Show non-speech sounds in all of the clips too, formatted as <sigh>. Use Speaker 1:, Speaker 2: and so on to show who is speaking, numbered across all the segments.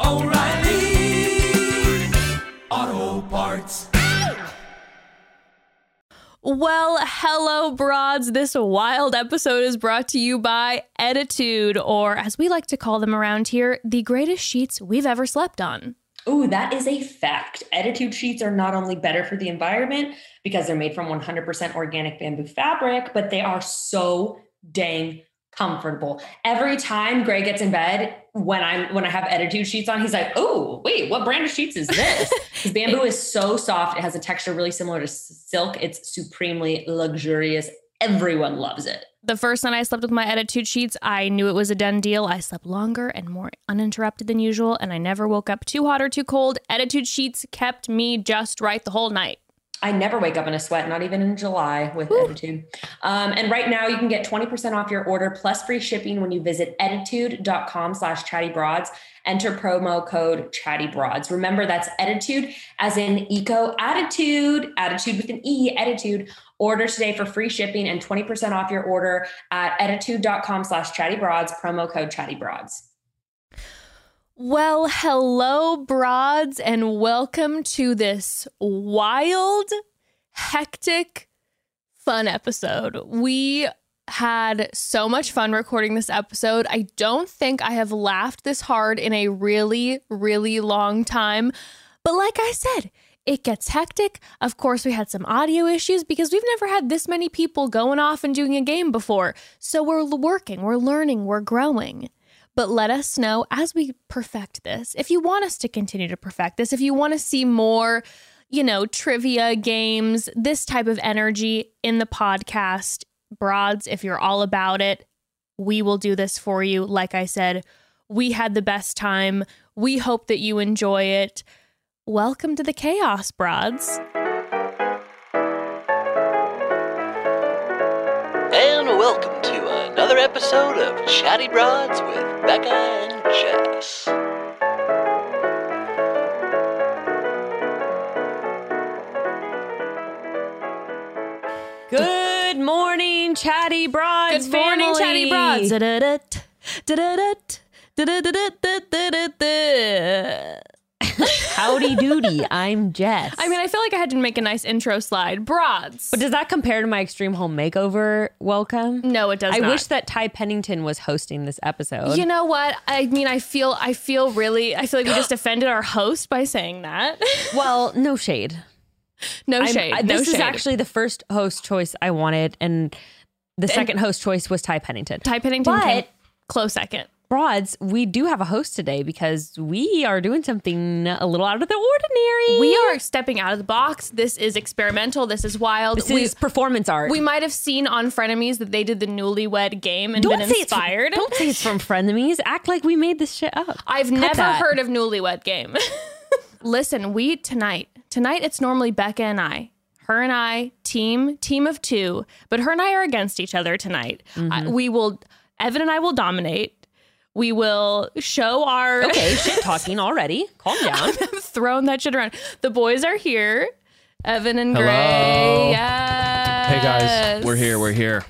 Speaker 1: oh, oh, O'Reilly. Auto Parts.
Speaker 2: Well, hello, broads. This wild episode is brought to you by Attitude, or as we like to call them around here, the greatest sheets we've ever slept on.
Speaker 3: Ooh, that is a fact. Attitude sheets are not only better for the environment because they're made from 100% organic bamboo fabric, but they are so dang comfortable. Every time Gray gets in bed, when I'm when I have attitude sheets on, he's like, "Oh, wait, what brand of sheets is this?" Because bamboo is so soft; it has a texture really similar to s- silk. It's supremely luxurious. Everyone loves it.
Speaker 2: The first night I slept with my attitude sheets, I knew it was a done deal. I slept longer and more uninterrupted than usual, and I never woke up too hot or too cold. Attitude sheets kept me just right the whole night.
Speaker 3: I never wake up in a sweat, not even in July with Attitude. Um, and right now you can get 20% off your order plus free shipping when you visit attitude.com slash chatty broads. Enter promo code chatty broads. Remember that's attitude as in eco attitude, attitude with an E, attitude. Order today for free shipping and 20% off your order at attitude.com slash chatty broads, promo code chatty broads.
Speaker 2: Well, hello, broads, and welcome to this wild, hectic, fun episode. We had so much fun recording this episode. I don't think I have laughed this hard in a really, really long time. But like I said, it gets hectic. Of course, we had some audio issues because we've never had this many people going off and doing a game before. So we're l- working, we're learning, we're growing but let us know as we perfect this. If you want us to continue to perfect this, if you want to see more, you know, trivia games, this type of energy in the podcast, broads, if you're all about it, we will do this for you. Like I said, we had the best time. We hope that you enjoy it. Welcome to the chaos, broads.
Speaker 4: And welcome to another episode of Chatty Broads with Becca and Jess.
Speaker 5: Good morning, chatty broads.
Speaker 2: Good morning,
Speaker 5: family.
Speaker 2: Chatty Broads. Da-da-da-t, da-da-da-t, da-da-da-da-da-da-da.
Speaker 5: Howdy doody. I'm Jess.
Speaker 2: I mean, I feel like I had to make a nice intro slide. Broads.
Speaker 5: but does that compare to my extreme home makeover welcome?
Speaker 2: No, it does
Speaker 5: I
Speaker 2: not.
Speaker 5: wish that Ty Pennington was hosting this episode.
Speaker 2: You know what? I mean, I feel I feel really I feel like we <gasps> just offended our host by saying that. <laughs>
Speaker 5: well, no shade.
Speaker 2: no
Speaker 5: I'm-
Speaker 2: shade.
Speaker 5: I-
Speaker 2: no
Speaker 5: this
Speaker 2: shade.
Speaker 5: is actually the first host choice I wanted, and the second host choice was Ty Pennington.
Speaker 2: Ty Pennington
Speaker 5: But-
Speaker 2: came close second.
Speaker 5: Broads, we do have a host today because we are doing something a little out of the ordinary.
Speaker 2: We are stepping out of the box. This is experimental. This is wild.
Speaker 5: This
Speaker 2: we,
Speaker 5: is performance art.
Speaker 2: we might have seen on Frenemies that they did the newlywed game and been
Speaker 5: say
Speaker 2: inspired.
Speaker 5: It's, don't say it's from frenemies. Act like we made this shit up.
Speaker 2: I've
Speaker 5: Cut
Speaker 2: never
Speaker 5: that.
Speaker 2: heard of newlywed
Speaker 5: <laughs>
Speaker 2: game. Listen, we tonight, tonight it's normally Becca and I. Her and I, team, team of two, but her and I are against each other tonight. I-
Speaker 5: Mm-hmm.
Speaker 2: we will, Evan and I will dominate. We will show our <laughs>
Speaker 5: Okay, shit talking already. Calm down.
Speaker 2: throwing that shit around. The boys are here. Evan and
Speaker 6: Hello.
Speaker 2: Gray. Yes.
Speaker 6: Hey guys, we're here. We're here.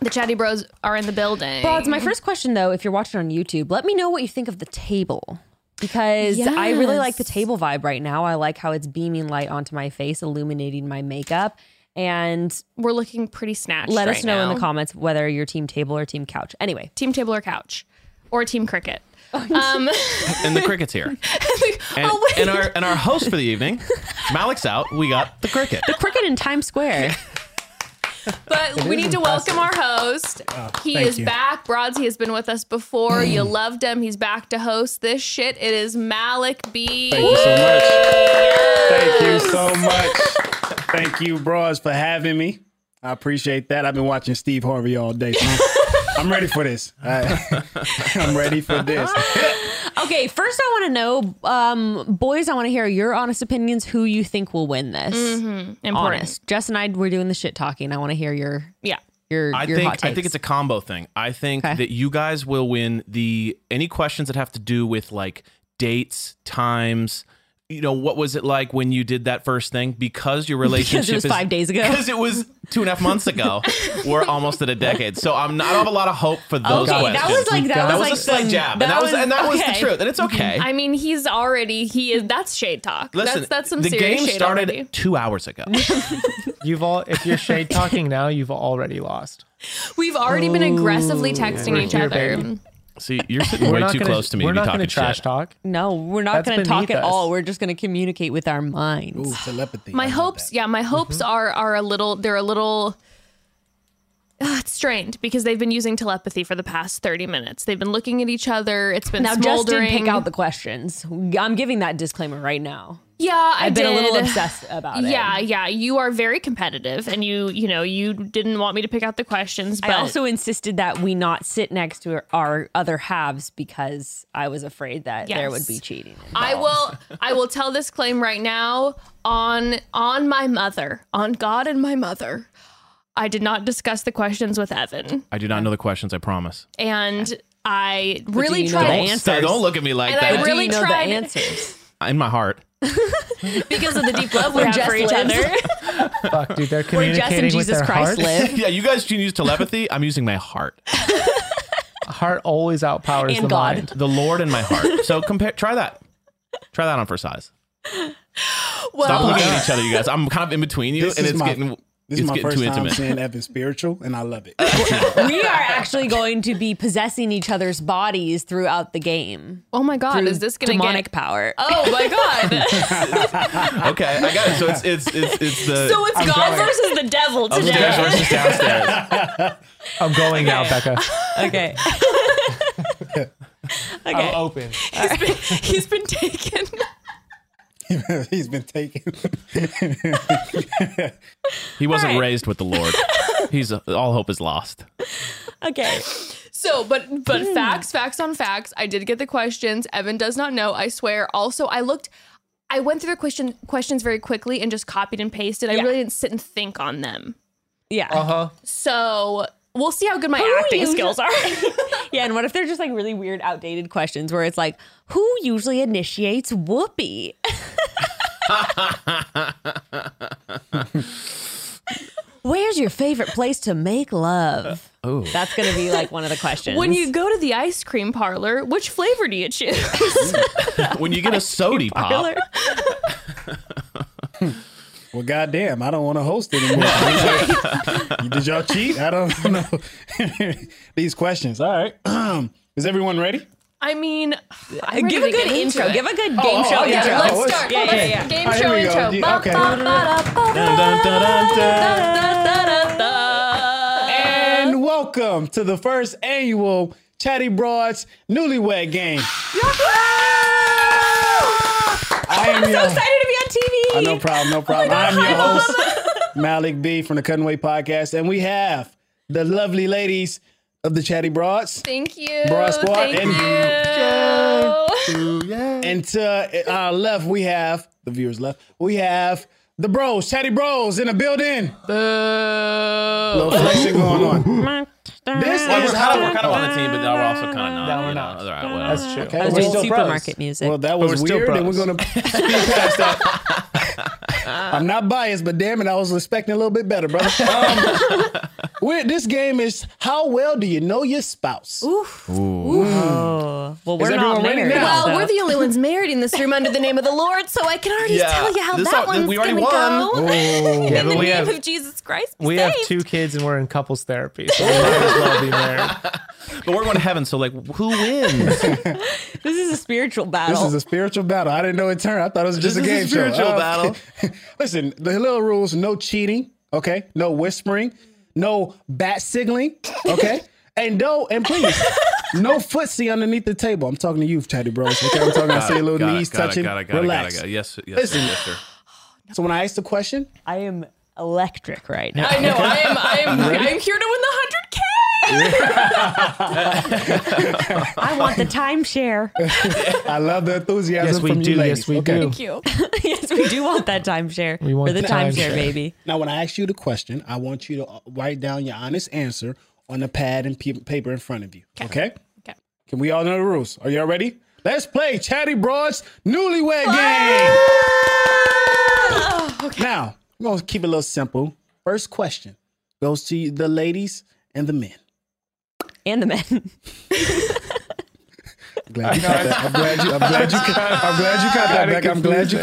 Speaker 2: The chatty bros are in the building.
Speaker 5: Broads, my first question though, if you're watching on YouTube, let me know what you think of the table. Because I really like the
Speaker 2: Yes.
Speaker 5: table vibe right now. I like how it's beaming light onto my face, illuminating my makeup. And
Speaker 2: We're looking pretty snatched.
Speaker 5: let us
Speaker 2: right
Speaker 5: know in
Speaker 2: now.
Speaker 5: the comments whether you're team table or team couch. Anyway,
Speaker 2: Team table or couch or team cricket.
Speaker 7: Oh,
Speaker 2: Um,
Speaker 6: And the cricket's
Speaker 5: <laughs>
Speaker 6: here. And,
Speaker 2: <laughs> oh, wait.
Speaker 6: and our and our host for the evening, Malik's out. We got the cricket.
Speaker 5: cricket in Times Square.
Speaker 2: But we need to welcome our host. he
Speaker 7: Oh, thank
Speaker 2: is
Speaker 7: you.
Speaker 2: back. Broads, he has been with us before.
Speaker 7: <clears throat>
Speaker 2: you loved him. He's back to host this shit. It is Malik B.
Speaker 7: Thank you so much.
Speaker 6: <laughs>
Speaker 7: Thank you so much. Thank you, bros, for having me. I appreciate that. I've been watching Steve
Speaker 6: <laughs>
Speaker 7: <laughs> Harvey all day. so I'm, I'm ready for this. I, am ready for this.
Speaker 5: Okay, first I want to know, um, boys. I want to hear your honest opinions. Who you think will win this?
Speaker 2: Important.
Speaker 5: Honest. Jess and I were doing the shit talking. I want to hear your
Speaker 2: Yeah.
Speaker 5: your
Speaker 6: I
Speaker 5: your
Speaker 6: think
Speaker 5: hot takes.
Speaker 6: I think it's a combo thing. I think
Speaker 5: Okay.
Speaker 6: that you guys will win the any questions that have to do with like dates, times. You know what was it like when you did that first thing? Because
Speaker 5: <laughs>
Speaker 6: your relationship
Speaker 5: because it was
Speaker 6: is
Speaker 5: five days ago.
Speaker 6: because it was two and a half
Speaker 5: <laughs>
Speaker 6: months ago. We're almost at a decade, so I'm not have a lot of hope for <laughs> those
Speaker 5: okay,
Speaker 6: questions.
Speaker 5: that was like that,
Speaker 6: That was
Speaker 5: was like
Speaker 6: a slight
Speaker 5: some-
Speaker 6: jab, and that was and that was the
Speaker 5: okay. Mm-hmm.
Speaker 6: truth, and it's okay.
Speaker 2: I mean, he's already he is. That's shade talk.
Speaker 6: Listen,
Speaker 2: that's that's some
Speaker 6: the
Speaker 2: serious
Speaker 6: game
Speaker 2: shade
Speaker 6: started
Speaker 2: already.
Speaker 6: two
Speaker 5: <laughs>
Speaker 6: hours ago.
Speaker 8: You've all if you're
Speaker 7: <laughs>
Speaker 8: shade talking now, you've already lost.
Speaker 2: We've already been aggressively texting each
Speaker 8: here,
Speaker 2: other.
Speaker 8: baby.
Speaker 6: See, <laughs> you're sitting way too
Speaker 8: gonna,
Speaker 6: close to me
Speaker 8: We're
Speaker 6: to be
Speaker 8: not
Speaker 6: talking
Speaker 8: gonna trash
Speaker 6: shit.
Speaker 8: talk.
Speaker 5: No, we're not
Speaker 8: That's
Speaker 5: going to talk
Speaker 8: beneath
Speaker 5: at
Speaker 8: us.
Speaker 5: all. We're just going to communicate with our minds.
Speaker 7: Ooh, telepathy. I
Speaker 2: My
Speaker 7: love
Speaker 2: hopes,
Speaker 7: that. Mm-hmm.
Speaker 2: yeah, my hopes are are a little. They're a little. Ah, it's strained because they've been using telepathy for the past thirty minutes. They've been looking at each other. It's been
Speaker 5: Now, Jess did
Speaker 2: smoldering.
Speaker 5: pick out the questions. I'm giving that disclaimer right now.
Speaker 2: Yeah, I
Speaker 5: I've been a little
Speaker 2: did.
Speaker 5: obsessed about it.
Speaker 2: Yeah, yeah. You are very competitive, and you, you know, you didn't want me to pick out the questions, but
Speaker 5: I also insisted that we not sit next to our other halves because I was afraid that there
Speaker 2: Yes.
Speaker 5: would be cheating.
Speaker 2: I will I will tell this claim right now on on my mother, on God and my mother. I did not discuss the questions with Evan
Speaker 6: I do not know the questions. I promise.
Speaker 2: and I
Speaker 5: do
Speaker 2: really
Speaker 5: you know the
Speaker 2: tried
Speaker 5: answer?
Speaker 6: So don't look at me like
Speaker 2: And I
Speaker 6: that.
Speaker 5: Do
Speaker 2: really
Speaker 5: you know
Speaker 2: tried-
Speaker 5: the
Speaker 2: <laughs>
Speaker 5: answers.
Speaker 6: <laughs> in my heart.
Speaker 2: because of the deep love we
Speaker 5: Where
Speaker 2: have
Speaker 5: Jess
Speaker 2: for each
Speaker 5: lives.
Speaker 2: other.
Speaker 8: Fuck,
Speaker 7: <laughs>
Speaker 8: dude, they're
Speaker 5: Where
Speaker 8: communicating
Speaker 5: Jess and
Speaker 8: with
Speaker 5: Jesus
Speaker 8: their heart. <laughs>
Speaker 5: Christ live.
Speaker 6: <laughs> Yeah, you guys can use telepathy. I'm using my heart.
Speaker 8: Heart always outpowers
Speaker 5: And
Speaker 8: the
Speaker 5: God.
Speaker 8: mind.
Speaker 6: The Lord in my heart. So compare try that. Try that on for size. Stop
Speaker 2: Well,
Speaker 6: looking at each other, you guys. I'm kind of in between you
Speaker 7: This
Speaker 6: and
Speaker 7: is
Speaker 6: it's
Speaker 7: my-
Speaker 6: getting
Speaker 7: This
Speaker 6: it's
Speaker 7: is my
Speaker 6: getting
Speaker 7: first
Speaker 6: too
Speaker 7: time
Speaker 6: intimate.
Speaker 7: seeing Evan spiritual, and I love it.
Speaker 6: <laughs>
Speaker 7: <laughs>
Speaker 5: we are actually going to be possessing each other's bodies throughout the game.
Speaker 2: oh my god,
Speaker 5: through
Speaker 2: is this going to
Speaker 5: demonic
Speaker 2: get
Speaker 5: power?
Speaker 2: Oh
Speaker 8: <laughs>
Speaker 2: my god.
Speaker 6: Okay, I got it. So it's it's it's,
Speaker 5: <laughs>
Speaker 6: it's the
Speaker 2: so it's God
Speaker 7: sorry.
Speaker 2: versus the devil today.
Speaker 6: upstairs versus downstairs.
Speaker 8: I'm going
Speaker 7: <laughs>
Speaker 8: now, Becca.
Speaker 5: okay.
Speaker 8: I'm open.
Speaker 2: <laughs> He's been, he's been taken. <laughs>
Speaker 7: He's been taken.
Speaker 6: He wasn't
Speaker 5: All right.
Speaker 6: raised with the Lord. He's all hope is lost.
Speaker 5: Okay.
Speaker 2: So, but but
Speaker 5: Hmm.
Speaker 2: facts, facts on facts. I did get the questions. Evan does not know. I swear. Also, I looked. I went through the question questions very quickly and just copied and pasted. I
Speaker 5: Yeah.
Speaker 2: really didn't sit and think on them.
Speaker 5: Yeah.
Speaker 8: Uh huh.
Speaker 2: So we'll see how good my
Speaker 5: Who
Speaker 2: acting
Speaker 5: usually-
Speaker 2: skills are.
Speaker 5: <laughs> yeah, and what if they're just like really weird, outdated questions where it's like, who usually initiates whoopee? <laughs> Where's your favorite place to make love?
Speaker 7: Uh,
Speaker 5: Oh, that's gonna be like one of the questions.
Speaker 2: when
Speaker 5: <laughs>
Speaker 2: you go to the ice cream parlor, which flavor do you choose?
Speaker 5: <laughs>
Speaker 2: <laughs>
Speaker 6: When you get a sody pop,
Speaker 7: Well, goddamn, I don't want to host anymore.
Speaker 6: <laughs>
Speaker 7: <laughs> Did y'all cheat? I don't <laughs> know. <laughs> These questions. All right. <clears throat> Is everyone ready?
Speaker 2: I mean, I'm ready
Speaker 5: give a
Speaker 2: to get
Speaker 5: good
Speaker 2: into
Speaker 5: intro.
Speaker 2: it.
Speaker 5: Give a good game show
Speaker 7: oh, yeah,
Speaker 5: intro.
Speaker 7: let's
Speaker 5: Oh,
Speaker 2: Let's start.
Speaker 5: Yeah, yeah, yeah.
Speaker 2: Game
Speaker 7: All right,
Speaker 2: show
Speaker 7: here we go.
Speaker 2: intro.
Speaker 7: Yeah,
Speaker 2: Ba-
Speaker 7: okay.
Speaker 2: ba- ba- da- ba-
Speaker 6: Dun, dun, dun, dun, dun.
Speaker 2: da- da- da- da.
Speaker 7: And welcome to the first annual Chatty Broads Newlywed Game. I am your,
Speaker 5: I'm so excited to be on TV.
Speaker 7: Uh, no problem, no problem. I'm your host, Malik B from the Cutting Way Podcast, and we have the lovely ladies of the Chatty Broads.
Speaker 2: Thank you.
Speaker 7: Bra squat
Speaker 2: Thank
Speaker 7: and-
Speaker 2: you.
Speaker 7: And to our left, we have the viewers left. We have the bros, chatty bros in the building. Little flexing going on. This
Speaker 6: Like,
Speaker 7: is
Speaker 6: we're kind
Speaker 7: how.
Speaker 6: of we're kind of on the team, but we're also kind of not.
Speaker 8: No, we're
Speaker 6: you know.
Speaker 8: not.
Speaker 6: All right, whatever.
Speaker 8: That's true.
Speaker 7: Okay,
Speaker 5: I was
Speaker 7: we're
Speaker 5: doing
Speaker 7: still pros.
Speaker 5: supermarket music.
Speaker 7: Well, that was
Speaker 8: we're still
Speaker 7: weird, and we're
Speaker 8: pros.
Speaker 7: gonna speed past that. <laughs> I'm not biased, but damn it, I was expecting a little bit better, brother. Um, we're- this game is how well do you know your spouse?
Speaker 5: oh, well, we're not
Speaker 7: everyone ready
Speaker 5: married.
Speaker 7: now?
Speaker 2: Well,
Speaker 5: so-
Speaker 2: we're the only ones married in this room under the name of the Lord, so I can already
Speaker 6: Yeah.
Speaker 2: tell you how
Speaker 6: This
Speaker 2: that
Speaker 6: all-
Speaker 2: one's
Speaker 6: we already
Speaker 2: gonna <laughs>
Speaker 6: won.
Speaker 2: go.
Speaker 8: Yeah,
Speaker 2: in the
Speaker 8: but we
Speaker 2: name
Speaker 8: have
Speaker 2: of Jesus Christ, be
Speaker 8: we have
Speaker 2: <laughs> saved.
Speaker 8: two kids and we're in couples therapy, so we might as well be
Speaker 7: <laughs>
Speaker 8: married.
Speaker 6: But we're going to heaven, so like, who wins?
Speaker 5: this is a spiritual battle.
Speaker 7: This is a spiritual battle. I didn't know it turned. I thought it was just
Speaker 6: This
Speaker 7: a game
Speaker 6: is a spiritual
Speaker 7: show. Uh,
Speaker 6: battle.
Speaker 7: <laughs> Listen, the little rules: no cheating, okay? No whispering, no bat signaling, okay? <laughs> and no, and please, no footsie underneath the table. I'm talking to you, chatty bros. Okay, I'm talking. <laughs> I see your little
Speaker 6: Got it,
Speaker 7: knees
Speaker 6: got it,
Speaker 7: touching.
Speaker 6: got it, got it,
Speaker 7: Relax.
Speaker 6: got it, got it. Yes, yes,
Speaker 7: Listen.
Speaker 6: sir, yes, sir.
Speaker 7: So when I asked the question,
Speaker 5: I am electric right now.
Speaker 2: I know. I am. I am. I'm here to win the hundred k.
Speaker 5: I want the
Speaker 7: <laughs>
Speaker 5: timeshare.
Speaker 7: I love the enthusiasm
Speaker 8: Yes, we
Speaker 7: from you
Speaker 8: do.
Speaker 7: ladies.
Speaker 8: Yes, we
Speaker 7: okay.
Speaker 8: do.
Speaker 2: Thank you.
Speaker 5: yes,
Speaker 2: <laughs>
Speaker 5: <laughs> we do want that timeshare.
Speaker 8: We want
Speaker 5: We're the
Speaker 8: the
Speaker 5: timeshare,
Speaker 8: timeshare.
Speaker 5: baby.
Speaker 7: Now, when I ask you the question, I want you to uh, write down your honest answer on a pad and pe- paper in front of you. Okay. okay.
Speaker 2: Okay.
Speaker 7: Can we all know the rules? Are y'all ready? Let's play Chatty Broad's Newlywed Game. Now, we're going to keep it a little simple. First question goes to the ladies and the men.
Speaker 5: And the men.
Speaker 7: Glad you caught that. I'm glad you. I'm glad you. <laughs> Caught, I'm glad you caught that. Beck. I'm glad you.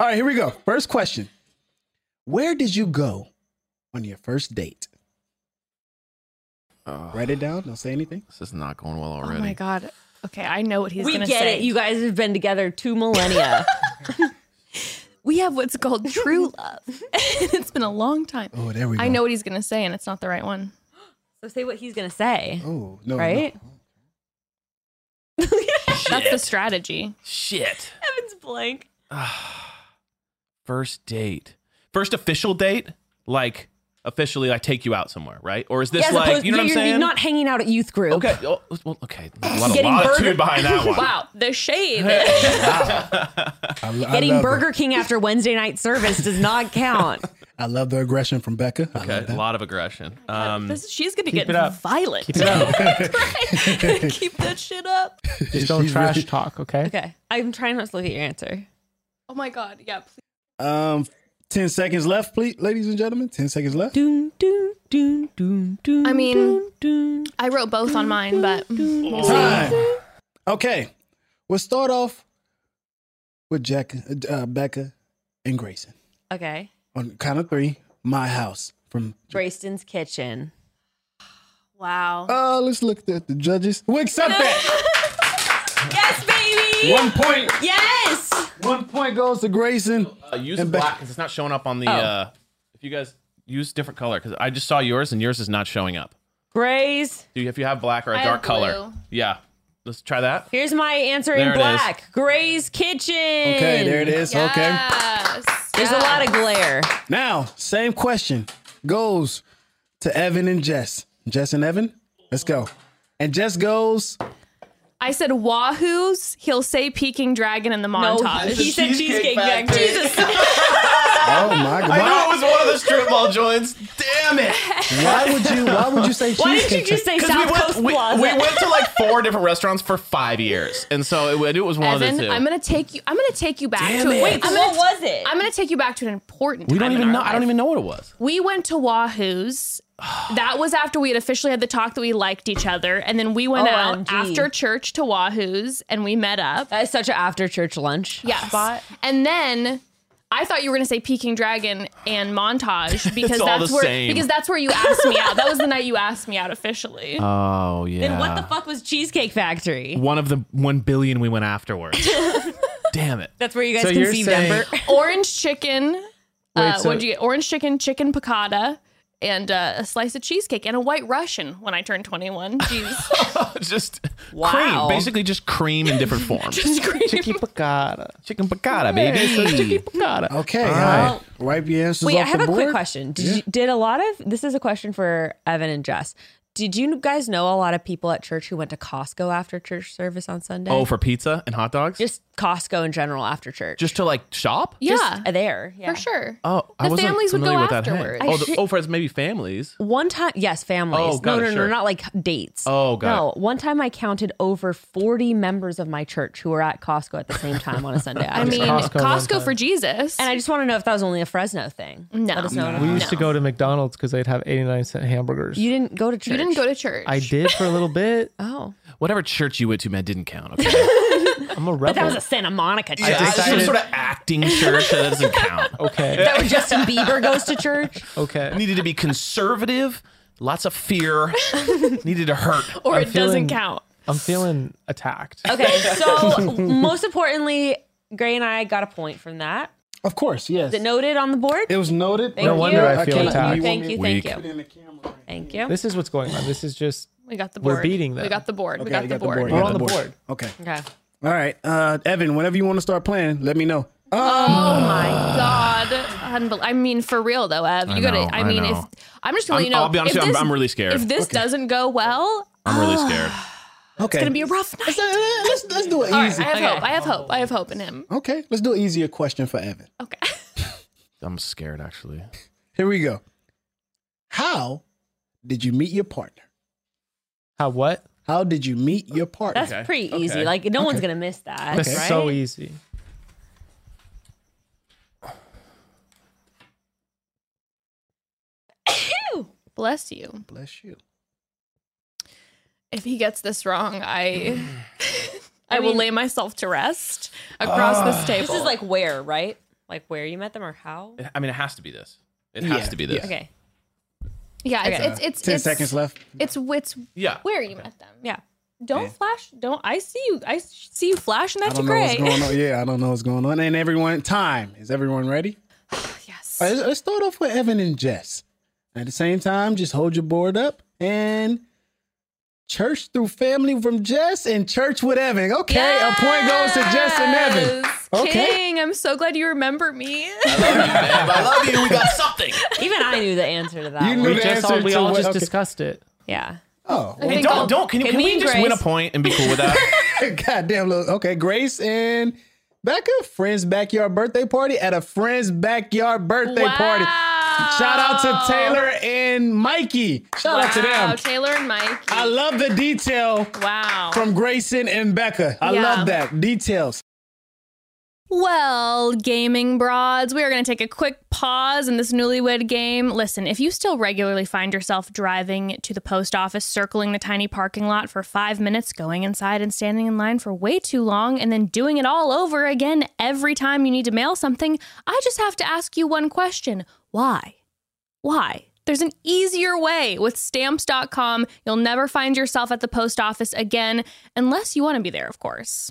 Speaker 7: All right, here we go. First question: Where did you go on your first date? Write it down. Don't say anything.
Speaker 6: This is not going well
Speaker 2: Oh my
Speaker 6: already.
Speaker 2: god. Okay, I know what <laughs> he's
Speaker 5: we
Speaker 2: gonna
Speaker 5: get
Speaker 2: say.
Speaker 5: it. You guys have been together
Speaker 2: <laughs>
Speaker 5: two millennia.
Speaker 2: we have what's called
Speaker 5: <laughs>
Speaker 2: true love. <laughs> it's been a long time.
Speaker 7: Oh, there we go.
Speaker 2: I know what he's gonna say, and it's not the right one.
Speaker 5: so say what he's gonna say,
Speaker 7: Oh no.
Speaker 5: right?
Speaker 2: That's the strategy.
Speaker 6: Shit.
Speaker 5: Evan's blank.
Speaker 6: First date. First official date? Like officially I take you out somewhere, right? Or is this
Speaker 5: As
Speaker 6: like,
Speaker 5: opposed-
Speaker 6: you know what I'm
Speaker 5: you're-
Speaker 6: saying?
Speaker 5: You're not hanging out at youth group.
Speaker 6: okay. Oh, well, okay. A lot, a
Speaker 5: Getting
Speaker 6: lot of
Speaker 5: burger-
Speaker 6: tune behind that
Speaker 2: <laughs>
Speaker 6: one.
Speaker 2: Wow, the shade.
Speaker 7: I, lo- I
Speaker 5: Getting
Speaker 7: love the-
Speaker 5: Burger King after Wednesday night service does not count.
Speaker 7: I love the aggression from Becca. I love
Speaker 6: Okay, a
Speaker 7: that.
Speaker 6: lot of aggression. <laughs>
Speaker 2: <laughs>
Speaker 6: Um,
Speaker 2: This- she's gonna get
Speaker 8: it up.
Speaker 2: violent.
Speaker 8: Keep it up.
Speaker 6: <laughs>
Speaker 2: Right? <laughs> Keep that shit up.
Speaker 8: <laughs> Just don't
Speaker 7: She's really-
Speaker 8: trash talk, okay?
Speaker 7: <laughs>
Speaker 5: Okay, I'm trying not to look at your answer.
Speaker 2: Oh my god. Yeah. Please.
Speaker 7: Um, ten seconds left, please, ladies and gentlemen. Ten seconds left.
Speaker 5: Doom, doom, doom, doom, doom.
Speaker 2: I mean-
Speaker 5: doom, doom.
Speaker 2: I wrote both on mine, but
Speaker 6: <laughs>
Speaker 7: Time. Okay, we'll start off with Jack, uh, Becca, and Grayson.
Speaker 5: okay.
Speaker 7: On count of three, my house from
Speaker 5: Brayston's kitchen.
Speaker 2: wow.
Speaker 7: Uh, let's look at the judges. We
Speaker 5: <laughs>
Speaker 7: accept that.
Speaker 5: Yes, baby.
Speaker 7: One point.
Speaker 5: Yes.
Speaker 7: One point goes to Grayson.
Speaker 6: uh, use
Speaker 7: And
Speaker 6: black
Speaker 7: back-
Speaker 6: because it's not showing up on the. Uh, if you guys use different color, because I just saw yours and yours is not showing up.
Speaker 5: Grays.
Speaker 6: Do you, if you have black or a
Speaker 2: I
Speaker 6: dark
Speaker 2: have
Speaker 6: color,
Speaker 2: blue.
Speaker 6: yeah, let's try that.
Speaker 5: Here's my answer
Speaker 6: There
Speaker 5: in
Speaker 6: it is.
Speaker 5: black. Gray's kitchen.
Speaker 7: Okay, there it is. Okay.
Speaker 2: Yes.
Speaker 5: There's a lot of glare.
Speaker 7: Now, same question goes to Evan and Jess. Jess and Evan, let's go. And Jess goes. oh
Speaker 2: I said Wahoo's. He'll say Peking Dragon in the montage.
Speaker 5: he said cheesecake factory. Jesus.
Speaker 7: Oh my god!
Speaker 6: I know
Speaker 7: Why,
Speaker 6: it was one of the strip mall joints.
Speaker 2: <laughs>
Speaker 6: Damn it!
Speaker 7: why would you? Why would you say cheesecake?
Speaker 5: <laughs> Why didn't you just
Speaker 6: <laughs>
Speaker 5: say
Speaker 6: Because we
Speaker 5: South
Speaker 6: went,
Speaker 5: Coast
Speaker 6: we,
Speaker 5: Plaza?
Speaker 6: we went to like four different restaurants for five years, and so it, wa- it was one of
Speaker 2: Evan,
Speaker 6: the 2
Speaker 2: I'm gonna take you. I'm gonna take you back to
Speaker 6: it.
Speaker 2: wait. I'm
Speaker 5: what
Speaker 2: gonna,
Speaker 5: was it?
Speaker 2: I'm gonna take you back to an important.
Speaker 6: we
Speaker 2: time
Speaker 6: don't
Speaker 2: in
Speaker 6: even
Speaker 2: our
Speaker 6: know. I don't
Speaker 2: life.
Speaker 6: even know what it was.
Speaker 2: We went to
Speaker 6: <sighs>
Speaker 2: Wahoo's. That was after we had officially had the talk that we liked each other, and then we
Speaker 6: Oh,
Speaker 2: went out
Speaker 5: OMG.
Speaker 2: after church to Wahoo's, and we met up.
Speaker 5: That is such an after church lunch.
Speaker 2: Yes. And then I thought you were gonna say Peking Dragon and
Speaker 6: <laughs>
Speaker 2: montage because
Speaker 6: all
Speaker 2: that's
Speaker 6: the
Speaker 2: where
Speaker 6: same.
Speaker 2: because that's where you asked me out. That was the night you asked me out officially.
Speaker 6: Oh yeah.
Speaker 5: Then what the fuck was Cheesecake Factory?
Speaker 6: One of the one billion we
Speaker 2: <laughs>
Speaker 6: went afterwards. Damn it.
Speaker 5: <laughs> That's where you guys
Speaker 8: So you're
Speaker 5: conceived
Speaker 8: saying-
Speaker 5: Ember.
Speaker 2: Orange chicken. uh,
Speaker 8: Wait, so-
Speaker 2: what'd you get? Orange chicken, chicken piccata, and uh, a slice of cheesecake and a white Russian when I turned twenty one.
Speaker 6: <laughs> Oh,
Speaker 2: Jeez.
Speaker 6: just
Speaker 5: Wow.
Speaker 6: cream, basically just cream in
Speaker 2: <laughs>
Speaker 6: different forms.
Speaker 8: Chicky piccata.
Speaker 6: Chicken piccata,
Speaker 8: It's a chicky
Speaker 6: baby.
Speaker 8: piccata.
Speaker 7: Okay. All
Speaker 8: All
Speaker 7: right.
Speaker 8: right.
Speaker 7: Wipe your answers
Speaker 5: Wait,
Speaker 7: off
Speaker 5: I have
Speaker 7: the
Speaker 5: a
Speaker 7: board.
Speaker 5: quick question. Did you, did a lot of this is a question for Evan and Jess. Did you guys know a lot of people at church who went to Costco after church service on Sunday?
Speaker 6: Oh, for pizza and hot dogs? Just,
Speaker 5: just Costco in general after church.
Speaker 6: to like shop?
Speaker 2: yeah,
Speaker 5: there, yeah.
Speaker 2: for sure.
Speaker 6: Oh, I
Speaker 2: The
Speaker 6: wasn't
Speaker 2: families would
Speaker 6: familiar
Speaker 2: go
Speaker 6: with that hang.
Speaker 2: afterwards.
Speaker 6: Oh, the, oh, for maybe families.
Speaker 5: One time, yes, families.
Speaker 6: Oh, got
Speaker 5: no,
Speaker 6: it,
Speaker 5: no, no,
Speaker 6: sure.
Speaker 5: not like dates.
Speaker 6: Oh, got
Speaker 5: no. One time, I counted over forty members of my church who were at Costco at the same time on a Sunday. <laughs>
Speaker 2: I mean,
Speaker 8: Costco
Speaker 2: Costco,
Speaker 8: one time.
Speaker 2: for Jesus.
Speaker 5: and I just want to know if that was only a Fresno thing.
Speaker 2: No.
Speaker 5: Let us know.
Speaker 8: We used to go to McDonald's because they'd have 89 cent hamburgers.
Speaker 5: You didn't go to church.
Speaker 2: you didn't go to church.
Speaker 8: I did for a little bit.
Speaker 5: <laughs> Oh,
Speaker 6: Whatever church you went to, man, didn't count. Okay?
Speaker 8: I'm a rebel.
Speaker 5: that was a Santa Monica church. <laughs>
Speaker 6: Yeah, it's some
Speaker 8: decided-
Speaker 6: sort of acting church that doesn't <laughs> count.
Speaker 8: okay.
Speaker 5: Or Justin Bieber goes to church.
Speaker 8: Okay.
Speaker 6: Needed to be conservative, lots of fear, needed to hurt.
Speaker 2: or
Speaker 8: I'm
Speaker 2: it doesn't
Speaker 8: feeling-
Speaker 2: count.
Speaker 8: I'm feeling attacked.
Speaker 5: Okay,
Speaker 6: <laughs>
Speaker 5: so most importantly, Gray and I got a point from that.
Speaker 7: Of course. Yes.
Speaker 5: Is it noted on the board?
Speaker 7: It was noted.
Speaker 5: Thank
Speaker 8: No
Speaker 5: you.
Speaker 8: wonder I feel
Speaker 5: Thank
Speaker 8: attacked.
Speaker 5: you. Thank you. Thank
Speaker 6: Weak.
Speaker 5: you. Thank you.
Speaker 8: This is what's going on. This is just
Speaker 2: We got the
Speaker 8: We're
Speaker 2: board.
Speaker 8: beating them.
Speaker 2: We got the board. we
Speaker 7: Okay,
Speaker 2: got
Speaker 7: you
Speaker 2: the board.
Speaker 7: you
Speaker 8: We're on
Speaker 7: got
Speaker 8: the board.
Speaker 7: Okay.
Speaker 5: Okay.
Speaker 7: All right, uh, Evan. Whenever you want to start playing, let me know.
Speaker 2: Oh my god! Unbel- I mean, for real though, Ev. You
Speaker 6: I
Speaker 2: gotta.
Speaker 6: know,
Speaker 2: I
Speaker 6: I
Speaker 2: mean, if
Speaker 6: know.
Speaker 2: I'm just gonna, let you know,
Speaker 6: I'm- I'll be honest
Speaker 2: if
Speaker 6: with you,
Speaker 2: this-
Speaker 6: I'm, I'm really scared.
Speaker 2: If this doesn't go well,
Speaker 6: I'm really scared.
Speaker 7: Okay.
Speaker 2: it's gonna be a rough night.
Speaker 7: let's, uh, let's, let's do it
Speaker 2: All right,
Speaker 7: easy.
Speaker 2: I have
Speaker 9: Okay.
Speaker 2: hope. I have hope. I have hope in him.
Speaker 7: Okay, let's do an easier question for Evan.
Speaker 2: Okay. <laughs>
Speaker 6: I'm scared actually.
Speaker 7: Here we go. How did you meet your partner?
Speaker 8: How what?
Speaker 7: How did you meet your partner?
Speaker 9: That's
Speaker 6: Okay.
Speaker 9: pretty
Speaker 6: Okay.
Speaker 9: easy. Like no one's gonna miss that.
Speaker 8: That's
Speaker 9: right?
Speaker 8: so easy.
Speaker 2: Bless you.
Speaker 7: Bless you.
Speaker 2: If he gets this wrong, I. <laughs> I will lay myself to rest
Speaker 5: Uh,
Speaker 2: across
Speaker 7: Ah.
Speaker 2: this table.
Speaker 9: This is like where, right? Like where you met them or how?
Speaker 6: I mean, it has to be this. It has
Speaker 7: Yeah,
Speaker 6: to be this. <laughs>
Speaker 7: yeah.
Speaker 9: Okay.
Speaker 2: yeah, it's
Speaker 9: Okay.
Speaker 2: it's it's,
Speaker 7: Ten
Speaker 2: it's
Speaker 7: seconds left.
Speaker 2: It's it's
Speaker 6: Yeah.
Speaker 2: where you met them.
Speaker 9: Yeah.
Speaker 2: Don't flash. Don't I see you? I see you flashing
Speaker 7: I
Speaker 2: at
Speaker 7: don't
Speaker 2: your
Speaker 7: know what's
Speaker 2: gray. <laughs>
Speaker 7: going on. Yeah, I don't know what's going on. And everyone, time. Is everyone ready?
Speaker 2: <sighs> yes.
Speaker 7: All right, let's- let's start off with Evan and Jess. At the same time, just hold your board up and church through family from Jess and church with Evan. Okay, a point goes to Jess and Evan.
Speaker 2: Yes.
Speaker 7: Okay.
Speaker 2: King, I'm so glad you remember
Speaker 7: <laughs>
Speaker 2: me.
Speaker 6: I love you. We got something.
Speaker 9: Even I knew the answer to that.
Speaker 7: You
Speaker 9: one.
Speaker 7: knew
Speaker 8: We
Speaker 7: the
Speaker 8: just all,
Speaker 7: answer
Speaker 8: we
Speaker 7: to
Speaker 8: all
Speaker 7: what-
Speaker 8: just
Speaker 7: okay.
Speaker 8: discussed it.
Speaker 9: Yeah.
Speaker 7: Oh, <laughs>
Speaker 2: I
Speaker 6: Hey,
Speaker 2: think I'll-
Speaker 6: don't don't. Can you
Speaker 9: Can
Speaker 6: can,
Speaker 9: me
Speaker 6: we
Speaker 9: and
Speaker 6: just win a
Speaker 9: Grace-
Speaker 6: point and be cool with that?
Speaker 7: goddamn. Look. Okay, Grace and Becca, friend's backyard birthday party at a friend's backyard birthday party.
Speaker 2: Wow.
Speaker 7: Shout out to Taylor and Mikey. Shout out to
Speaker 2: Wow,
Speaker 7: them.
Speaker 2: Taylor and Mike.
Speaker 7: I love the detail
Speaker 2: wow.
Speaker 7: from Grayson and Becca. I
Speaker 2: Yeah.
Speaker 7: love that. Details.
Speaker 2: Well, gaming broads, we are going to take a quick pause in this newlywed game. Listen, if you still regularly find yourself driving to the post office, circling the tiny parking lot for five minutes, going inside and standing in line for way too long, and then doing it all over again every time you need to mail something, I just have to ask you one question why? Why? There's an easier way with stamps.com. You'll never find yourself at the post office again, unless you want to be there, of course.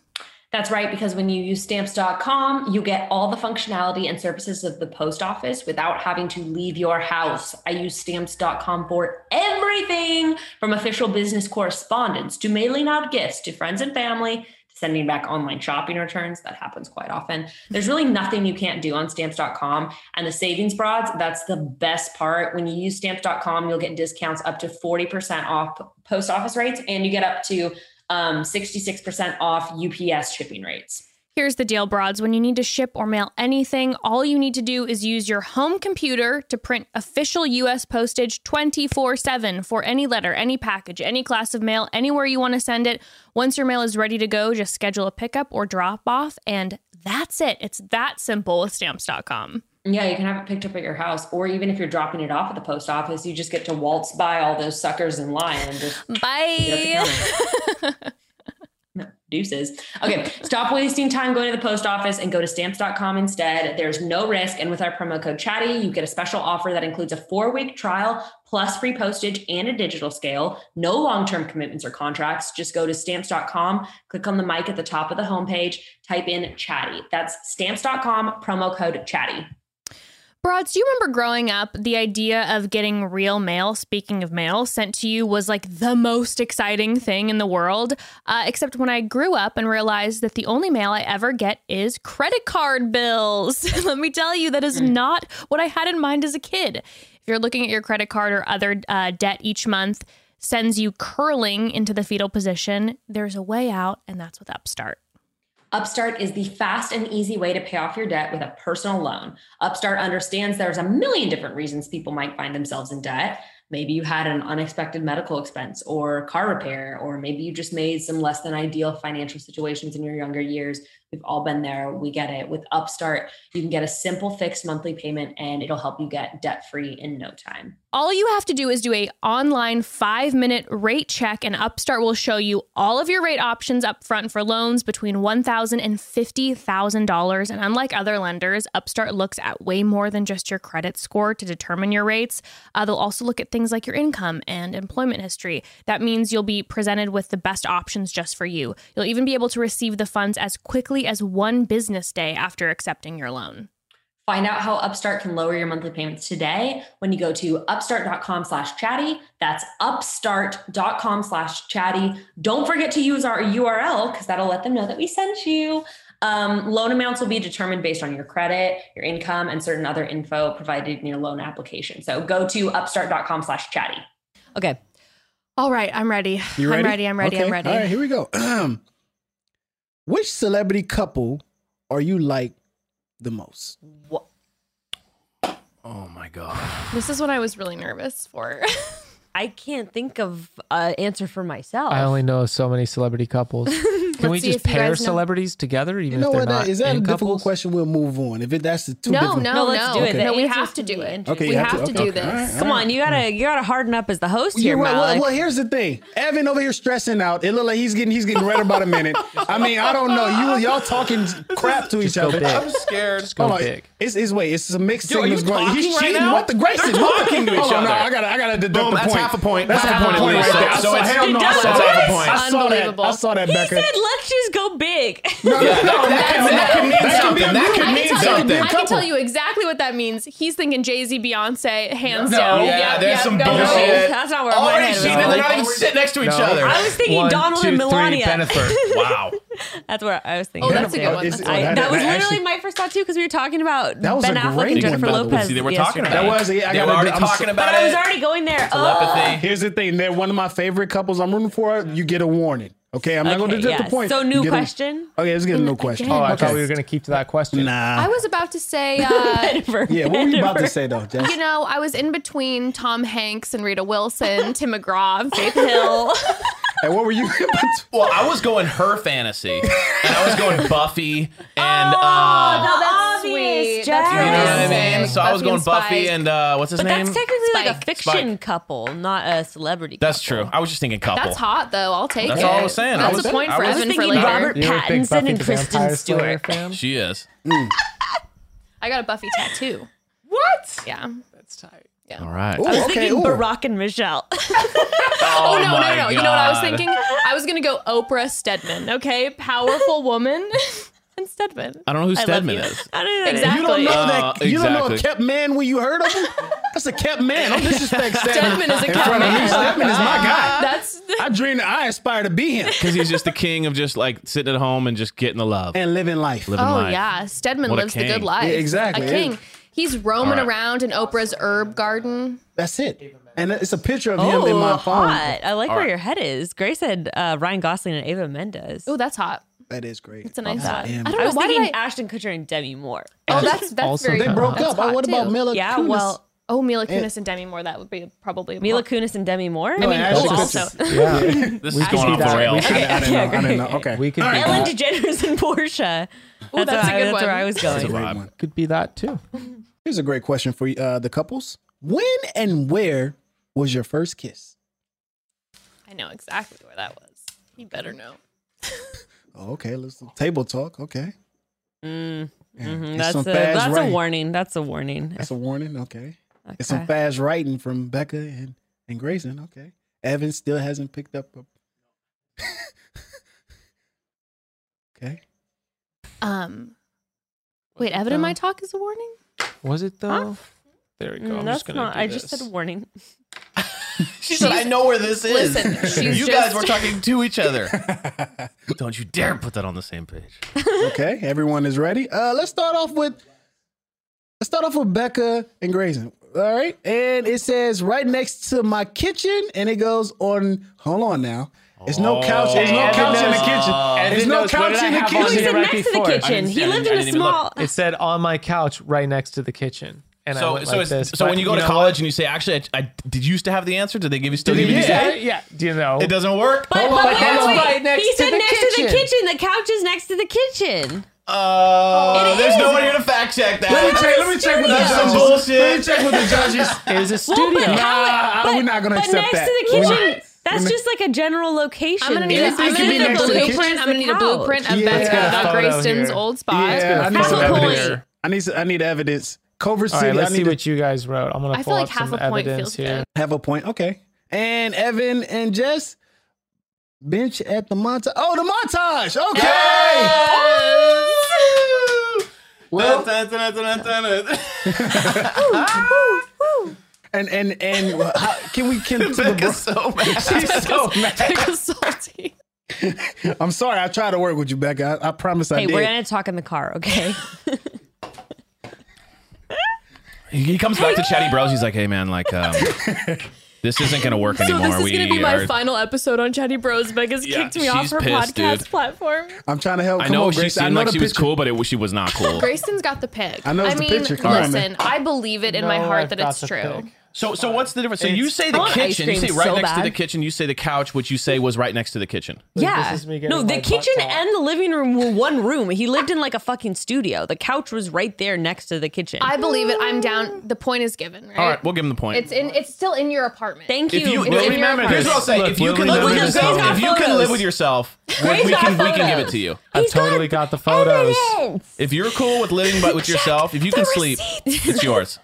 Speaker 5: That's right, because when you use stamps.com, you get all the functionality and services of the post office without having to leave your house. I use stamps.com for everything from official business correspondence to mailing out gifts to friends and family to sending back online shopping returns. That happens quite often. There's really nothing you can't do on stamps.com. And the savings broads, that's the best part. When you use stamps.com, you'll get discounts up to 40% off post office rates, and you get up to um, 66% off UPS shipping rates.
Speaker 2: Here's the deal, broads. When you need to ship or mail anything, all you need to do is use your home computer to print official US postage 24 7 for any letter, any package, any class of mail, anywhere you want to send it. Once your mail is ready to go, just schedule a pickup or drop off, and that's it. It's that simple with stamps.com.
Speaker 5: Yeah, you can have it picked up at your house, or even if you're dropping it off at the post office, you just get to waltz by all those suckers in line and just
Speaker 2: Bye.
Speaker 5: <laughs> No, deuces. Okay, stop wasting time going to the post office and go to stamps.com instead. There's no risk. And with our promo code chatty, you get a special offer that includes a four week trial plus free postage and a digital scale. No long term commitments or contracts. Just go to stamps.com, click on the mic at the top of the homepage, type in chatty. That's stamps.com, promo code chatty.
Speaker 2: Broads, do you remember growing up, the idea of getting real mail, speaking of mail, sent to you was like the most exciting thing in the world? Uh, except when I grew up and realized that the only mail I ever get is credit card bills. <laughs> Let me tell you, that is not what I had in mind as a kid. If you're looking at your credit card or other uh, debt each month, sends you curling into the fetal position, there's a way out, and that's with Upstart.
Speaker 5: Upstart is the fast and easy way to pay off your debt with a personal loan. Upstart understands there's a million different reasons people might find themselves in debt. Maybe you had an unexpected medical expense or car repair, or maybe you just made some less than ideal financial situations in your younger years. We've all been there. We get it. With Upstart, you can get a simple fixed monthly payment and it'll help you get debt free in no time.
Speaker 2: All you have to do is do a online 5-minute rate check and Upstart will show you all of your rate options up front for loans between $1,000 and $50,000 and unlike other lenders, Upstart looks at way more than just your credit score to determine your rates. Uh, they'll also look at things like your income and employment history. That means you'll be presented with the best options just for you. You'll even be able to receive the funds as quickly as one business day after accepting your loan.
Speaker 5: Find out how Upstart can lower your monthly payments today when you go to upstart.com slash chatty. That's upstart.com slash chatty. Don't forget to use our URL because that'll let them know that we sent you.
Speaker 3: Um, loan amounts will be determined based on your credit, your income, and certain other info provided in your loan application. So go to upstart.com slash chatty.
Speaker 5: Okay.
Speaker 2: All right, I'm ready.
Speaker 7: You ready?
Speaker 2: I'm ready. I'm ready.
Speaker 7: Okay.
Speaker 2: I'm ready.
Speaker 7: All right, here we go. <clears throat> Which celebrity couple are you like the most?
Speaker 6: Oh my god.
Speaker 2: This is what I was really nervous
Speaker 6: <laughs>
Speaker 2: for.
Speaker 5: I can't think of an answer for myself.
Speaker 8: I only know so many celebrity
Speaker 5: <laughs>
Speaker 8: couples. Can we
Speaker 2: see
Speaker 8: just
Speaker 2: if you
Speaker 8: pair
Speaker 2: guys know.
Speaker 8: celebrities together? Even
Speaker 7: You
Speaker 8: if
Speaker 7: know
Speaker 8: they're
Speaker 7: what?
Speaker 8: Not
Speaker 7: That, is that a
Speaker 8: in
Speaker 7: difficult
Speaker 8: couples?
Speaker 7: question? We'll move on. If it, that's the two
Speaker 2: no,
Speaker 7: different-
Speaker 2: no,
Speaker 5: No,
Speaker 2: no,
Speaker 5: let's do it.
Speaker 2: No,
Speaker 5: The
Speaker 2: we
Speaker 5: answer
Speaker 2: have
Speaker 5: has
Speaker 2: to
Speaker 5: to
Speaker 2: do
Speaker 5: be
Speaker 2: it.
Speaker 5: interesting.
Speaker 7: Okay,
Speaker 2: we
Speaker 7: you
Speaker 2: have
Speaker 7: have
Speaker 2: to,
Speaker 7: to-
Speaker 2: do
Speaker 7: okay,
Speaker 2: this.
Speaker 7: all right, all
Speaker 5: Come on, you gotta you gotta harden up as the host
Speaker 7: Yeah,
Speaker 5: here,
Speaker 7: well, well,
Speaker 5: Malik.
Speaker 7: well, here's the thing. Evan over here stressing out. It look like he's getting he's getting red about a minute. I mean, I don't know. You y'all talking crap to each
Speaker 8: go
Speaker 7: other.
Speaker 8: big.
Speaker 6: I'm scared.
Speaker 8: Just go
Speaker 7: Hold on.
Speaker 8: big.
Speaker 7: It's, it's wait. It's a mixed
Speaker 6: Yo, are you
Speaker 7: signals going.
Speaker 6: talking
Speaker 7: He's
Speaker 6: right
Speaker 7: cheating.
Speaker 6: now?
Speaker 7: What the Grayson?
Speaker 6: They're talking to each
Speaker 7: Hold on, No,
Speaker 6: other.
Speaker 7: I gotta, I gotta deduct
Speaker 6: Boom,
Speaker 7: the
Speaker 6: that's
Speaker 7: point.
Speaker 6: half a point.
Speaker 7: That's, half, a point.
Speaker 6: at
Speaker 7: Right
Speaker 6: least.
Speaker 7: there. I
Speaker 6: So
Speaker 7: saw,
Speaker 6: it's-
Speaker 7: hell no, I
Speaker 6: That's
Speaker 7: saw
Speaker 6: half a
Speaker 7: that.
Speaker 6: point.
Speaker 7: I saw that.
Speaker 2: Unbelievable.
Speaker 7: I saw that,
Speaker 5: he
Speaker 7: Becca.
Speaker 5: said, "Let's just go big." <laughs>
Speaker 7: No, no, no,
Speaker 6: that could mean something.
Speaker 7: a-
Speaker 6: That could
Speaker 7: that
Speaker 2: I
Speaker 6: mean
Speaker 2: can,
Speaker 7: could
Speaker 2: tell
Speaker 7: be
Speaker 2: you,
Speaker 7: a
Speaker 6: something.
Speaker 2: I can
Speaker 7: couple.
Speaker 2: tell you exactly what that means. He's thinking Jay Z, Beyonce, hands
Speaker 6: No.
Speaker 2: down.
Speaker 6: Yeah, there's some
Speaker 2: go, go.
Speaker 6: bullshit.
Speaker 5: That's not where my
Speaker 6: Already
Speaker 5: head was
Speaker 6: seen it. They're
Speaker 5: going.
Speaker 6: not even sitting next to each
Speaker 8: No.
Speaker 6: other.
Speaker 5: I was thinking
Speaker 8: One,
Speaker 5: Donald
Speaker 8: two,
Speaker 5: and
Speaker 8: three,
Speaker 5: Melania.
Speaker 8: Bennifer.
Speaker 6: Wow.
Speaker 5: That's where I was thinking.
Speaker 2: Oh, that's a good
Speaker 7: Oh,
Speaker 2: one.
Speaker 7: is-
Speaker 2: That's
Speaker 7: oh,
Speaker 2: a good
Speaker 5: I,
Speaker 2: one.
Speaker 7: that-
Speaker 5: that was
Speaker 7: that
Speaker 5: literally
Speaker 7: actually-
Speaker 5: my first thought too because we were talking about
Speaker 7: That was a
Speaker 5: Ben Affleck
Speaker 7: great
Speaker 5: and
Speaker 7: one,
Speaker 5: Jennifer
Speaker 7: by the way.
Speaker 5: Lopez.
Speaker 6: See, they were
Speaker 5: yesterday.
Speaker 6: talking about
Speaker 7: That was- yeah, I
Speaker 6: They were
Speaker 7: gotta-
Speaker 6: already
Speaker 7: I'm so-
Speaker 6: talking about
Speaker 5: But
Speaker 6: it.
Speaker 5: I was already going there. Oh.
Speaker 6: telepathy.
Speaker 7: Here's the thing. They're one of my favorite couples I'm rooting for. You get a warning. Okay, I'm not gonna
Speaker 5: Okay,
Speaker 7: deduct
Speaker 5: yes.
Speaker 7: the point.
Speaker 5: So new
Speaker 7: You get a-
Speaker 5: question?
Speaker 7: Okay, let's get a new question.
Speaker 8: Oh, I
Speaker 7: okay.
Speaker 8: thought we were going to keep to that question.
Speaker 7: Nah.
Speaker 2: I was about to <laughs> say, uh,
Speaker 5: Bennifer.
Speaker 7: Yeah, what were you about to
Speaker 5: Bennifer.
Speaker 7: say though,
Speaker 2: <laughs>
Speaker 7: Jess?
Speaker 2: you know, I was in between Tom Hanks and Rita <laughs> Wilson, Tim McGraw, and Faith
Speaker 5: <laughs>
Speaker 2: Hill.
Speaker 7: And what were you?
Speaker 2: <laughs>
Speaker 6: Well, I was going her fantasy, and I was going Buffy, and
Speaker 5: Oh,
Speaker 6: uh,
Speaker 5: that's
Speaker 2: Obvious,
Speaker 5: sweet.
Speaker 2: Jess.
Speaker 5: That's
Speaker 6: you know what I
Speaker 2: Sick.
Speaker 6: mean. So I was
Speaker 2: Buffy
Speaker 6: going
Speaker 2: and
Speaker 6: Buffy
Speaker 2: Spike.
Speaker 6: and uh, what's his
Speaker 5: But
Speaker 6: name?
Speaker 5: that's technically like a
Speaker 2: Spike.
Speaker 5: fiction
Speaker 6: Spike.
Speaker 5: couple, not a celebrity.
Speaker 6: That's
Speaker 5: couple.
Speaker 6: true. I was just thinking couple.
Speaker 2: That's hot, though. I'll take
Speaker 6: That's
Speaker 2: it.
Speaker 6: all I was saying. I
Speaker 2: That's
Speaker 6: was-
Speaker 2: a point
Speaker 6: I
Speaker 2: for
Speaker 6: was
Speaker 2: Evan for
Speaker 5: thinking
Speaker 2: later.
Speaker 5: Robert-
Speaker 8: You were a big
Speaker 5: Pattinson
Speaker 8: Buffy
Speaker 5: and
Speaker 8: the
Speaker 5: Kristen
Speaker 8: Vampire Slayer
Speaker 5: Stewart.
Speaker 8: fan?
Speaker 6: She is.
Speaker 2: I got a Buffy
Speaker 6: <laughs>
Speaker 2: tattoo. what? Yeah.
Speaker 6: All right.
Speaker 7: Ooh,
Speaker 5: I was
Speaker 7: okay,
Speaker 5: thinking
Speaker 7: ooh.
Speaker 5: Barack and Michelle. <laughs>
Speaker 6: Oh,
Speaker 2: Oh, no, no,
Speaker 6: my
Speaker 2: no. You know what I was
Speaker 6: God.
Speaker 2: thinking? I was going to go Oprah Stedman, okay? Powerful <laughs> woman and Stedman.
Speaker 6: I don't know who
Speaker 5: I love
Speaker 6: Stedman
Speaker 5: you.
Speaker 6: is.
Speaker 5: I don't know.
Speaker 2: Exactly.
Speaker 7: You don't know
Speaker 6: Uh,
Speaker 7: that. You don't know a
Speaker 6: exactly.
Speaker 7: kept man when you heard of him. That's a kept man.
Speaker 2: <laughs>
Speaker 7: Don't disrespect Stedman.
Speaker 2: Stedman is a
Speaker 7: in
Speaker 2: kept
Speaker 7: front of me.
Speaker 2: man.
Speaker 7: Stedman is
Speaker 2: <laughs>
Speaker 7: my guy.
Speaker 2: That's
Speaker 7: I dream. I aspire to be him
Speaker 6: Because he's just the king of just like sitting at home and just getting
Speaker 2: <laughs>
Speaker 6: the love.
Speaker 7: and living life.
Speaker 6: living
Speaker 2: Oh
Speaker 6: life.
Speaker 2: yeah, Stedman
Speaker 6: What a
Speaker 2: lives the
Speaker 6: king.
Speaker 2: good life.
Speaker 7: Yeah, exactly.
Speaker 2: a king.
Speaker 7: It-
Speaker 2: He's roaming
Speaker 6: All right.
Speaker 2: around in Oprah's herb garden.
Speaker 7: That's it. And it's a picture of him
Speaker 5: Oh,
Speaker 7: in my phone.
Speaker 5: hot. I like where
Speaker 6: right.
Speaker 5: your head is. Grace said uh, Ryan Gosling and Ava Mendes.
Speaker 2: Oh, that's hot.
Speaker 7: That is great. Oh,
Speaker 2: It's a nice hot. I
Speaker 7: Damn.
Speaker 2: don't
Speaker 5: I
Speaker 2: know
Speaker 5: was
Speaker 2: why
Speaker 5: thinking
Speaker 2: did I.
Speaker 5: Ashton Kutcher and Demi Moore.
Speaker 2: Oh, that's that's
Speaker 8: Also
Speaker 2: very.
Speaker 7: they
Speaker 8: kinda
Speaker 2: hot.
Speaker 8: hot.
Speaker 7: broke
Speaker 2: That's
Speaker 7: up. Oh,
Speaker 2: hot,
Speaker 7: what about
Speaker 2: too.
Speaker 7: Mila
Speaker 5: Yeah,
Speaker 7: Kunis?
Speaker 5: well,
Speaker 2: Oh, Mila Kunis and Demi Moore. That would be probably
Speaker 5: Mila Kunis and Demi Moore.
Speaker 2: I mean,
Speaker 7: Ashton
Speaker 2: both
Speaker 7: Kutcher. <laughs>
Speaker 2: also.
Speaker 8: Yeah.
Speaker 6: This
Speaker 8: We
Speaker 6: is
Speaker 8: could
Speaker 6: going
Speaker 8: do
Speaker 6: off the
Speaker 8: that.
Speaker 6: rails. <laughs>
Speaker 8: We could-
Speaker 7: I didn't know. I didn't know.
Speaker 2: <laughs>
Speaker 7: Okay.
Speaker 8: We could, be
Speaker 5: Ellen
Speaker 8: that.
Speaker 5: DeGeneres and Portia.
Speaker 2: Ooh, that's
Speaker 5: where
Speaker 2: a
Speaker 5: I-
Speaker 2: good
Speaker 5: that's where I
Speaker 2: one.
Speaker 5: was
Speaker 7: That's a
Speaker 5: going.
Speaker 7: great
Speaker 6: Vibe.
Speaker 7: one.
Speaker 8: could be that too.
Speaker 7: Here's a great question for uh, the couples. When and where was your first kiss?
Speaker 2: I know exactly where that was. You better know.
Speaker 7: Oh, <laughs> okay, let's table talk. Okay.
Speaker 5: Mm,
Speaker 7: Yeah.
Speaker 2: Mm-hmm,
Speaker 5: mhm.
Speaker 7: It's
Speaker 5: That's, a,
Speaker 7: some fast
Speaker 5: that's a
Speaker 7: writing.
Speaker 5: warning. That's a warning.
Speaker 7: That's a warning. Okay. It's
Speaker 5: Okay.
Speaker 7: some fast writing from Becca and, and Grayson. Okay. Evan still hasn't picked up. A... <laughs> okay.
Speaker 2: Um, wait, Evan and my talk is a warning.
Speaker 8: Was it though? There we go.
Speaker 5: Mm,
Speaker 8: I'm
Speaker 5: that's
Speaker 8: just gonna
Speaker 5: not.
Speaker 8: do
Speaker 5: I just
Speaker 8: this.
Speaker 5: said warning.
Speaker 6: She said, "I know where this is."
Speaker 2: Listen,
Speaker 6: <laughs>
Speaker 2: she's
Speaker 6: you guys
Speaker 2: just-
Speaker 6: were talking to each other. Don't you dare put that on the same page.
Speaker 7: Okay. Everyone is ready. Uh, let's start off with. Let's start off with Becca and Grayson. All right. And it says right next to my kitchen, and it goes on. Hold on now. It's
Speaker 8: Oh.
Speaker 7: no couch. There's no
Speaker 8: Evan
Speaker 7: couch in the
Speaker 8: knows.
Speaker 7: kitchen.
Speaker 8: Evan
Speaker 7: There's no
Speaker 8: knows. What
Speaker 7: couch
Speaker 8: did I
Speaker 7: in the
Speaker 8: have on
Speaker 7: kitchen.
Speaker 8: here?
Speaker 5: He
Speaker 8: it
Speaker 5: said
Speaker 8: right
Speaker 5: next to the
Speaker 8: before. I
Speaker 5: kitchen.
Speaker 6: didn't-
Speaker 5: He
Speaker 6: I
Speaker 5: lived in
Speaker 6: didn't
Speaker 5: a
Speaker 6: even look.
Speaker 5: small.
Speaker 8: It said on my couch right next to the kitchen. And I
Speaker 6: So,
Speaker 8: went
Speaker 6: so,
Speaker 8: like
Speaker 6: it's-
Speaker 8: this.
Speaker 6: so
Speaker 8: but
Speaker 6: when you go to
Speaker 8: know
Speaker 6: college and you say, "Actually, I, I did you used to have the answer," did they give you still
Speaker 8: what?
Speaker 6: give you the
Speaker 8: yeah,
Speaker 6: answer?
Speaker 8: yeah. Do you know?
Speaker 6: It doesn't work.
Speaker 5: But,
Speaker 8: Hold
Speaker 5: but
Speaker 8: on,
Speaker 5: wait,
Speaker 8: hold on.
Speaker 5: wait, wait.
Speaker 8: Right next
Speaker 5: he
Speaker 8: to
Speaker 5: said
Speaker 8: the
Speaker 5: next to the
Speaker 8: kitchen.
Speaker 5: kitchen. The couch is next to the kitchen.
Speaker 6: Uh,
Speaker 5: It
Speaker 6: there's
Speaker 5: is.
Speaker 6: no one here to fact check that.
Speaker 7: Let me check. Let me check with the
Speaker 6: That's some
Speaker 7: judges. Let me
Speaker 6: bullshit.
Speaker 7: check with
Speaker 5: <laughs>
Speaker 7: the judges.
Speaker 8: It was a
Speaker 5: Well,
Speaker 8: studio.
Speaker 5: but how-
Speaker 7: Nah,
Speaker 5: but-
Speaker 7: we're not gonna
Speaker 5: but next
Speaker 7: accept that.
Speaker 5: to
Speaker 7: We're
Speaker 5: the
Speaker 7: not-
Speaker 5: kitchen. That's
Speaker 7: We're
Speaker 5: just like a general location.
Speaker 2: I'm gonna need, a,
Speaker 7: Anything
Speaker 2: I'm
Speaker 7: could
Speaker 2: gonna
Speaker 7: be
Speaker 2: need a
Speaker 7: next to the kitchen.
Speaker 2: blueprint. I'm gonna need a
Speaker 5: Couch. <laughs>
Speaker 2: blueprint of
Speaker 7: Yeah.
Speaker 2: Becca
Speaker 7: Let's get
Speaker 8: a
Speaker 2: of
Speaker 8: photo
Speaker 2: Grayston's
Speaker 8: here.
Speaker 2: old spot.
Speaker 7: Yeah, I need
Speaker 2: half
Speaker 7: some
Speaker 2: a
Speaker 7: evidence.
Speaker 2: point.
Speaker 7: I need. I need evidence. Culver
Speaker 8: All
Speaker 7: City.
Speaker 8: right, let's
Speaker 7: I
Speaker 8: see
Speaker 7: need
Speaker 8: what you guys wrote. I'm
Speaker 2: I
Speaker 8: gonna
Speaker 2: feel
Speaker 8: pull
Speaker 2: like
Speaker 8: up
Speaker 2: half
Speaker 8: some
Speaker 2: a point
Speaker 8: evidence
Speaker 2: feels
Speaker 8: here.
Speaker 2: good.
Speaker 7: to have a point. Okay. And Evan and Jess bench at the montage. Oh, the montage. Okay. Well, and and <laughs> and uh, how, can we can to the <laughs>
Speaker 6: Becca's so mad.
Speaker 7: bro- so mad.
Speaker 2: Becca's salty.
Speaker 7: I'm sorry. I tried to work with you, Becca. I, I promise I
Speaker 5: Hey,
Speaker 7: did.
Speaker 5: we're gonna talk in the car, okay?
Speaker 6: <laughs> He comes back to Chatty Bros. He's like, "Hey, man, like,
Speaker 2: <laughs>
Speaker 6: um, this isn't gonna work
Speaker 2: So
Speaker 6: anymore.
Speaker 2: this is
Speaker 6: we
Speaker 2: going to be my
Speaker 6: are-
Speaker 2: final episode on Chatty Bros. Becca's
Speaker 6: Yeah,
Speaker 2: kicked me off
Speaker 6: she's
Speaker 2: her
Speaker 6: pissed,
Speaker 2: podcast
Speaker 6: dude.
Speaker 2: platform.
Speaker 7: I'm trying to help.
Speaker 6: I
Speaker 7: Come
Speaker 6: know
Speaker 7: on,
Speaker 6: she
Speaker 7: Grace. I
Speaker 6: seemed
Speaker 7: know
Speaker 6: like
Speaker 7: the
Speaker 6: she was
Speaker 7: picture.
Speaker 6: cool, but it, she was not cool.
Speaker 2: Grayson's got the pick.
Speaker 7: I know it's the
Speaker 2: mean,
Speaker 7: picture. Come on,
Speaker 2: listen, I believe it in my
Speaker 8: No,
Speaker 2: heart
Speaker 8: I've
Speaker 2: that
Speaker 8: got
Speaker 2: it's
Speaker 8: the
Speaker 2: true.
Speaker 8: pic.
Speaker 6: So, so what's the difference? So you
Speaker 8: It's-
Speaker 6: say
Speaker 5: I
Speaker 6: the
Speaker 5: want ice
Speaker 6: kitchen. You
Speaker 5: cream
Speaker 6: say right
Speaker 5: so
Speaker 6: next to
Speaker 5: bad.
Speaker 6: the kitchen. You say the couch, which you say was right next to the kitchen.
Speaker 5: <laughs> yeah.
Speaker 8: is me getting
Speaker 5: No, the
Speaker 8: my
Speaker 5: kitchen
Speaker 8: butt towel.
Speaker 5: and the living room were one room. He lived in like a fucking studio. The couch was right there next to the kitchen.
Speaker 2: I believe it. I'm down. The point is given, right?
Speaker 6: All right, we'll give him the point.
Speaker 2: it's in. It's still in your apartment.
Speaker 5: Thank you.
Speaker 6: if you
Speaker 2: It's
Speaker 6: no,
Speaker 2: in your
Speaker 6: remember
Speaker 2: apartment.
Speaker 6: this, here's what I'll say:
Speaker 8: Look,
Speaker 6: if you
Speaker 8: we'll
Speaker 6: can
Speaker 8: remember
Speaker 6: live with
Speaker 5: this
Speaker 6: yourself,
Speaker 5: photo.
Speaker 6: if you can live with yourself, we, we
Speaker 5: got
Speaker 6: can we can give it
Speaker 5: photos.
Speaker 6: to you.
Speaker 8: I
Speaker 5: He's
Speaker 8: totally got the photos.
Speaker 5: evidence.
Speaker 6: If you're cool with living but with yourself, if you can sleep, it's yours.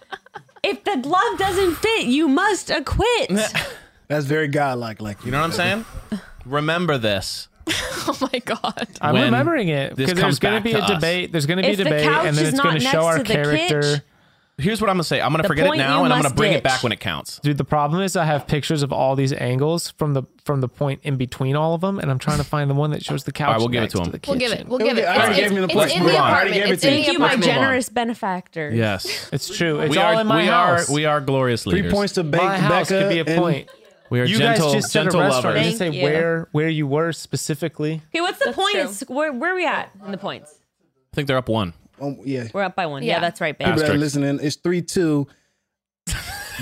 Speaker 5: If the glove doesn't fit, you
Speaker 8: <laughs>
Speaker 5: must acquit.
Speaker 7: That's very godlike. Like
Speaker 6: You know what I'm saying? Remember this.
Speaker 2: Oh my god.
Speaker 8: I'm
Speaker 6: when
Speaker 8: remembering it
Speaker 6: this
Speaker 8: because there's
Speaker 6: comes
Speaker 8: going
Speaker 6: back
Speaker 8: to be
Speaker 6: to
Speaker 8: a
Speaker 6: us.
Speaker 8: debate. There's going to be
Speaker 5: If
Speaker 8: a
Speaker 5: the
Speaker 8: debate,
Speaker 5: couch
Speaker 8: and then
Speaker 5: is
Speaker 8: it's
Speaker 5: not
Speaker 8: going to
Speaker 5: next
Speaker 8: show our
Speaker 5: to the
Speaker 8: character.
Speaker 5: kitchen.
Speaker 6: Here's what I'm gonna say. I'm gonna
Speaker 5: The
Speaker 6: forget it
Speaker 5: point
Speaker 6: now,
Speaker 5: you
Speaker 6: and I'm gonna
Speaker 5: must
Speaker 6: bring it
Speaker 5: ditch.
Speaker 6: back when it counts.
Speaker 8: Dude, the problem is I have pictures of all these angles from the from the point in between all of them, and I'm trying to find the one that shows the couch.
Speaker 6: right, we'll give it
Speaker 8: next
Speaker 6: to him.
Speaker 8: the
Speaker 2: We'll give it.
Speaker 8: kitchen.
Speaker 2: We'll give it.
Speaker 7: I already
Speaker 2: It's,
Speaker 7: gave
Speaker 2: it's,
Speaker 7: you the
Speaker 2: it's
Speaker 7: point.
Speaker 2: in
Speaker 7: Move
Speaker 2: the
Speaker 7: on. I already
Speaker 2: apartment.
Speaker 7: gave it
Speaker 2: It's
Speaker 7: to
Speaker 2: in
Speaker 5: Thank
Speaker 2: the
Speaker 5: you, my
Speaker 2: apartment.
Speaker 5: generous benefactor.
Speaker 6: Yes,
Speaker 8: It's true. It's
Speaker 6: we
Speaker 8: all
Speaker 6: are.
Speaker 8: in my
Speaker 6: we
Speaker 8: house.
Speaker 6: are. We are glorious
Speaker 7: three
Speaker 6: leaders.
Speaker 7: points to
Speaker 8: my
Speaker 7: Ba-
Speaker 8: house
Speaker 7: Becca
Speaker 8: could be a
Speaker 7: and-
Speaker 8: point.
Speaker 6: We are
Speaker 8: You
Speaker 6: gentle,
Speaker 8: guys just said a
Speaker 6: gentle
Speaker 8: restaurant. You
Speaker 6: lovers.
Speaker 8: didn't say
Speaker 5: Thank you.
Speaker 8: where where you were specifically.
Speaker 5: Okay, what's the
Speaker 2: That's
Speaker 5: point?
Speaker 2: true.
Speaker 5: It's- Where, where are we at in the points?
Speaker 6: I think they're up one.
Speaker 7: Oh, yeah.
Speaker 5: We're up by one. Yeah,
Speaker 2: Yeah.
Speaker 5: that's right, babe.
Speaker 7: People that are
Speaker 6: Asterisk.
Speaker 7: listening, it's three two.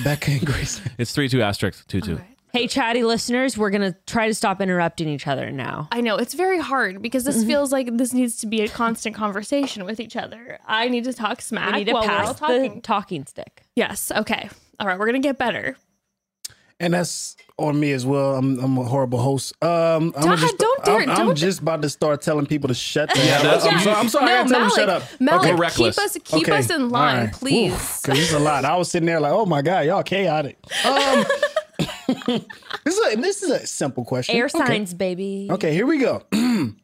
Speaker 7: Becca and Grace.
Speaker 6: It's three two asterisk two two.
Speaker 5: Hey, chatty listeners, we're gonna try to stop interrupting each other now.
Speaker 2: I know it's very hard because this feels like this needs to be a constant conversation with each other. I need to talk smack
Speaker 5: We need to
Speaker 2: while we're all
Speaker 5: pass
Speaker 2: talking.
Speaker 5: the talking stick.
Speaker 2: yes. Okay. All right. We're gonna get better.
Speaker 7: And that's on me as well. I'm, I'm a horrible host. Um, I'm
Speaker 2: Don't-
Speaker 7: just,
Speaker 2: don't dare-
Speaker 7: I'm, I'm
Speaker 2: don't-
Speaker 7: just about to start telling people to shut the hell
Speaker 6: that's-
Speaker 7: up. I'm,
Speaker 6: yeah.
Speaker 7: sorry, I'm sorry. I
Speaker 2: no,
Speaker 7: gotta tell
Speaker 2: Malik.
Speaker 7: them to shut up.
Speaker 2: Malik,
Speaker 6: We're reckless.
Speaker 2: keep us keep us in line, please.
Speaker 7: Because it's a lot. I was sitting there like, oh my god, y'all chaotic. Um, <laughs> this is a, this is a simple question.
Speaker 5: Air
Speaker 7: Okay.
Speaker 5: signs, baby.
Speaker 7: Okay, here we go. <clears throat> Who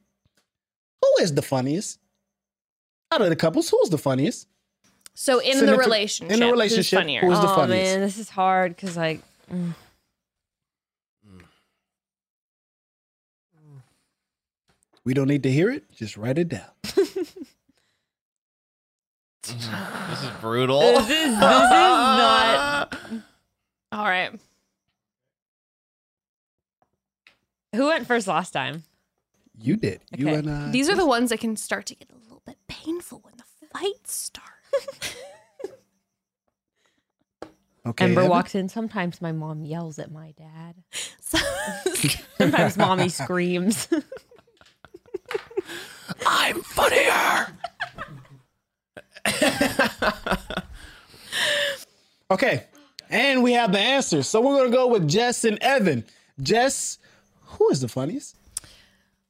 Speaker 7: is the funniest? Out of the couples, who's the funniest?
Speaker 2: So in
Speaker 7: Senator-
Speaker 2: the relationship,
Speaker 7: in the
Speaker 2: who's
Speaker 7: relationship,
Speaker 2: funnier?
Speaker 7: who is- Who's the
Speaker 5: oh
Speaker 7: funniest?
Speaker 5: man, this is hard because like
Speaker 7: We don't need to hear it. Just write it down.
Speaker 6: This is brutal.
Speaker 5: <laughs> this <laughs> is this is not
Speaker 2: All right,
Speaker 5: who went first last time.
Speaker 7: You did. You
Speaker 5: Okay.
Speaker 7: and I.
Speaker 2: these are the ones that can start to get a little bit painful when the fights start.
Speaker 5: <laughs>
Speaker 7: okay,
Speaker 5: Ember
Speaker 7: Evan?
Speaker 5: walks in. Sometimes my mom yells at my dad. <laughs>
Speaker 2: So,
Speaker 5: Sometimes mommy <laughs> screams.
Speaker 6: I'm funnier.
Speaker 7: Okay, and we have the answer. So we're gonna go with Jess and Evan. Jess, who is the funniest?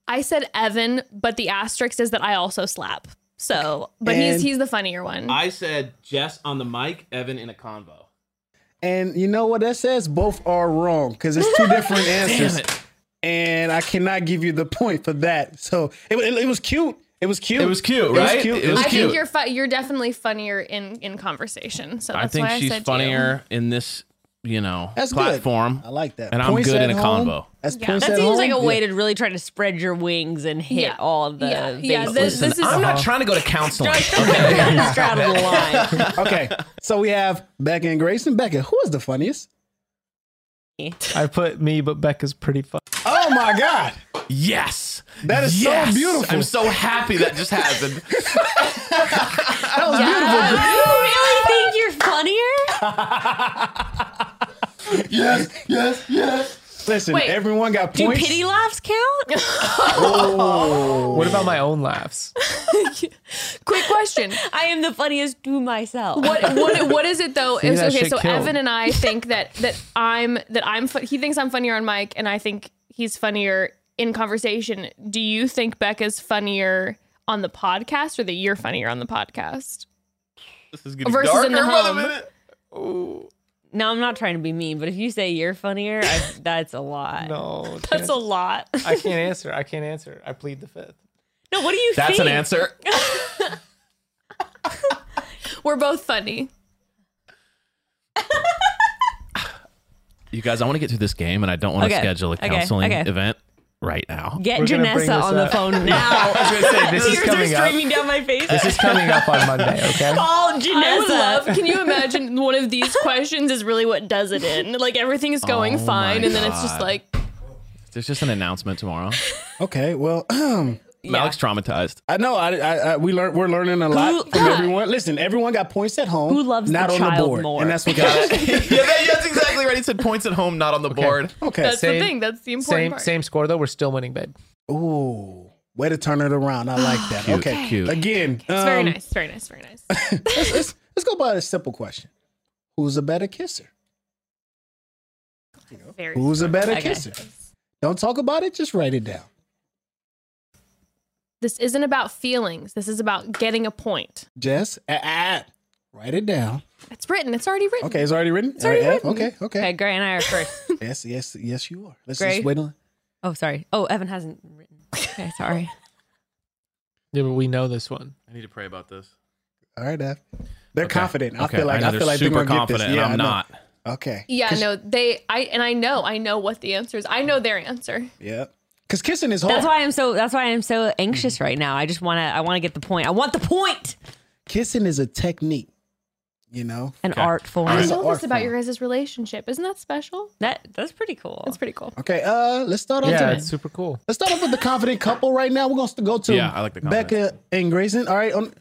Speaker 2: I said Evan, but the asterisk is that I also slap. So, but he's
Speaker 7: And-
Speaker 2: he's the funnier one.
Speaker 6: I said Jess on the mic, Evan in a convo.
Speaker 7: And you know what that says? Both are wrong because it's two
Speaker 6: <laughs>
Speaker 7: different
Speaker 6: Damn
Speaker 7: answers,
Speaker 6: it!
Speaker 7: and I cannot give you the point for that. So it, it, it was cute. It was cute.
Speaker 6: It was cute, right?
Speaker 7: It was cute.
Speaker 6: It was
Speaker 2: I
Speaker 6: cute.
Speaker 2: think you're fu- you're definitely funnier in in conversation. So that's
Speaker 6: I think
Speaker 2: why I
Speaker 6: she's
Speaker 2: said You.
Speaker 6: funnier in this, you know,
Speaker 7: That's good.
Speaker 6: platform.
Speaker 7: I like that.
Speaker 6: And I'm good
Speaker 7: at
Speaker 6: in a
Speaker 7: home.
Speaker 6: convo.
Speaker 7: That's
Speaker 2: Yeah.
Speaker 7: points
Speaker 5: that
Speaker 7: at
Speaker 5: seems
Speaker 7: home.
Speaker 5: like
Speaker 7: <laughs>
Speaker 5: a way
Speaker 7: Yeah.
Speaker 5: to really try to spread your wings and hit
Speaker 2: Yeah.
Speaker 5: all the
Speaker 2: Yeah.
Speaker 5: bases.
Speaker 2: Yeah, this-
Speaker 6: Listen,
Speaker 7: <laughs>
Speaker 2: is-
Speaker 6: I'm not trying to go
Speaker 5: <laughs>
Speaker 6: to counseling. okay.
Speaker 5: Kinda straddle the <laughs> line.
Speaker 7: okay, so we have Becca and Grayson. Becca, who is the funniest?
Speaker 8: I put me, but Becca's pretty fun.
Speaker 7: Oh my god,
Speaker 6: Yes.
Speaker 7: That is so
Speaker 6: Yes.
Speaker 7: beautiful.
Speaker 6: I'm so happy that just happened.
Speaker 7: that
Speaker 2: Oh,
Speaker 7: was beautiful.
Speaker 5: You Oh, really <laughs> think you're funnier?
Speaker 7: Yes, yes, yes. Listen,
Speaker 2: Wait.
Speaker 7: everyone got
Speaker 5: Do
Speaker 7: points.
Speaker 5: pity laughs count?
Speaker 8: What about my own laughs?
Speaker 2: <laughs> Quick question:
Speaker 5: I am the funniest to myself.
Speaker 2: what what what is it
Speaker 6: <laughs>
Speaker 2: though? It's-
Speaker 8: that
Speaker 2: okay,
Speaker 8: shit
Speaker 2: so
Speaker 8: killed.
Speaker 2: Evan and I think that that I'm that I'm fu- he thinks I'm funnier on mic, and I think he's funnier in conversation. Do you think Becca's funnier on the podcast, or that you're funnier on the podcast?
Speaker 6: this is getting
Speaker 2: Versus in the
Speaker 6: darker by
Speaker 2: home.
Speaker 6: minute.
Speaker 5: No, I'm not trying to be mean, but if you say you're funnier, I, that's a lot. No.
Speaker 8: No,
Speaker 2: That's a lot.
Speaker 8: I can't answer. I can't answer. I plead the fifth.
Speaker 5: what do you
Speaker 6: That's
Speaker 5: think?
Speaker 6: an answer.
Speaker 2: <laughs> We're both funny.
Speaker 6: You guys, I want to get through this game, and I don't want to
Speaker 5: Okay.
Speaker 6: schedule a
Speaker 5: Okay.
Speaker 6: counseling
Speaker 5: Okay.
Speaker 6: event. right
Speaker 5: <laughs>
Speaker 6: now.
Speaker 5: Get
Speaker 8: We're gonna bring
Speaker 5: Janessa
Speaker 8: this
Speaker 5: on the
Speaker 8: up. <laughs>
Speaker 5: phone now.
Speaker 8: I was gonna say this is
Speaker 5: Tears are
Speaker 8: coming up.
Speaker 5: streaming down my face.
Speaker 8: This is coming up on
Speaker 2: <laughs>
Speaker 8: Monday. Okay.
Speaker 5: Call
Speaker 2: I would
Speaker 5: Janessa.
Speaker 2: love. Can you imagine one of these questions is really what does it in? Like everything is going
Speaker 6: Oh my
Speaker 2: fine, and then it's just
Speaker 6: God.
Speaker 2: like
Speaker 6: There's just an announcement tomorrow.
Speaker 7: Okay, well, <clears throat> I
Speaker 6: Malik's traumatized.
Speaker 7: know I, I, I we learn we're learning a lot
Speaker 5: Who-
Speaker 7: from everyone. Listen, everyone got points at home.
Speaker 5: Who loves
Speaker 7: not
Speaker 5: the
Speaker 7: on the
Speaker 5: child
Speaker 7: board,
Speaker 5: more?
Speaker 7: and that's what got us.
Speaker 6: <laughs> yeah, that- that's exactly right. He said points at home, not on the board.
Speaker 7: Okay,
Speaker 2: that's
Speaker 8: same-
Speaker 2: the thing. That's the important
Speaker 8: Same
Speaker 2: part.
Speaker 8: same score though. We're still winning, babe.
Speaker 7: Ooh, way to turn it around. I like that.
Speaker 6: Cute,
Speaker 7: okay,
Speaker 6: cute.
Speaker 7: again,
Speaker 2: It's very
Speaker 7: um,
Speaker 2: nice. Very nice. Very nice.
Speaker 8: <laughs>
Speaker 7: <laughs> let's, let's, let's go by a simple question: Who's a better kisser?
Speaker 2: Very.
Speaker 7: Who's a better
Speaker 5: Okay.
Speaker 7: kisser? Don't talk about it. Just write it down.
Speaker 2: This isn't about feelings. This is about getting a point.
Speaker 7: Jess, ah, ah, write it down.
Speaker 2: It's written. It's already written.
Speaker 7: Okay, it's already written. It's
Speaker 2: already written.
Speaker 7: Okay, okay.
Speaker 5: Okay, Gray and I
Speaker 8: <laughs>
Speaker 5: are first.
Speaker 7: Yes, yes, yes. You are. Let's
Speaker 5: Gray.
Speaker 7: just wait on.
Speaker 5: oh, sorry. Oh, Evan hasn't written. Okay, sorry.
Speaker 8: Yeah, but we know this one.
Speaker 6: I need to pray about this.
Speaker 7: All right, F. They're
Speaker 6: Okay.
Speaker 7: confident. I
Speaker 6: Okay,
Speaker 7: feel like
Speaker 6: know
Speaker 7: I,
Speaker 6: they're
Speaker 7: feel like
Speaker 6: super
Speaker 7: they're gonna
Speaker 6: confident,
Speaker 7: get this.
Speaker 6: and
Speaker 7: Yeah, I
Speaker 6: I'm
Speaker 7: know.
Speaker 6: not.
Speaker 7: Okay.
Speaker 2: Yeah, no, they I and I know, I know what the answer is. I know their answer.
Speaker 7: Yeah. Because kissing is hard.
Speaker 5: That's why I'm so. That's why I'm so anxious right now. I just want to. I want to get the point. I want the point.
Speaker 7: kissing is a technique. You know.
Speaker 5: An
Speaker 6: Okay.
Speaker 5: art form.
Speaker 2: I
Speaker 7: Alright.
Speaker 2: know
Speaker 7: Art
Speaker 2: this about
Speaker 7: form.
Speaker 2: your guys' relationship. Isn't that special?
Speaker 5: That that's pretty cool.
Speaker 8: Oh.
Speaker 2: That's pretty cool.
Speaker 7: Okay. Uh, let's start off.
Speaker 8: Yeah,
Speaker 7: with-
Speaker 8: it's super cool.
Speaker 7: let's start off with the confident couple right now. We're gonna st- go to
Speaker 6: Yeah, I like the confident.
Speaker 7: Becca and Grayson. All right. On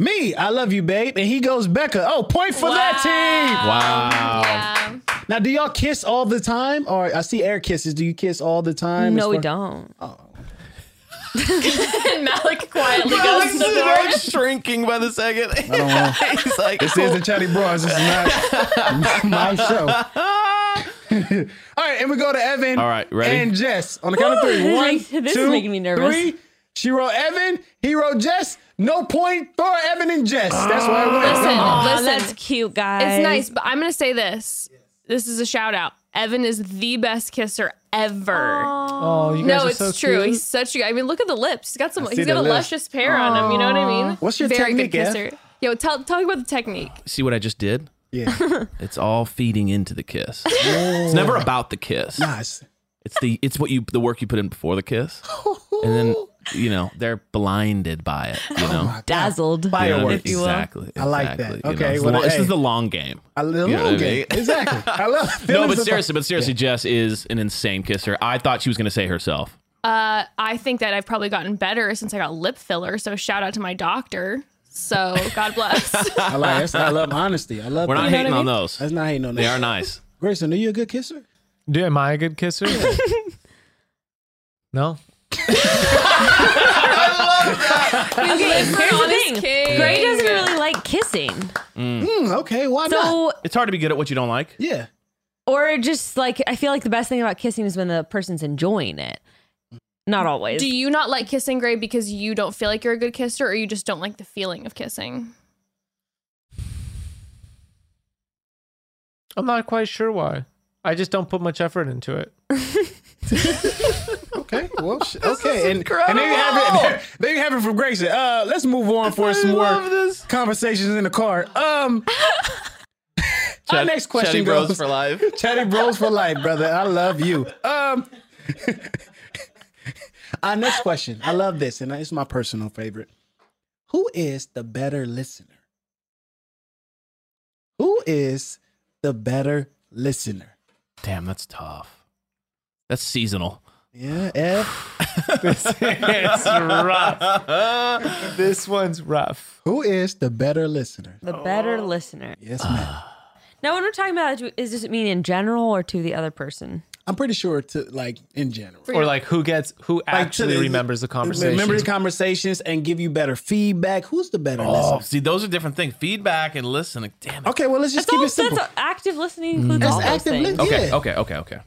Speaker 7: me, I love you, babe, and he goes Becca. Oh, point for that
Speaker 6: Wow.
Speaker 8: Um,
Speaker 2: Yeah.
Speaker 7: team. Now, do y'all kiss all the time? Or I see air kisses. Do you kiss all the time?
Speaker 5: no,
Speaker 7: As
Speaker 5: we
Speaker 7: far-
Speaker 5: don't.
Speaker 2: <laughs> and Malik quietly goes to
Speaker 6: Malik's
Speaker 2: the
Speaker 6: like
Speaker 2: door.
Speaker 6: shrinking by the second. I
Speaker 7: don't know.
Speaker 6: <laughs> He's like,
Speaker 7: This is the Chatty Bros. This is not <laughs> my show. <laughs> All right, and we go to Evan.
Speaker 6: All right, ready?
Speaker 7: And Jess on the count of
Speaker 5: Woo,
Speaker 7: three.
Speaker 5: this
Speaker 7: One,
Speaker 5: makes- this is
Speaker 7: two,
Speaker 5: making me nervous.
Speaker 7: three. She wrote Evan. He wrote Jess. No point for Evan and Jess. That's why I went.
Speaker 8: Oh,
Speaker 2: Listen,
Speaker 5: Aw,
Speaker 2: listen.
Speaker 5: that's cute, guys.
Speaker 2: It's nice, but I'm gonna say this. This is a shout out. Evan is the best kisser ever.
Speaker 8: Oh, you guys
Speaker 2: No,
Speaker 8: are
Speaker 2: it's
Speaker 8: so
Speaker 2: true.
Speaker 8: cute.
Speaker 2: He's such a. I mean, look at the lips. He's got some.
Speaker 7: see
Speaker 2: He's
Speaker 7: the
Speaker 2: got a
Speaker 7: lips.
Speaker 2: luscious pair on him. You know what I mean?
Speaker 7: What's your
Speaker 2: Very
Speaker 7: technique,
Speaker 2: good
Speaker 7: F?
Speaker 2: kisser. Yo, tell tell me about the technique.
Speaker 6: see what I just did?
Speaker 7: Yeah,
Speaker 6: <laughs> It's all feeding into the kiss. it's never about the kiss.
Speaker 7: nice.
Speaker 6: It's the it's what you the work you put in before the kiss, and then you know they're blinded by it. You know,
Speaker 5: Dazzled.
Speaker 6: You know,
Speaker 7: Oh Fireworks.
Speaker 5: you will.
Speaker 6: Exactly.
Speaker 7: I like that.
Speaker 6: exactly, you
Speaker 7: Okay,
Speaker 6: know, it's
Speaker 7: well,
Speaker 6: long- this
Speaker 7: hey.
Speaker 6: is the long game.
Speaker 7: I love
Speaker 6: You know what I
Speaker 7: it.
Speaker 6: mean? <laughs>
Speaker 7: Exactly. I love.
Speaker 6: No,
Speaker 7: feelings
Speaker 6: but
Speaker 7: of-
Speaker 6: seriously, but seriously, Jess is an insane kisser. I thought she was going to say herself.
Speaker 2: Uh, I think that I've probably gotten better since I got lip filler. So shout out to my doctor. So God <laughs> bless.
Speaker 7: I like. That's,
Speaker 6: <laughs>
Speaker 7: I love honesty. I love.
Speaker 6: We're not
Speaker 7: that.
Speaker 6: hating on those.
Speaker 7: That's not hating on
Speaker 6: They
Speaker 7: that.
Speaker 6: are nice.
Speaker 7: Grayson, are you a good kisser?
Speaker 8: Dude, am I a good
Speaker 2: <laughs>
Speaker 8: kisser? no.
Speaker 5: Okay, here's the
Speaker 2: honest
Speaker 5: thing.
Speaker 2: king.
Speaker 5: Gray doesn't really like kissing,
Speaker 7: Hmm. Okay. Why not?
Speaker 5: so
Speaker 6: It's hard to be good at what you don't like.
Speaker 7: Yeah.
Speaker 5: or just like I feel like the best thing about kissing is when the person's enjoying it. Not always.
Speaker 2: Do you not like kissing, Gray, because you don't feel like you're a good kisser, or you just don't like the feeling of kissing?
Speaker 8: I'm not quite sure why. I just don't put much effort into it.
Speaker 7: Okay. Well, sh- okay. And, and there you have it. <laughs> There, you have it from Grayson. Uh, let's move on for some more conversations in the car. Um, our
Speaker 6: Chat-
Speaker 7: next question
Speaker 6: Chatty bros
Speaker 7: goes
Speaker 6: for life.
Speaker 7: Chatty Bros for life, brother. I love you. Um, <laughs> our next question. I love this, and it's my personal favorite. Who is the better listener? Who is the better listener?
Speaker 6: Damn, that's tough. That's seasonal.
Speaker 7: Yeah, F.
Speaker 8: it's rough. This one's rough.
Speaker 7: Who is the better listener?
Speaker 5: the
Speaker 7: Oh,
Speaker 5: better listener.
Speaker 7: Yes, ma'am.
Speaker 5: Now, when we're talking about it, is does it mean in general or to the other person?
Speaker 7: I'm pretty sure to like in general.
Speaker 8: Or like who gets who
Speaker 7: Like,
Speaker 8: actually
Speaker 7: to
Speaker 8: remembers the conversation.
Speaker 7: Remember the conversations and give you better feedback. Who's the better
Speaker 6: Oh,
Speaker 7: listener?
Speaker 6: see, those are different things. Feedback and listening. Damn it.
Speaker 7: Okay, well let's just
Speaker 5: That's
Speaker 7: keep
Speaker 5: all-
Speaker 7: it simple.
Speaker 5: That's active listening includes
Speaker 7: That's
Speaker 5: all those
Speaker 7: active
Speaker 5: things.
Speaker 7: listening.
Speaker 6: Okay,
Speaker 7: Yeah.
Speaker 6: okay, okay, okay.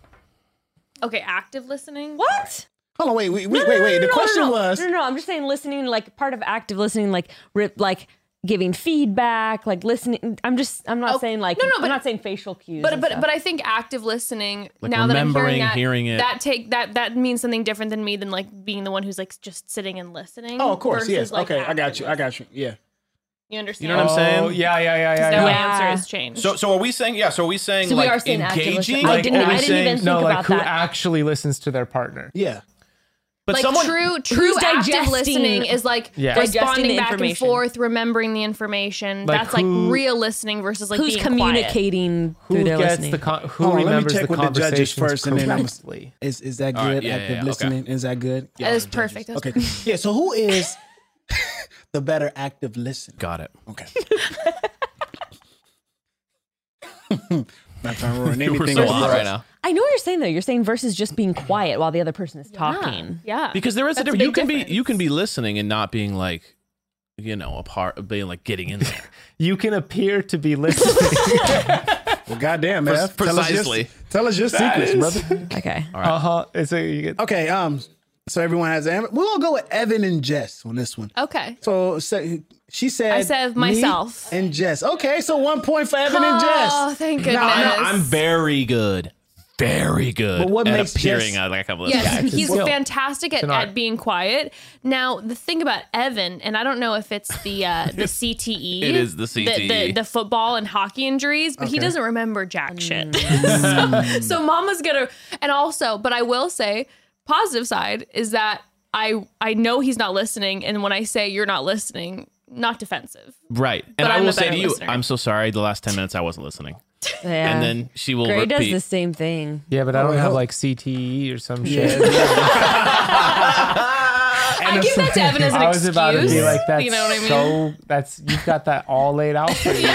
Speaker 2: Okay, active listening.
Speaker 5: What?
Speaker 7: Hold on, wait, wait, wait, wait. wait. The question
Speaker 5: no, no.
Speaker 7: was
Speaker 5: No, no, no, I'm just saying listening, like part of active listening, like rip, like giving feedback, like listening. I'm just, I'm not saying like, no, no, but, I'm not saying facial cues.
Speaker 2: But
Speaker 5: and
Speaker 2: but
Speaker 5: stuff.
Speaker 2: but I think active listening.
Speaker 6: Like
Speaker 2: now that I'm
Speaker 6: remembering,
Speaker 2: hearing that,
Speaker 6: hearing it.
Speaker 2: that take that that means something different than me than like being the one who's like just sitting and listening.
Speaker 7: Oh, of course,
Speaker 2: versus,
Speaker 7: yes.
Speaker 2: like,
Speaker 7: okay, I got
Speaker 2: active
Speaker 7: you. I got you. Yeah.
Speaker 2: You understand?
Speaker 6: You know what I'm saying?
Speaker 8: Oh, yeah, yeah, yeah, yeah.
Speaker 2: Now
Speaker 8: yeah.
Speaker 2: my
Speaker 5: Yeah.
Speaker 2: answer has changed.
Speaker 6: So, so are we saying? Yeah. So are we saying
Speaker 5: So we
Speaker 6: like
Speaker 5: are saying active
Speaker 6: engaging?
Speaker 5: listening. I
Speaker 6: Like,
Speaker 5: didn't-
Speaker 6: are we
Speaker 5: I didn't
Speaker 6: saying-
Speaker 5: even-
Speaker 8: No,
Speaker 5: Think
Speaker 8: like
Speaker 5: about
Speaker 8: who
Speaker 5: that.
Speaker 8: actually listens to their partner.
Speaker 7: Yeah.
Speaker 6: But
Speaker 2: like
Speaker 6: someone
Speaker 2: true true
Speaker 5: Who's
Speaker 2: active
Speaker 5: digesting-
Speaker 2: listening is like
Speaker 8: Yeah. Digesting
Speaker 5: the
Speaker 2: responding back and
Speaker 5: information.
Speaker 2: forth, remembering the information.
Speaker 8: Like
Speaker 2: That's
Speaker 8: who-
Speaker 2: like real listening versus like
Speaker 5: Who's
Speaker 2: being
Speaker 5: communicating through
Speaker 8: who
Speaker 5: their
Speaker 8: gets
Speaker 5: listening?
Speaker 8: the con- who
Speaker 7: Hold on, let me
Speaker 8: remembers
Speaker 7: check
Speaker 8: the
Speaker 7: with the judges
Speaker 8: conversations
Speaker 7: first, and then I'm-
Speaker 8: correctly?
Speaker 7: Is is that good?
Speaker 6: All right, yeah,
Speaker 7: Active
Speaker 6: yeah, yeah,
Speaker 7: listening. Is that good?
Speaker 2: Quiet. That is perfect. That was
Speaker 7: Okay. yeah. So who is <laughs> the better active listener?
Speaker 6: got it.
Speaker 7: Okay.
Speaker 5: <laughs>
Speaker 7: <laughs> Not trying to ruin
Speaker 6: We're
Speaker 7: anything.
Speaker 6: so
Speaker 7: with
Speaker 6: on
Speaker 7: Ross.
Speaker 6: right now
Speaker 5: I know what you're saying though. You're saying versus just being quiet while the other person is
Speaker 2: Yeah.
Speaker 5: talking.
Speaker 2: yeah.
Speaker 6: because there is a
Speaker 2: That's a
Speaker 6: difference. You
Speaker 2: big
Speaker 6: can be
Speaker 2: difference.
Speaker 6: you can be listening and not being like, you know, a part being like getting in there.
Speaker 8: You can appear to be listening.
Speaker 7: Well, goddamn,
Speaker 6: Pre-
Speaker 7: man.
Speaker 6: precisely.
Speaker 7: Tell us your, tell us your secrets, brother.
Speaker 5: Okay.
Speaker 8: uh huh. It's a you get
Speaker 7: Okay. Um. So everyone has. An, we're gonna go with Evan and Jess on this one.
Speaker 2: okay.
Speaker 7: So, say- she said.
Speaker 2: I said
Speaker 7: me
Speaker 2: myself.
Speaker 7: and Jess. Okay. So one point for Evan and Jess.
Speaker 2: Oh, thank goodness.
Speaker 7: No, I know,
Speaker 6: I'm very good, very good.
Speaker 7: But what
Speaker 6: at
Speaker 7: makes
Speaker 6: appearing
Speaker 7: Jess-
Speaker 6: uh, like I'm listening?
Speaker 2: Yes, <laughs> he's
Speaker 8: Well,
Speaker 2: fantastic at,
Speaker 8: tonight.
Speaker 2: at being quiet. Now, the thing about Evan, and I don't know if it's the uh,
Speaker 8: <laughs>
Speaker 2: the CTE,
Speaker 6: It is the E.
Speaker 2: the, the,
Speaker 6: CTE.
Speaker 2: the football and hockey injuries, but he
Speaker 7: Okay.
Speaker 2: doesn't remember jack
Speaker 5: Mm.
Speaker 2: shit. <laughs> so,
Speaker 8: <laughs>
Speaker 2: so Mama's gonna, and also, but I will say, positive side is that I I know he's not listening, and when I say you're not listening,
Speaker 8: <laughs>
Speaker 2: not defensive.
Speaker 6: Right, and
Speaker 2: But
Speaker 6: I
Speaker 2: I'm
Speaker 6: will
Speaker 2: a
Speaker 6: say to
Speaker 2: better
Speaker 6: you,
Speaker 2: listener.
Speaker 6: I'm so sorry. The last ten minutes I wasn't listening,
Speaker 5: Yeah.
Speaker 6: and then she will
Speaker 5: Gray does
Speaker 6: repeat.
Speaker 5: the same thing.
Speaker 8: yeah, but I don't
Speaker 7: I
Speaker 8: have
Speaker 7: hope-
Speaker 8: like CTE or some shit. <laughs>
Speaker 2: <laughs> I give that to Evan as an
Speaker 8: I was
Speaker 2: excuse.
Speaker 8: about to be like, that's
Speaker 2: you know what I mean?
Speaker 8: so that's you've got that all laid out for
Speaker 2: <laughs>
Speaker 8: you.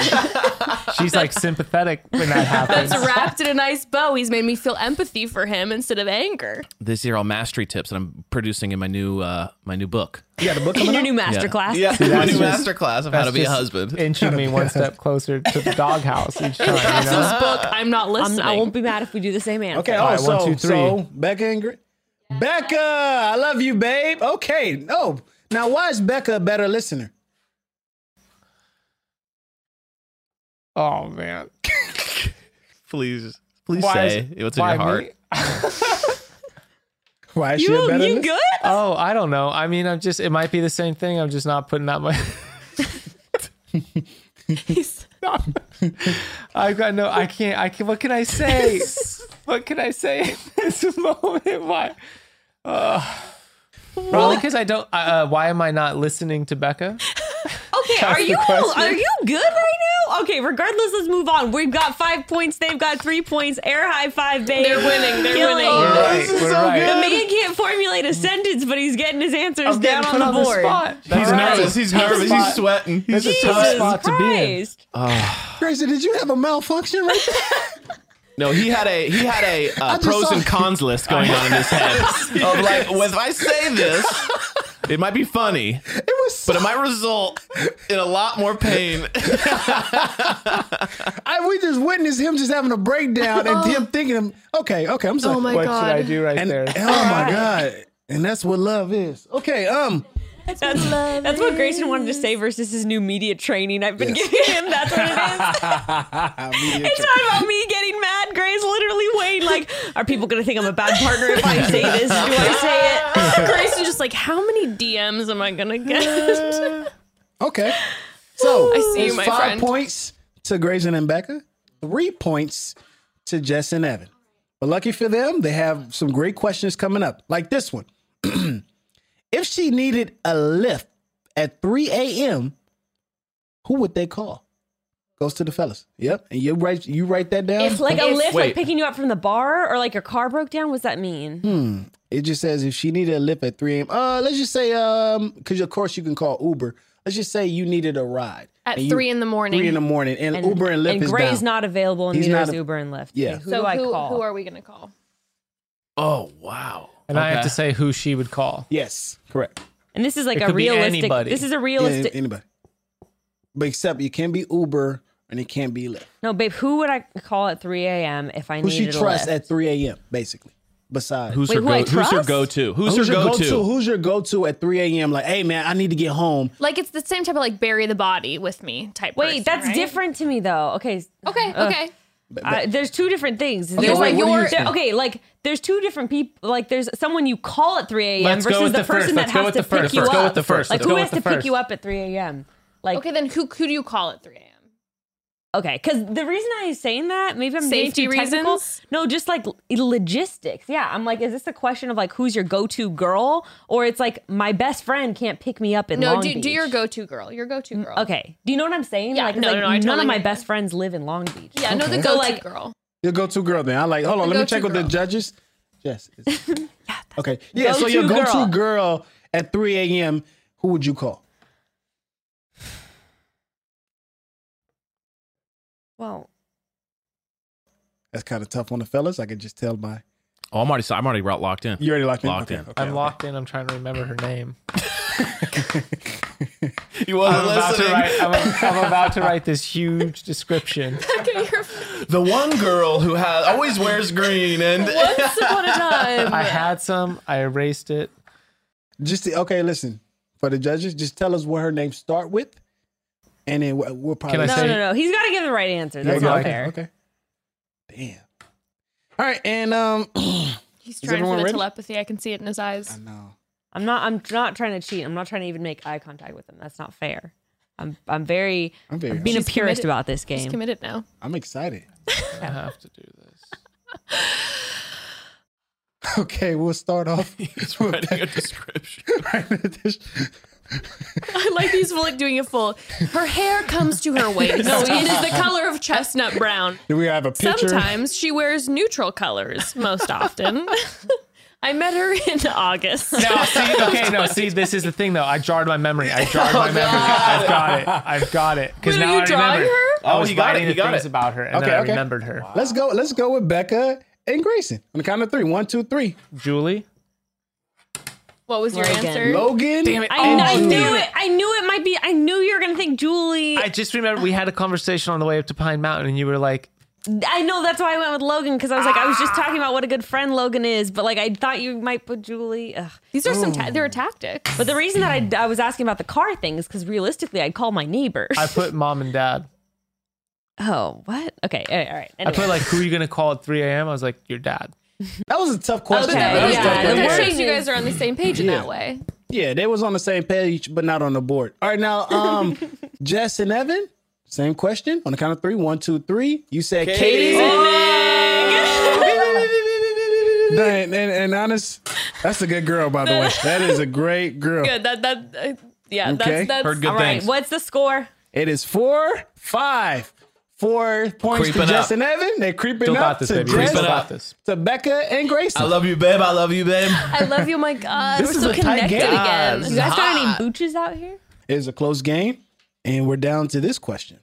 Speaker 8: She's like sympathetic when that happens. <laughs>
Speaker 2: it's wrapped in a nice bow. He's made me feel empathy for him instead of anger.
Speaker 6: This year, all mastery tips that I'm producing in my new uh, my new book.
Speaker 7: Yeah, the book
Speaker 2: <laughs>
Speaker 5: In
Speaker 7: coming
Speaker 5: your
Speaker 7: out.
Speaker 5: new masterclass. <laughs>
Speaker 6: <laughs> my new
Speaker 8: just-
Speaker 6: masterclass of how to be a
Speaker 8: just
Speaker 6: husband.
Speaker 8: Inching me one step closer to the doghouse
Speaker 2: <laughs>
Speaker 8: each time. You know?
Speaker 2: Castle's book,
Speaker 6: Ah.
Speaker 2: I'm not
Speaker 5: I'm,
Speaker 2: listening.
Speaker 5: I won't be mad if we do the same answer.
Speaker 7: Okay.
Speaker 8: All
Speaker 7: Oh,
Speaker 8: right,
Speaker 7: so,
Speaker 8: one, two, three.
Speaker 7: so Becca and Gre- Becca, I love you, babe. Okay. No. Now, why is Becca a better listener?
Speaker 8: Oh man,
Speaker 6: <laughs> Please, please
Speaker 8: Why is-
Speaker 6: say what's in
Speaker 8: why
Speaker 6: your heart.
Speaker 8: me?
Speaker 7: Why is she a
Speaker 5: You,
Speaker 7: better
Speaker 5: you
Speaker 7: listener?
Speaker 5: good?
Speaker 8: Oh, I don't know. I mean, I'm just. It might be the same thing. I'm just not putting that much. <laughs> I've got no. I can't. I can. What can I say? what can I say? in This <laughs> moment. Why? Uh, probably because I don't. Uh, why am I not listening to Becca?
Speaker 5: Okay, are you are you good right now? Okay, regardless, let's move on. We've got five points. They've got three points. Air high five, babe.
Speaker 2: They're winning. They're
Speaker 5: Killing.
Speaker 2: winning.
Speaker 8: We're
Speaker 5: it.
Speaker 8: right. We're right.
Speaker 5: The man can't formulate a sentence, but he's getting his answers
Speaker 8: I'm
Speaker 5: down
Speaker 8: getting put
Speaker 5: on the board.
Speaker 8: spot. That's
Speaker 6: <laughs> He's
Speaker 8: right.
Speaker 6: nervous. He's
Speaker 8: Tough
Speaker 6: nervous. He's
Speaker 8: spot.
Speaker 6: sweating. He's
Speaker 8: That's a tough
Speaker 5: Jesus
Speaker 8: spot to be in.
Speaker 5: Christ.
Speaker 7: Crazy, did you have a malfunction right there?
Speaker 6: No, he had a he had a uh,
Speaker 7: just
Speaker 6: pros
Speaker 7: saw-
Speaker 6: and cons list going on in his head of like, well, if I say this, it might be funny,
Speaker 7: It was
Speaker 8: <laughs>
Speaker 7: so,
Speaker 6: but it might result in a lot more pain.
Speaker 7: I, we just witnessed him just having a breakdown and him thinking, okay, okay, I'm sorry.
Speaker 2: Oh my
Speaker 8: What
Speaker 2: god.
Speaker 8: should I do right
Speaker 7: and, oh
Speaker 8: there?
Speaker 7: my God. And that's what love is.
Speaker 2: <laughs>
Speaker 7: Okay, um,
Speaker 5: That's, that's what Grayson wanted to say versus his new media training I've been giving him. That's what it
Speaker 7: <laughs>
Speaker 5: is. it's not about me getting mad. Gray's literally waiting like, are people going to think I'm a bad partner if I say this? Do I say
Speaker 2: <laughs>
Speaker 5: it?
Speaker 2: Grayson just like, how many DMs am I gonna
Speaker 5: <laughs>
Speaker 2: get? <laughs>
Speaker 7: okay. So
Speaker 2: I see you,
Speaker 7: it's
Speaker 2: my
Speaker 7: five
Speaker 2: friend.
Speaker 7: points to Grayson and Becca, three points to Jess and Evan. But lucky for them, they have some great questions coming up, like this one. <clears throat> if she needed a lift at 3 a.m., who would they call? Goes to the fellas. Yep. And you write you write that down.
Speaker 5: If like a lift, like
Speaker 6: Wait.
Speaker 5: picking you up from the bar, or like your car broke down, what's that mean?
Speaker 7: Hmm. It just says if she needed a lift at 3 a.m. Uh, let's just say um, because of course you can call Uber. Let's just say you needed a ride
Speaker 2: At
Speaker 7: and you-
Speaker 2: three in the morning.
Speaker 7: Three in the morning, and, Uber and Lyft
Speaker 5: and
Speaker 7: is
Speaker 5: Gray's
Speaker 7: down.
Speaker 5: not available, and
Speaker 7: He's
Speaker 5: neither
Speaker 7: not
Speaker 5: is
Speaker 7: a-
Speaker 5: Uber and Lyft.
Speaker 7: Yeah.
Speaker 5: Okay, who
Speaker 2: so
Speaker 5: do I
Speaker 2: who,
Speaker 5: call?
Speaker 2: who are we gonna call?
Speaker 6: <laughs> Oh wow!
Speaker 8: And I have to say who she would call.
Speaker 7: yes, correct.
Speaker 5: and this is like
Speaker 8: It
Speaker 5: a
Speaker 8: could be
Speaker 5: realistic.
Speaker 8: anybody.
Speaker 5: This is a
Speaker 7: Yeah,
Speaker 5: realistic.
Speaker 7: anybody. But except you can't be Uber and it can't be Lyft.
Speaker 5: no, babe, who would I call at 3 a.m. if I
Speaker 7: Who
Speaker 5: needed
Speaker 7: she trusts
Speaker 5: a lift?
Speaker 7: at 3 a.m. Basically. Besides,
Speaker 6: Who's
Speaker 5: Wait,
Speaker 6: her
Speaker 5: who I
Speaker 6: go? Who's her
Speaker 5: trust?
Speaker 6: go to? Who's,
Speaker 7: Who's
Speaker 6: her
Speaker 7: your
Speaker 6: go to?
Speaker 7: Who's your go-to at 3 a.m.? Like, hey man, I need to get home.
Speaker 2: Like it's the same type of like bury the body with me type.
Speaker 5: Wait,
Speaker 2: person,
Speaker 5: that's
Speaker 2: right?
Speaker 5: different to me though. Okay,
Speaker 2: Okay, okay.
Speaker 5: uh, there's two different things.
Speaker 7: Okay,
Speaker 5: There's
Speaker 7: wait,
Speaker 5: like
Speaker 7: what do you
Speaker 5: your
Speaker 7: think?
Speaker 5: okay, like there's two different people. Like there's someone you call at 3 a.m.
Speaker 8: Let's go
Speaker 5: versus
Speaker 8: with
Speaker 5: the,
Speaker 8: the first.
Speaker 5: person
Speaker 8: Let's
Speaker 5: that
Speaker 8: go
Speaker 5: has
Speaker 8: with
Speaker 5: to
Speaker 8: the
Speaker 5: pick
Speaker 8: first.
Speaker 5: you
Speaker 8: Let's
Speaker 5: up.
Speaker 8: go with the first.
Speaker 5: Like
Speaker 8: Let's
Speaker 5: who
Speaker 8: go with
Speaker 5: has to
Speaker 8: the
Speaker 5: pick you
Speaker 8: first.
Speaker 5: up at 3 a.m. Like
Speaker 2: okay, then who who do you call at three AM?
Speaker 5: Okay, because the reason I'm saying that, maybe I'm being
Speaker 2: Safety
Speaker 5: too technical.
Speaker 2: reasons?
Speaker 5: No, just like l- logistics. Yeah, I'm like, is this a question of like who's your go-to girl, or it's like my best friend can't pick me up in
Speaker 2: No,
Speaker 5: Long
Speaker 2: do, do your
Speaker 5: Beach?
Speaker 2: go-to girl. Your go-to girl.
Speaker 5: Mm, Okay, do you know what I'm saying?
Speaker 2: Yeah,
Speaker 5: like, it's
Speaker 2: no,
Speaker 5: like
Speaker 2: no, no, I
Speaker 5: none
Speaker 2: totally
Speaker 5: of my
Speaker 2: get it.
Speaker 5: best friends live in Long Beach.
Speaker 2: Yeah, no, the
Speaker 7: Okay.
Speaker 2: go-to
Speaker 5: like- <laughs>
Speaker 2: girl.
Speaker 7: Your go-to girl then. I like. Hold on.
Speaker 2: The
Speaker 7: Let me
Speaker 2: go-to
Speaker 7: check with the
Speaker 2: girl.
Speaker 7: judges. Yes.
Speaker 5: <laughs>
Speaker 7: yeah. Okay. Yeah. So
Speaker 5: Go-to
Speaker 7: your go-to
Speaker 5: girl.
Speaker 7: girl. at 3 a.m. Who would you call?
Speaker 5: Well,
Speaker 7: That's kind of tough on the fellas. I can just tell by.
Speaker 6: Oh, I'm already. so I'm already route locked in.
Speaker 7: You already locked in.
Speaker 6: Locked in.
Speaker 7: okay. Okay,
Speaker 8: I'm
Speaker 7: okay.
Speaker 8: locked in. I'm trying to remember her name.
Speaker 6: You
Speaker 8: I'm
Speaker 6: wasn't
Speaker 8: about to
Speaker 6: listening.
Speaker 8: write. I'm, <laughs> I'm about to write this huge description.
Speaker 2: Okay, you're
Speaker 6: The one girl who has always wears green and <laughs>
Speaker 2: once upon a time.
Speaker 8: I had some. I erased it.
Speaker 7: Just okay. Listen, for the judges, just tell us what her name start with, and then we'll, we'll probably.
Speaker 8: I
Speaker 5: no,
Speaker 8: say-
Speaker 5: no, no. He's got to give the right answer. That's
Speaker 8: go
Speaker 5: not
Speaker 8: ahead.
Speaker 5: fair.
Speaker 7: Okay. Damn. All right, and um. <clears throat>
Speaker 2: He's
Speaker 7: Is
Speaker 2: trying for
Speaker 7: everyone
Speaker 2: the
Speaker 7: ready?
Speaker 2: telepathy. I can see it in his eyes.
Speaker 7: no.
Speaker 5: I'm not. I'm not trying to cheat. I'm not trying to even make eye contact with him. That's not fair. I'm. I'm very.
Speaker 7: I'm very.
Speaker 5: I'm being a purist
Speaker 2: committed.
Speaker 5: about this
Speaker 2: He's
Speaker 5: game.
Speaker 2: committed now. <laughs>
Speaker 7: I'm excited.
Speaker 8: I have to do this.
Speaker 7: <laughs> Okay, we'll start off. <laughs>
Speaker 6: he's writing a description.
Speaker 7: right at this-
Speaker 2: I like these like doing it full. Her hair comes to her waist. No, it is the color of chestnut brown.
Speaker 7: Do we have a picture?
Speaker 2: Sometimes she wears neutral colors. Most often, <laughs> I met her in August.
Speaker 8: No, see, okay, no, see, this is the thing though. I jarred my memory. I jarred my memory. I've got it. I've got it. Because
Speaker 2: Wait,
Speaker 8: now
Speaker 2: are you
Speaker 8: I
Speaker 2: drawing
Speaker 8: remember.
Speaker 2: her?
Speaker 8: I
Speaker 6: Oh,
Speaker 8: was
Speaker 6: you got it,
Speaker 8: writing
Speaker 6: you
Speaker 8: the
Speaker 6: got
Speaker 8: things
Speaker 6: it.
Speaker 8: about her, and
Speaker 7: Okay,
Speaker 8: then I
Speaker 7: okay.
Speaker 8: remembered her.
Speaker 7: Let's go. Let's go with Becca and Grayson on the count of three. One, two, three.
Speaker 8: Julie.
Speaker 2: What was your
Speaker 5: Logan.
Speaker 2: answer?
Speaker 7: Logan.
Speaker 8: Damn it.
Speaker 5: I,
Speaker 8: Oh,
Speaker 5: I
Speaker 8: Julie.
Speaker 5: knew it. I knew it might be. I knew you were gonna think Julie.
Speaker 8: I
Speaker 5: I,
Speaker 8: just remember we had a conversation on the way up to Pine Mountain, and you were like,
Speaker 5: know that's why I went with Logan because I was like, I was just talking about what a good friend Logan is, but like I thought you might put Julie. Ugh.
Speaker 2: These are some. Ta- they're tactics.
Speaker 5: But the reason that I, I was asking about the car thing is because realistically, I'd call my neighbor.
Speaker 8: I put mom and dad.
Speaker 5: <laughs> oh, what? Okay, all right. All right.
Speaker 8: I put
Speaker 5: Anyway.
Speaker 8: like, who are you gonna call at 3 a.m.? I was like, your dad.
Speaker 7: That was a tough question.
Speaker 5: Okay,
Speaker 7: That was
Speaker 5: yeah,
Speaker 7: tough,
Speaker 5: the
Speaker 7: but
Speaker 2: that
Speaker 7: it
Speaker 5: word-
Speaker 7: worked.
Speaker 2: shows you guys are on the same page in that way.
Speaker 7: Yeah, they was on the same page, but not on the board. All right, now, um, Jess and Evan, same question on the count of three. One, two, three. You said Katie's in there. and, and, and honest, that's a good girl, by the way. That is a great girl.
Speaker 2: Good. That that. Uh, yeah.
Speaker 7: Okay.
Speaker 2: That's that's.
Speaker 6: Heard good
Speaker 5: all right.
Speaker 6: things.
Speaker 5: What's the score?
Speaker 7: It is four, five. Four points
Speaker 6: Creeping
Speaker 7: to Jess
Speaker 6: up.
Speaker 7: and Evan. They're creeping
Speaker 8: Still
Speaker 7: up
Speaker 8: got this,
Speaker 7: to
Speaker 8: baby. We
Speaker 7: Jess,
Speaker 8: Still
Speaker 6: Creeping up.
Speaker 8: got this.
Speaker 7: to Becca, and Grayson.
Speaker 6: I love you, babe. I love you, babe.
Speaker 2: I love you. My God.
Speaker 7: This
Speaker 2: We're
Speaker 7: is
Speaker 2: so
Speaker 7: a tight
Speaker 2: connected
Speaker 7: game.
Speaker 2: again.
Speaker 5: You guys got any booches out here?
Speaker 7: it is a close game, and we're down to this question.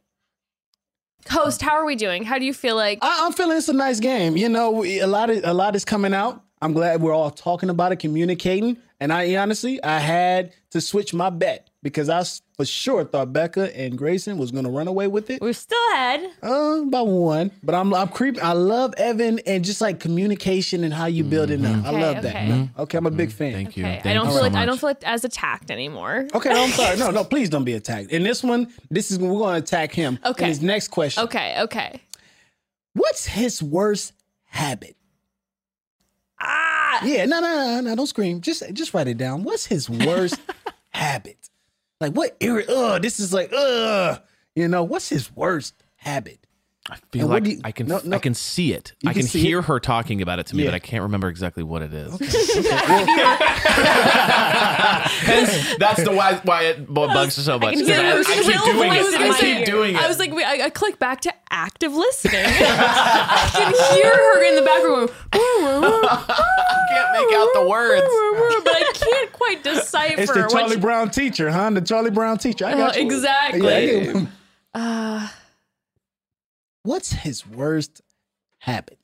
Speaker 2: Host, how are we doing? How do you feel like?
Speaker 7: I, I'm feeling it's a nice game. You know, we, a lot of a lot is coming out. I'm glad we're all talking about it, communicating. And I honestly, I had to switch my bet because I s- for sure thought Becca and Grayson was gonna run away with it.
Speaker 5: We're still ahead.
Speaker 7: Uh, by one, but I'm I'm creep. I love Evan and just like communication and how you build it up. I
Speaker 2: Mm-hmm. Okay,
Speaker 7: love that. Mm-hmm.
Speaker 2: okay.
Speaker 7: Okay, I'm a big fan.
Speaker 6: Thank you.
Speaker 2: Okay,
Speaker 6: Thank
Speaker 2: I don't
Speaker 6: you
Speaker 2: feel
Speaker 6: so
Speaker 2: like I
Speaker 6: much.
Speaker 2: don't feel like as attacked anymore.
Speaker 7: Okay, no, I'm sorry. No, no, please don't be attacked. In this one, this is we're gonna attack him. in
Speaker 2: Okay.
Speaker 7: his next question.
Speaker 2: Okay, okay.
Speaker 7: What's his worst habit? Ah. Yeah, no, no, no, no, don't scream. Just just write it down. What's
Speaker 6: <laughs>
Speaker 7: his worst habit? Like what irri- ugh, this is like ugh. You know, what's his worst habit?
Speaker 6: I feel
Speaker 7: And what
Speaker 6: like
Speaker 7: do you-
Speaker 6: I can
Speaker 7: no, no.
Speaker 6: I can see it.
Speaker 7: You
Speaker 6: I
Speaker 7: can
Speaker 6: can
Speaker 7: see
Speaker 6: hear her talking about it to me,
Speaker 7: Yeah.
Speaker 6: but I can't remember exactly what it <laughs> is. <laughs> Hence, that's the why why it bu- bugs her so much.
Speaker 5: can
Speaker 6: 'cause
Speaker 5: hear
Speaker 6: I,
Speaker 5: her
Speaker 6: I
Speaker 5: still
Speaker 6: keep doing
Speaker 5: voice
Speaker 6: it.
Speaker 5: in my
Speaker 6: I
Speaker 5: ear.
Speaker 6: keep doing it.
Speaker 2: I was like, wait, I, I click back to active listening. I can hear her in the background, going,
Speaker 6: can't make out the words.
Speaker 2: but I can't quite decipher.
Speaker 7: It's the
Speaker 2: what
Speaker 7: Charlie
Speaker 2: she- <laughs>
Speaker 7: Brown teacher, huh? The Charlie Brown teacher.
Speaker 6: <laughs>
Speaker 7: I got
Speaker 2: Oh,
Speaker 7: you.
Speaker 2: exactly.
Speaker 7: Yeah, I get you.
Speaker 2: Uh,
Speaker 7: What's his worst habit?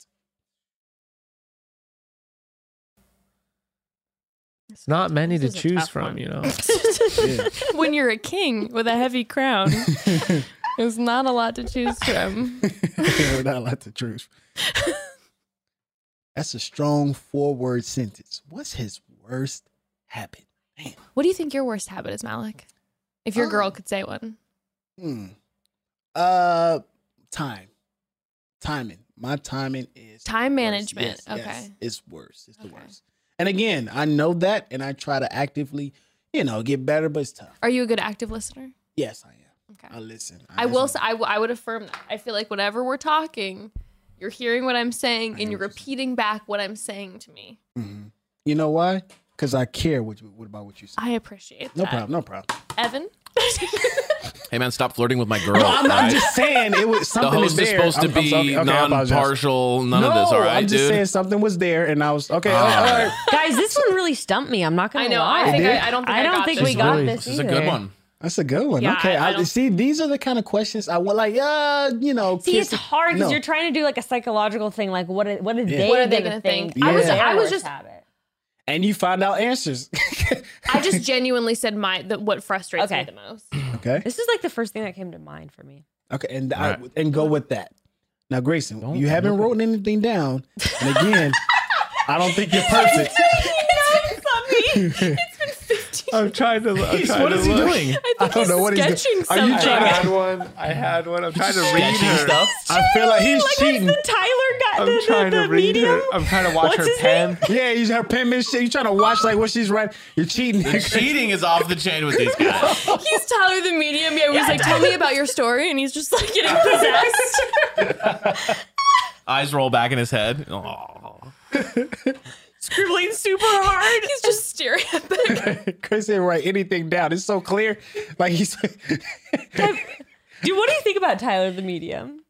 Speaker 8: It's not many to
Speaker 2: This is a
Speaker 8: choose
Speaker 2: tough
Speaker 8: from,
Speaker 2: one.
Speaker 8: you know.
Speaker 2: when you're a king with a heavy crown, there's not a lot to choose from.
Speaker 7: <laughs> We're not allowed to choose. <laughs> That's a strong four-word sentence. What's his worst habit? Damn.
Speaker 2: What do you think your worst habit is, Malik? If your girl could say one.
Speaker 7: Hmm. Uh, time, timing. My timing is
Speaker 2: Time
Speaker 7: worse.
Speaker 2: management.
Speaker 7: Yes, yes,
Speaker 2: Okay.
Speaker 7: it's worse. It's the
Speaker 2: Okay.
Speaker 7: worst. And again, I know that, and I try to actively, you know, get better, but it's tough.
Speaker 2: Are you a good active listener?
Speaker 7: Yes, I am.
Speaker 2: Okay.
Speaker 7: I listen.
Speaker 2: I will. Say, I, w- I would affirm that. I feel like whenever we're talking, you're hearing what I'm saying and you're repeating back what I'm saying to me.
Speaker 7: You know why? Because I care what, you, what about what you say.
Speaker 2: I appreciate
Speaker 7: No
Speaker 2: that.
Speaker 7: problem. No problem.
Speaker 2: Evan?
Speaker 6: Hey man, stop flirting with my girl.
Speaker 7: I'm,
Speaker 6: all
Speaker 7: I'm
Speaker 6: right?
Speaker 7: just saying it was
Speaker 6: the
Speaker 7: something. is
Speaker 6: host is
Speaker 7: there.
Speaker 6: supposed to
Speaker 7: I'm- I'm
Speaker 6: be
Speaker 7: sorry. Okay, I apologize.
Speaker 6: non-partial. None
Speaker 7: no,
Speaker 6: of this. All right,
Speaker 7: I'm just
Speaker 6: dude.
Speaker 7: saying something was there, and I was okay. all
Speaker 6: Ah.
Speaker 7: right.
Speaker 5: Guys, this one really stumped me. I'm not gonna
Speaker 2: I know.
Speaker 5: lie.
Speaker 2: I think
Speaker 7: did?
Speaker 2: I, I don't think
Speaker 5: I
Speaker 2: I,
Speaker 5: don't
Speaker 2: got
Speaker 5: think
Speaker 2: this
Speaker 5: we
Speaker 2: one.
Speaker 5: got
Speaker 8: really-
Speaker 5: this.
Speaker 6: this is a
Speaker 5: either.
Speaker 6: good one.
Speaker 7: That's a good one.
Speaker 2: Yeah,
Speaker 7: okay,
Speaker 2: I- I
Speaker 7: I,
Speaker 2: don't-
Speaker 7: see. These are the kind of questions I want. Like, uh, you know,
Speaker 5: See,
Speaker 7: kiss-
Speaker 5: it's hard because
Speaker 7: No.
Speaker 5: you're trying to do like a psychological thing. Like, what? Are, what are they?
Speaker 2: What are they
Speaker 5: gonna,
Speaker 2: gonna
Speaker 5: think?
Speaker 2: think?
Speaker 7: I was-
Speaker 5: Their
Speaker 2: I was
Speaker 5: worst
Speaker 2: just-
Speaker 5: habit.
Speaker 7: and you find out answers.
Speaker 2: <laughs>
Speaker 7: <laughs>
Speaker 2: I just genuinely said my the, what frustrates
Speaker 5: Okay.
Speaker 2: me the <laughs> most.
Speaker 7: okay,
Speaker 5: This is like the first thing that came to mind for <laughs> me.
Speaker 7: okay, and I,
Speaker 6: Right.
Speaker 7: and go with that. Now, Grayson,
Speaker 8: Don't
Speaker 7: you haven't
Speaker 8: look at-
Speaker 7: written anything down, and again, I don't think you're
Speaker 5: <laughs>
Speaker 7: perfect.
Speaker 8: <laughs> I'm trying to. I'm trying
Speaker 6: What
Speaker 8: to
Speaker 6: is he
Speaker 8: look.
Speaker 6: <laughs> doing?
Speaker 2: I think
Speaker 7: don't
Speaker 2: he's
Speaker 7: know what he's
Speaker 2: sketching
Speaker 7: doing. Are
Speaker 2: something.
Speaker 7: you
Speaker 8: I
Speaker 7: trying
Speaker 8: had one. I had one. I'm trying to read
Speaker 6: Sketchy
Speaker 8: her.
Speaker 6: stuff.
Speaker 7: I feel like he's
Speaker 5: Like, what's
Speaker 7: cheating.
Speaker 5: the Tyler guy?
Speaker 8: I'm
Speaker 5: the,
Speaker 8: trying
Speaker 5: the, the
Speaker 8: to read
Speaker 5: medium?
Speaker 8: her. I'm trying to watch
Speaker 5: What's
Speaker 8: her
Speaker 5: his
Speaker 8: pen.
Speaker 7: yeah, he's her penmanship. shit. You trying to watch like what she's writing? You're cheating. <laughs>
Speaker 6: Cheating is off the chain with <laughs> these guys.
Speaker 2: He's Tyler the medium. Yeah, he's like, tell me about your story, and he's just like <laughs> getting possessed.
Speaker 6: Eyes roll back in his head. Aw.
Speaker 5: Scribbling super hard.
Speaker 2: he's just staring at the
Speaker 7: Chris didn't write anything down. It's so clear. Like he's
Speaker 5: Dude, what do you think about Tyler the medium?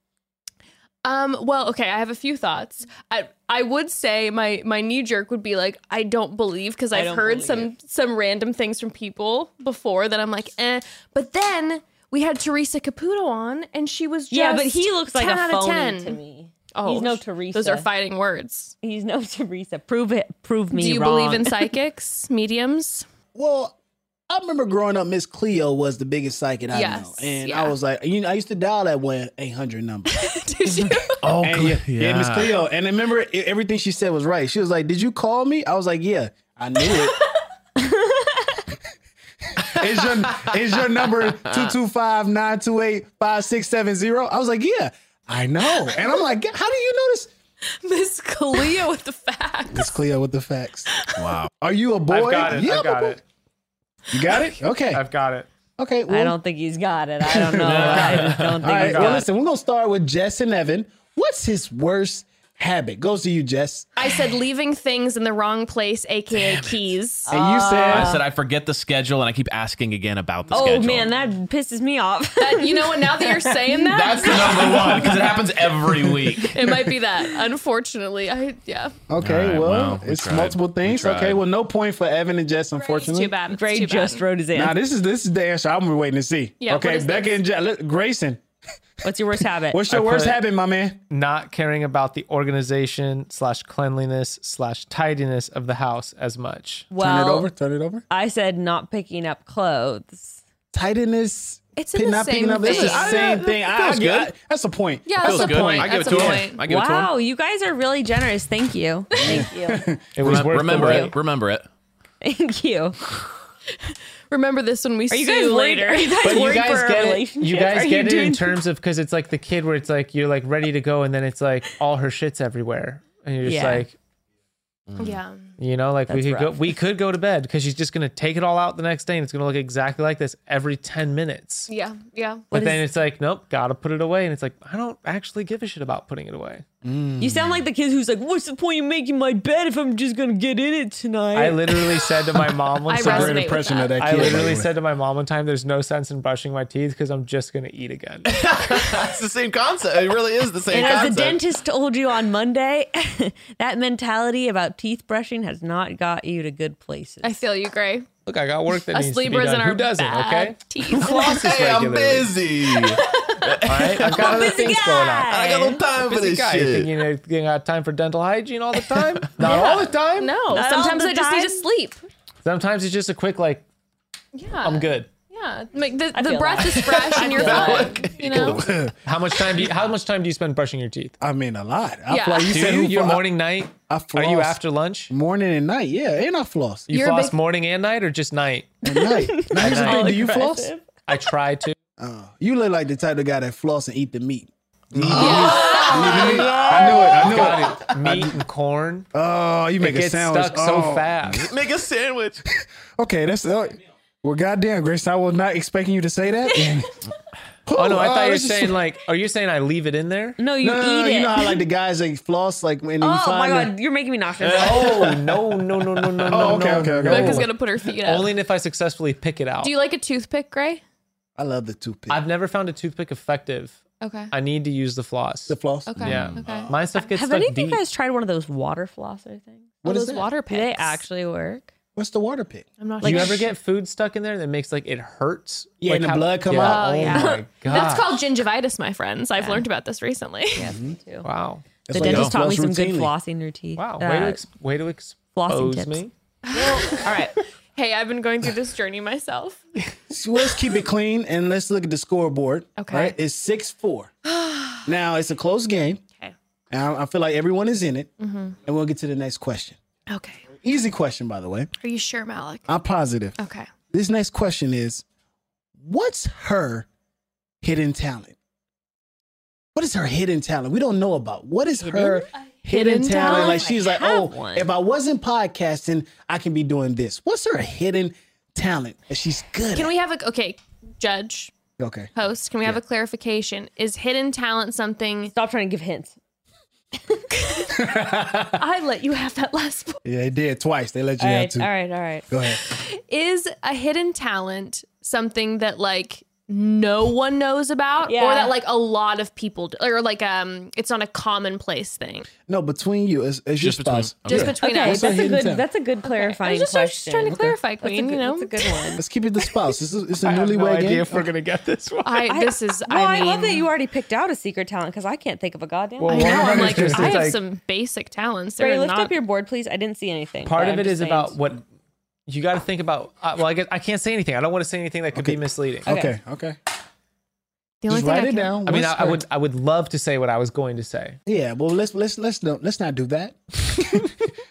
Speaker 2: Um, well, okay, I have a few thoughts. I I would say my my knee jerk would be like I don't believe because I've
Speaker 5: don't
Speaker 2: heard
Speaker 5: believe.
Speaker 2: some some random things from people before that I'm like, eh. But then we had Teresa Caputo on and she was just
Speaker 5: yeah, but he looks like
Speaker 2: 10
Speaker 5: a
Speaker 2: out of
Speaker 5: phony
Speaker 2: 10.
Speaker 5: to me.
Speaker 2: Oh,
Speaker 5: he's no
Speaker 2: sh-
Speaker 5: Teresa.
Speaker 2: Those are fighting words.
Speaker 5: He's no <laughs> Teresa. Prove it. Prove me
Speaker 2: Do you
Speaker 5: wrong.
Speaker 2: believe
Speaker 5: <laughs>
Speaker 2: in psychics, mediums?
Speaker 7: Well, I remember growing up, Miss Cleo was the biggest psychic I
Speaker 2: Yes,
Speaker 7: know, and
Speaker 2: yeah.
Speaker 7: I was like, you know, I used to dial that one eight hundred
Speaker 8: <laughs>
Speaker 7: number.
Speaker 2: Did
Speaker 5: <laughs>
Speaker 2: you?
Speaker 6: Oh,
Speaker 7: And
Speaker 6: Cle-
Speaker 7: yeah, yeah, Miss Cleo. And I remember e- everything she said was right. She was like, "Did you call me?" I was like, "Yeah, I knew it." is your is your number 225-928-5670? I was like, "Yeah, I know." And I'm like, "How do you know this?"
Speaker 2: Miss Kalia with the facts.
Speaker 7: Miss Cleo with the facts.
Speaker 6: Wow.
Speaker 7: Are you a boy?
Speaker 8: I've got it.
Speaker 7: Yeah, I'm
Speaker 8: I've
Speaker 7: a
Speaker 8: got
Speaker 7: boy.
Speaker 8: it.
Speaker 7: You got it? Okay.
Speaker 8: <laughs> I've got it.
Speaker 7: okay. Well,
Speaker 5: I don't think he's got it. I
Speaker 2: <laughs>
Speaker 5: don't know. I just don't
Speaker 7: All
Speaker 5: think he's
Speaker 7: right.
Speaker 5: got
Speaker 7: Well,
Speaker 5: it.
Speaker 7: listen, we're gonna start with Jess and Evan. What's his worst habit? Goes to you, Jess.
Speaker 2: I said leaving things in the wrong place, aka keys.
Speaker 7: And you said
Speaker 6: I said I forget the schedule, and I keep asking again about the
Speaker 5: Oh
Speaker 6: schedule.
Speaker 5: man, that pisses me off. <laughs>
Speaker 2: That- you know what? Now that you're saying that,
Speaker 6: that's the number one because it happens every week.
Speaker 2: it might <laughs> be that. Unfortunately, I yeah.
Speaker 7: Okay,
Speaker 6: All right,
Speaker 7: well,
Speaker 6: well, we
Speaker 7: it's
Speaker 6: tried.
Speaker 7: multiple
Speaker 6: We
Speaker 7: things. Okay,
Speaker 6: tried.
Speaker 7: well, no point for Evan and Jess, unfortunately.
Speaker 2: It's too bad. <laughs> It's
Speaker 5: Gray
Speaker 2: too bad.
Speaker 5: just wrote his
Speaker 7: Now
Speaker 5: answer.
Speaker 7: this is this is the answer I'm waiting to see.
Speaker 2: Yeah, what
Speaker 7: okay,
Speaker 2: is
Speaker 7: Becca
Speaker 2: this?
Speaker 7: and Jess, look, Grayson,
Speaker 5: What's your worst habit?
Speaker 7: what's your
Speaker 8: I
Speaker 7: worst
Speaker 8: put-
Speaker 7: habit, my man?
Speaker 8: Not caring about the organization slash cleanliness slash tidiness of the house as much.
Speaker 5: well,
Speaker 7: turn it over. Turn it over.
Speaker 5: I said not picking up clothes.
Speaker 7: Titan is
Speaker 2: It's in the
Speaker 7: not picking
Speaker 2: same
Speaker 7: up. It's the
Speaker 2: vein. I-
Speaker 7: same thing. I, I,
Speaker 6: feels
Speaker 7: get-
Speaker 6: good.
Speaker 7: I- that's the point.
Speaker 2: Yeah,
Speaker 6: Feels
Speaker 2: that's the
Speaker 6: good.
Speaker 2: point.
Speaker 6: I give it
Speaker 2: that's
Speaker 6: to
Speaker 2: the
Speaker 6: him.
Speaker 2: point.
Speaker 6: I give it to him.
Speaker 5: Wow, you guys are really generous.
Speaker 8: <laughs>
Speaker 5: Thank you. Thank you.
Speaker 8: It was worth the
Speaker 6: remember
Speaker 8: wait.
Speaker 6: it. Remember it.
Speaker 5: Thank you.
Speaker 2: Remember this when we
Speaker 5: Are
Speaker 2: sue
Speaker 5: you guys worried?
Speaker 2: later.
Speaker 5: Are you guys
Speaker 8: But you
Speaker 5: worried
Speaker 8: guys
Speaker 5: for
Speaker 8: get
Speaker 5: a
Speaker 8: it.
Speaker 5: relationship?
Speaker 8: You guys
Speaker 5: Are
Speaker 8: get it in
Speaker 5: doing-
Speaker 8: terms of because it's like the kid where it's like you're like ready to go and then it's like all her shit's everywhere and you're just
Speaker 5: Yeah.
Speaker 8: like
Speaker 2: <laughs> <laughs> yeah.
Speaker 8: you know like we
Speaker 5: That's
Speaker 8: could go
Speaker 5: rough.
Speaker 8: we could go to bed because she's just gonna take it all out the next day and it's gonna look exactly like this every ten minutes.
Speaker 2: Yeah. Yeah.
Speaker 8: but then it's like nope, gotta put it away and it's like I don't actually give a shit about putting it away. Hmm.
Speaker 5: You sound like the kid who's like, "What's the point of making my bed if I'm just gonna get in it tonight?"
Speaker 8: I literally said to my mom
Speaker 2: I
Speaker 8: one
Speaker 7: That's a
Speaker 2: resonate
Speaker 8: time.
Speaker 7: great
Speaker 2: with
Speaker 7: impression of that
Speaker 8: I
Speaker 7: kid. by the way.
Speaker 8: literally said to my mom one time, "There's no sense in brushing my teeth because I'm just gonna eat again."
Speaker 6: That's the same concept. It really is the same
Speaker 5: and as
Speaker 6: concept.
Speaker 5: the dentist told you on Monday, <laughs> that mentality about teeth brushing has not got you to good places.
Speaker 2: I feel you, Gray.
Speaker 8: Look, I got work that
Speaker 2: Us
Speaker 8: needs to be
Speaker 2: Libras and
Speaker 8: done.
Speaker 2: our
Speaker 8: Who doesn't?
Speaker 2: bad
Speaker 8: Okay.
Speaker 2: <laughs> teeth.
Speaker 8: Flosses
Speaker 6: hey, I'm
Speaker 8: regularly.
Speaker 6: busy. I
Speaker 8: All right, I've got other things going on.
Speaker 6: got no time for
Speaker 8: Busy
Speaker 6: this
Speaker 8: guy. You think
Speaker 6: shit.
Speaker 8: you, know, you got time for dental hygiene all the time? Not all the time.
Speaker 2: No.
Speaker 5: Not all
Speaker 2: sometimes
Speaker 5: the
Speaker 2: I just need to
Speaker 5: time.
Speaker 2: sleep.
Speaker 8: Sometimes it's just a quick like
Speaker 2: Yeah.
Speaker 8: I'm good.
Speaker 2: Yeah. Like the, the
Speaker 5: feel
Speaker 2: breath is fresh and you're fine.
Speaker 8: <laughs>
Speaker 2: You know?
Speaker 8: How much time do you, how much time do you spend brushing your teeth?
Speaker 7: I mean, a lot. I
Speaker 2: Yeah.
Speaker 7: feel like you
Speaker 8: Do
Speaker 7: said
Speaker 8: you
Speaker 7: who
Speaker 8: your
Speaker 7: flo-
Speaker 8: morning night?
Speaker 7: I
Speaker 8: Are you
Speaker 7: floss.
Speaker 8: after lunch?
Speaker 7: morning and night. Yeah, and I floss
Speaker 8: You
Speaker 2: You're a
Speaker 8: floss
Speaker 2: big-
Speaker 8: morning and night or just night?
Speaker 7: at night. Now, here's the
Speaker 8: Night.
Speaker 7: thing: Do you floss?
Speaker 5: Aggressive.
Speaker 8: I try
Speaker 7: <laughs>
Speaker 8: to.
Speaker 7: Oh, you look like the type of guy that floss and eat the meat.
Speaker 8: I
Speaker 7: knew
Speaker 8: <laughs>
Speaker 7: it.
Speaker 8: Got it. Meat and corn.
Speaker 7: Oh, you
Speaker 8: It
Speaker 7: make a
Speaker 8: gets
Speaker 7: sandwich
Speaker 8: stuck so
Speaker 7: <laughs> Oh.
Speaker 8: fast.
Speaker 6: Make a sandwich.
Speaker 7: Okay, that's uh, Well, goddamn, Grayson, I was not expecting you to say that. And-
Speaker 8: Oh no, I
Speaker 7: Oh,
Speaker 8: thought you were
Speaker 7: this is-
Speaker 8: saying like, are you saying I leave it in
Speaker 7: <laughs>
Speaker 8: there?
Speaker 5: No, you
Speaker 7: no,
Speaker 5: eat
Speaker 7: no, no,
Speaker 5: it.
Speaker 7: you know how like the guys they floss like when
Speaker 5: <laughs>
Speaker 7: you
Speaker 5: oh my
Speaker 7: find
Speaker 5: god, you're making me nauseous.
Speaker 8: Oh no, no, no, no, no, no.
Speaker 7: Oh, okay,
Speaker 8: no,
Speaker 7: okay, okay.
Speaker 8: no.
Speaker 2: Becca's gonna put her feet up.
Speaker 8: Only if I successfully pick it out.
Speaker 2: Do you like a toothpick, Gray?
Speaker 7: I love the toothpick.
Speaker 8: I've never found a toothpick effective.
Speaker 2: Okay.
Speaker 8: I need to use the floss.
Speaker 7: the floss.
Speaker 2: Okay.
Speaker 8: Yeah.
Speaker 2: Okay.
Speaker 8: My stuff gets
Speaker 5: Have
Speaker 8: stuck
Speaker 5: any of you
Speaker 8: deep.
Speaker 5: guys tried one of those water flosser things?
Speaker 2: All
Speaker 7: What is
Speaker 2: those
Speaker 7: that?
Speaker 2: water
Speaker 5: Do
Speaker 2: picks.
Speaker 5: they actually work?
Speaker 7: What's the water pick?
Speaker 2: I'm not
Speaker 8: Do you
Speaker 2: sure.
Speaker 8: ever get food stuck in there that makes like it hurts?
Speaker 7: Yeah,
Speaker 8: like
Speaker 7: and the blood come
Speaker 8: yeah.
Speaker 7: out.
Speaker 2: Oh,
Speaker 8: Oh
Speaker 2: yeah.
Speaker 8: my god.
Speaker 2: <laughs> That's called gingivitis, my friends. I've learned about this recently.
Speaker 5: Yes, me too.
Speaker 8: Wow.
Speaker 7: That's
Speaker 5: the
Speaker 7: why you
Speaker 5: dentist taught me some
Speaker 7: floss
Speaker 5: good
Speaker 7: routinely.
Speaker 5: flossing routine.
Speaker 8: Wow.
Speaker 5: Uh,
Speaker 8: way to ex- way to expose
Speaker 5: flossing
Speaker 8: me.
Speaker 5: tips. All right.
Speaker 2: <laughs> Hey, I've been going through this journey myself.
Speaker 7: So let's keep it clean and let's look at the scoreboard.
Speaker 2: Okay.
Speaker 7: Right? It's 6 4. now, it's a close game.
Speaker 2: Okay.
Speaker 7: And I I feel like everyone is in it.
Speaker 5: Mm-hmm.
Speaker 7: And we'll get to the next question.
Speaker 2: Okay.
Speaker 7: Easy question, by the way.
Speaker 2: Are you sure, Malik?
Speaker 7: I'm positive.
Speaker 2: Okay.
Speaker 7: This next question is What's her hidden talent? What is her hidden talent? We don't know about. What is her hidden,
Speaker 2: Hidden
Speaker 7: talent?
Speaker 2: talent?
Speaker 7: Like she's like,
Speaker 5: have
Speaker 7: oh,
Speaker 5: one."
Speaker 7: if I wasn't podcasting, I can be doing this. What's her hidden talent that she's good
Speaker 2: Can
Speaker 7: at?
Speaker 2: we have a okay, judge,
Speaker 7: okay.
Speaker 2: host, can we have a clarification? Is hidden talent something <laughs>
Speaker 5: Stop trying to give hints.
Speaker 2: I let you have that last point.
Speaker 7: Yeah, they did twice. They let you
Speaker 5: All
Speaker 7: have
Speaker 5: right,
Speaker 7: to.
Speaker 5: all right, all right.
Speaker 7: Go ahead.
Speaker 2: Is a hidden talent something that like no one knows about
Speaker 5: Yeah.
Speaker 2: or that like a lot of people do, or like um it's not a commonplace thing.
Speaker 7: No, between you as, as your
Speaker 6: Just between-
Speaker 7: spouse.
Speaker 2: Just
Speaker 7: Yeah.
Speaker 2: between
Speaker 5: Okay,
Speaker 2: us.
Speaker 7: a
Speaker 5: that's a
Speaker 7: hidden
Speaker 5: good.
Speaker 7: talent?
Speaker 5: That's a good clarifying
Speaker 2: I was just, I was just
Speaker 5: question.
Speaker 2: trying to clarify,
Speaker 5: That's a
Speaker 2: Queen,
Speaker 5: good-
Speaker 2: you know.
Speaker 5: That's a good one.
Speaker 7: Let's keep it the spouse. It's a, it's a
Speaker 8: I have
Speaker 7: newlywed
Speaker 8: no idea
Speaker 7: game.
Speaker 8: if we're gonna get this one.
Speaker 2: I, <laughs> this is
Speaker 5: Well,
Speaker 2: I, mean,
Speaker 5: love that you already picked out a secret talent because I can't think of a goddamn.
Speaker 8: Well,
Speaker 5: one.
Speaker 2: I know,
Speaker 8: One
Speaker 2: I'm
Speaker 8: of
Speaker 2: like,
Speaker 8: it is
Speaker 2: I have
Speaker 8: like-
Speaker 2: some basic talents. They're
Speaker 5: Ray, lift
Speaker 2: not,
Speaker 5: up your board, please. I didn't see anything.
Speaker 8: Part
Speaker 5: but
Speaker 8: of
Speaker 5: I'm
Speaker 8: it
Speaker 5: just
Speaker 8: is
Speaker 5: saying.
Speaker 8: about what you got to think about. Uh, well, I guess I can't say anything. I don't want to say anything that could
Speaker 7: Okay.
Speaker 8: be misleading.
Speaker 7: Okay, okay.
Speaker 2: the only
Speaker 7: Just
Speaker 2: thing I
Speaker 7: write it
Speaker 2: can-
Speaker 7: down.
Speaker 8: I mean, I,
Speaker 7: What's
Speaker 8: I
Speaker 7: her-
Speaker 8: would I would love to say what I was going to say.
Speaker 7: Yeah, well, let's let's let's no, let's not do that. <laughs>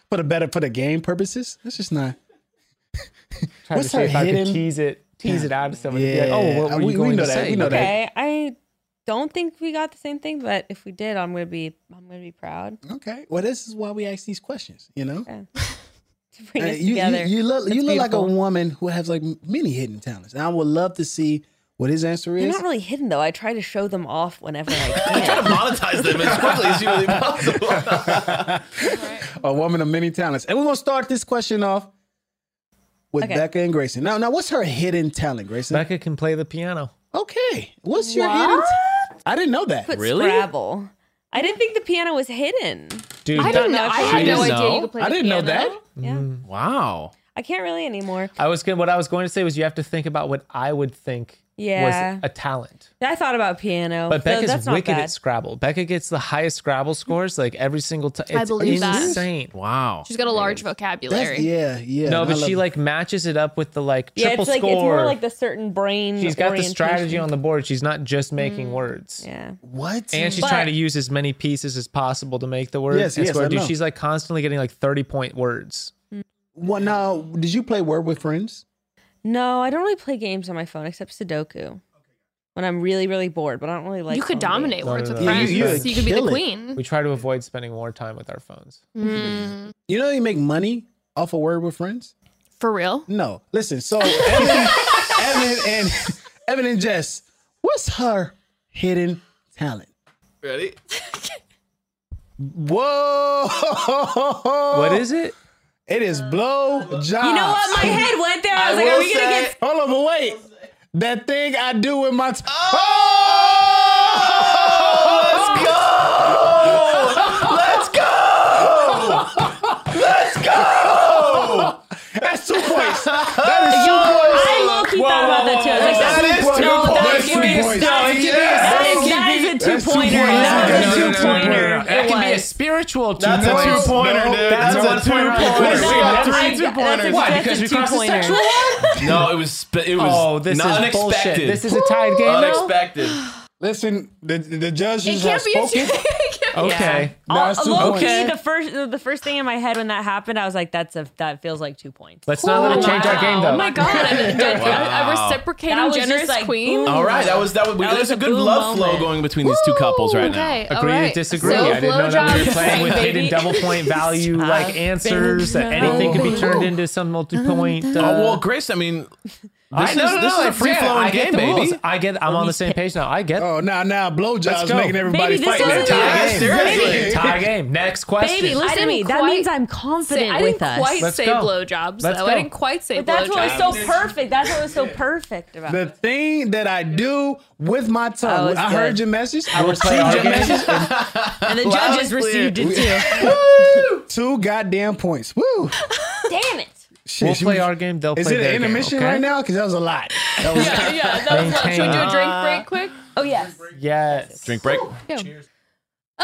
Speaker 7: for the better, for the game purposes, let's just not.
Speaker 8: Trying
Speaker 7: What's
Speaker 8: to see
Speaker 7: her
Speaker 8: if I could
Speaker 7: hidden-
Speaker 8: tease it tease it out of someone. and be
Speaker 7: Yeah.
Speaker 8: like, oh, what
Speaker 7: Uh,
Speaker 8: were you
Speaker 7: we- we
Speaker 8: going
Speaker 7: know
Speaker 8: to
Speaker 7: that.
Speaker 8: say?
Speaker 7: We know that.
Speaker 5: Okay, I don't think we got the same thing, but if we did, I'm gonna be I'm gonna be proud.
Speaker 7: Okay, well, this is why we ask these questions. You know,
Speaker 5: To bring
Speaker 7: Uh,
Speaker 5: us
Speaker 7: you, you
Speaker 5: together.
Speaker 7: you look you
Speaker 5: That's
Speaker 7: look like a
Speaker 5: beautiful.
Speaker 7: woman who has like many hidden talents, and I would love to see what his answer
Speaker 5: They're
Speaker 7: is.
Speaker 5: not really hidden though. I try to show them off whenever I can.
Speaker 6: Monetize them as quickly as humanly possible.
Speaker 7: a woman of many talents, and we're gonna start this question off with
Speaker 5: Okay.
Speaker 7: Becca and Grayson. Now, now, what's her hidden talent, Grayson?
Speaker 8: Becca can play the piano.
Speaker 7: okay, what's your hidden? T- I didn't know that.
Speaker 5: Put
Speaker 6: Really?
Speaker 5: Scrabble. I didn't think the piano was hidden.
Speaker 8: Dude,
Speaker 2: I didn't know. I had no
Speaker 6: didn't
Speaker 2: idea you
Speaker 6: know?
Speaker 2: could play
Speaker 7: I
Speaker 2: the
Speaker 7: didn't know
Speaker 2: piano.
Speaker 7: that.
Speaker 5: Yeah,
Speaker 6: Mm. Wow.
Speaker 5: I can't really anymore.
Speaker 8: I was going. What I was going to say was, you have to think about what I would think
Speaker 5: Yeah.
Speaker 8: was a talent.
Speaker 5: I thought about piano,
Speaker 8: But
Speaker 5: so
Speaker 8: Becca's
Speaker 5: that's not
Speaker 8: wicked
Speaker 5: bad.
Speaker 8: at Scrabble. Becca gets the highest Scrabble scores like every single time.
Speaker 2: I
Speaker 8: It's
Speaker 2: believe that.
Speaker 8: insane.
Speaker 6: Wow.
Speaker 2: She's got a large vocabulary.
Speaker 7: That's, yeah, yeah.
Speaker 8: No,
Speaker 7: I
Speaker 8: but
Speaker 7: love
Speaker 8: she
Speaker 7: it.
Speaker 8: like matches it up with the like
Speaker 5: yeah,
Speaker 8: triple
Speaker 5: it's like
Speaker 8: score.
Speaker 5: it's more like the certain brain.
Speaker 8: She's got the
Speaker 5: orientation. Mm.
Speaker 8: strategy on the board. She's not just making words.
Speaker 5: Yeah.
Speaker 7: what?
Speaker 8: And she's
Speaker 5: But-
Speaker 8: trying to use as many pieces as possible to make the words.
Speaker 7: Yes,
Speaker 8: and
Speaker 7: yes,
Speaker 8: score.
Speaker 7: I
Speaker 8: Dude,
Speaker 7: know.
Speaker 8: she's like constantly getting like 30 point words.
Speaker 7: Well, now, did you play Word with Friends?
Speaker 5: No, I don't really play games on my phone except Sudoku when I'm really, really bored, but I don't really like
Speaker 2: you could
Speaker 5: phone games.
Speaker 2: dominate words
Speaker 8: no,
Speaker 2: with
Speaker 8: no, no.
Speaker 2: friends.
Speaker 8: You- you
Speaker 2: so you could be the
Speaker 7: kill it.
Speaker 2: queen.
Speaker 8: We try to avoid spending more time with our phones.
Speaker 2: Mm,
Speaker 7: You know you make money off of Word with Friends?
Speaker 2: for real?
Speaker 7: No.
Speaker 5: <laughs>
Speaker 7: Listen, so Evan, Evan and Evan and Jess, what's her hidden talent?
Speaker 6: Ready?
Speaker 7: Whoa!
Speaker 8: What is it?
Speaker 7: It is blow job.
Speaker 5: You know what? My head went there. I was like, are we going to get.
Speaker 7: Hold on, but wait. That thing I do with my. T- oh! Let's go! Let's go! Let's go! That's two points.
Speaker 5: I low key thought about that too. I was like,
Speaker 7: That
Speaker 5: that's-
Speaker 7: is two
Speaker 5: no,
Speaker 7: points.
Speaker 5: that's
Speaker 7: That's two
Speaker 5: giving-
Speaker 7: points.
Speaker 5: that's
Speaker 7: Yes.
Speaker 5: giving- that is- that is a
Speaker 7: That's two
Speaker 5: two pointer.
Speaker 7: points.
Speaker 5: That
Speaker 7: That's
Speaker 5: is
Speaker 7: two
Speaker 5: a two
Speaker 7: pointer.
Speaker 5: pointer.
Speaker 8: It
Speaker 5: It
Speaker 8: can be a
Speaker 5: was.
Speaker 8: spiritual two
Speaker 6: That's
Speaker 8: points.
Speaker 6: a two pointer,
Speaker 7: No,
Speaker 6: dude. That's,
Speaker 7: that's a
Speaker 6: a two
Speaker 7: two-pointer.
Speaker 6: pointer.
Speaker 7: No,
Speaker 6: We got
Speaker 5: I-
Speaker 6: three two
Speaker 5: that's a-
Speaker 6: pointers.
Speaker 5: that's a
Speaker 8: Because we crossed the
Speaker 5: two-pointer.
Speaker 8: sexual
Speaker 6: No, it was sp- it was
Speaker 8: Oh, this is
Speaker 6: not
Speaker 8: bullshit.
Speaker 6: unexpected.
Speaker 8: This is a tied game now?
Speaker 6: unexpected.
Speaker 7: Listen, the, the judges
Speaker 2: It
Speaker 7: have
Speaker 2: can't be a
Speaker 7: spoken.
Speaker 2: <laughs>
Speaker 8: Oh, Okay.
Speaker 7: Now it's two
Speaker 5: Low
Speaker 7: points.
Speaker 5: key, Oh, the first the first thing in my head when that happened, I was like, "That's a that feels like two points."
Speaker 8: Let's not let it change our game though.
Speaker 2: Oh
Speaker 8: <laughs>
Speaker 2: my god! I'm a-
Speaker 6: Wow.
Speaker 2: A reciprocating
Speaker 5: That was just
Speaker 2: generous
Speaker 5: like,
Speaker 2: queen.
Speaker 5: boom.
Speaker 6: All right, that was that was,
Speaker 5: That
Speaker 6: there's
Speaker 5: was
Speaker 6: a
Speaker 5: a
Speaker 6: good
Speaker 5: boom
Speaker 6: love flow
Speaker 5: moment.
Speaker 6: going between these two couples right now.
Speaker 2: Okay. all
Speaker 8: Agree
Speaker 2: right.
Speaker 8: to disagree.
Speaker 2: So,
Speaker 8: I didn't know that we were
Speaker 2: blowjobs,
Speaker 8: playing
Speaker 2: <laughs>
Speaker 8: with
Speaker 2: baby.
Speaker 8: hidden double point value like answers that anything could be turned into some multi point.
Speaker 6: Oh
Speaker 8: Uh,
Speaker 6: well, Grace. I mean, This is, this is a
Speaker 8: it's-
Speaker 6: free flowing
Speaker 8: I get
Speaker 6: game,
Speaker 8: the
Speaker 6: baby.
Speaker 8: rules. I get. I'm on the same page now. I get.
Speaker 7: Oh, now now blowjobs
Speaker 8: go.
Speaker 7: making everybody
Speaker 10: Baby, this
Speaker 7: fight that
Speaker 10: doesn't
Speaker 7: tie
Speaker 6: even- Yeah,
Speaker 7: game.
Speaker 6: seriously.
Speaker 8: Tie game. Next question.
Speaker 10: Baby, listen to
Speaker 2: didn't
Speaker 10: me. That
Speaker 2: quite
Speaker 10: means I'm
Speaker 2: Say-
Speaker 10: confident
Speaker 2: I
Speaker 10: with
Speaker 2: didn't
Speaker 10: us.
Speaker 2: quite
Speaker 8: Let's
Speaker 2: say
Speaker 8: go.
Speaker 2: blowjobs,
Speaker 8: Let's
Speaker 2: though.
Speaker 8: go.
Speaker 2: I didn't quite say
Speaker 11: That's what was
Speaker 2: blowjobs.
Speaker 11: so perfect. That's what was so perfect about
Speaker 7: The thing that I do with my
Speaker 10: Oh,
Speaker 7: tongue.
Speaker 10: it's
Speaker 7: I
Speaker 10: good.
Speaker 7: heard your message. I received
Speaker 8: play our
Speaker 7: your
Speaker 8: game.
Speaker 7: message.
Speaker 10: and the judges
Speaker 6: clear.
Speaker 10: received it too.
Speaker 7: Two goddamn points. Woo!
Speaker 11: it. Damn it.
Speaker 7: Shit,
Speaker 8: We'll
Speaker 7: you-
Speaker 8: play our game. They'll
Speaker 7: Is
Speaker 8: play
Speaker 7: it
Speaker 8: their
Speaker 7: an intermission
Speaker 8: game, okay?
Speaker 7: right now? Because that was a lot. That was
Speaker 2: Yeah, yeah. That was, should we do a drink break quick?
Speaker 11: Oh yes.
Speaker 8: Yes.
Speaker 6: Drink break.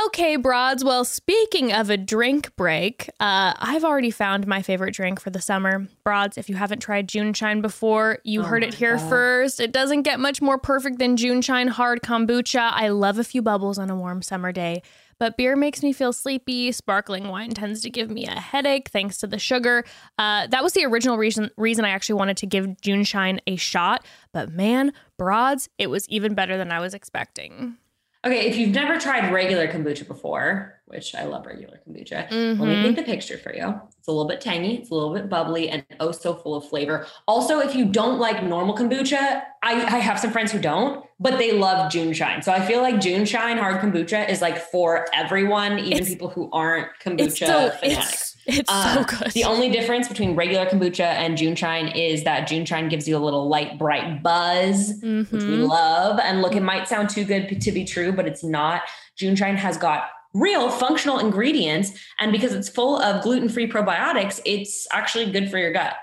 Speaker 2: Okay, broads. Well, speaking of a drink break, uh, I've already found my favorite drink for the summer. Broads, if you haven't tried Juneshine before, you heard it here first. It doesn't get much more perfect than Juneshine hard kombucha. I love a few bubbles on a warm summer day, but beer makes me feel sleepy. Sparkling wine tends to give me a headache thanks to the sugar. Uh, that was the original reason reason I actually wanted to give Juneshine a shot. But man, broads, it was even better than I was expecting. <laughs>
Speaker 5: Okay, if you've never tried regular kombucha before, which I love regular kombucha, let me
Speaker 11: Mm-hmm.
Speaker 2: Mhm.
Speaker 5: paint the picture for you. It's a little bit tangy, it's a little bit bubbly, and oh so full of flavor. Also, if you don't like normal kombucha, I, I have some friends who don't, but they love June Shine. So I feel like June Shine hard kombucha is like for everyone, even
Speaker 2: It's-
Speaker 5: people who aren't kombucha
Speaker 2: It's so
Speaker 5: fanatics.
Speaker 2: it's, it's
Speaker 5: Uh,
Speaker 2: so good.
Speaker 5: The only difference between regular kombucha and Juneshine is that Juneshine gives you a little light, bright buzz, which we
Speaker 2: Mhm.
Speaker 5: love. And look, it might sound too good p- to be true, but it's not. Juneshine has got real functional ingredients, and because it's full of gluten-free probiotics, it's actually good for your gut.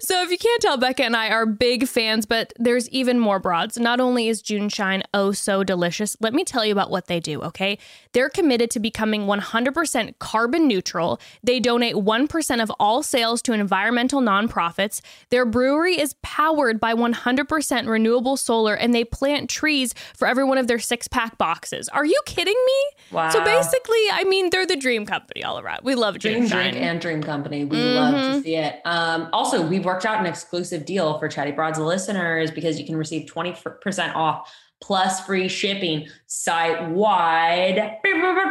Speaker 2: So if you can't tell, Becca and I are big fans, but there's even more broads. Not only is June Shine oh so delicious, let me tell you about what they do, okay? They're committed to becoming 100% carbon neutral. They donate 1% of all sales to environmental nonprofits. Their brewery is powered by 100% renewable solar and they plant trees for every one of their six-pack boxes. Are you kidding me?
Speaker 5: Wow.
Speaker 2: So basically, I mean, they're the dream company all around. We love
Speaker 5: Dream
Speaker 2: June Shine.
Speaker 5: Drink and Dream Company. We love to see it. Um, also, we worked out an exclusive deal for Chatty Broads listeners because you can receive 20% off plus free shipping site wide.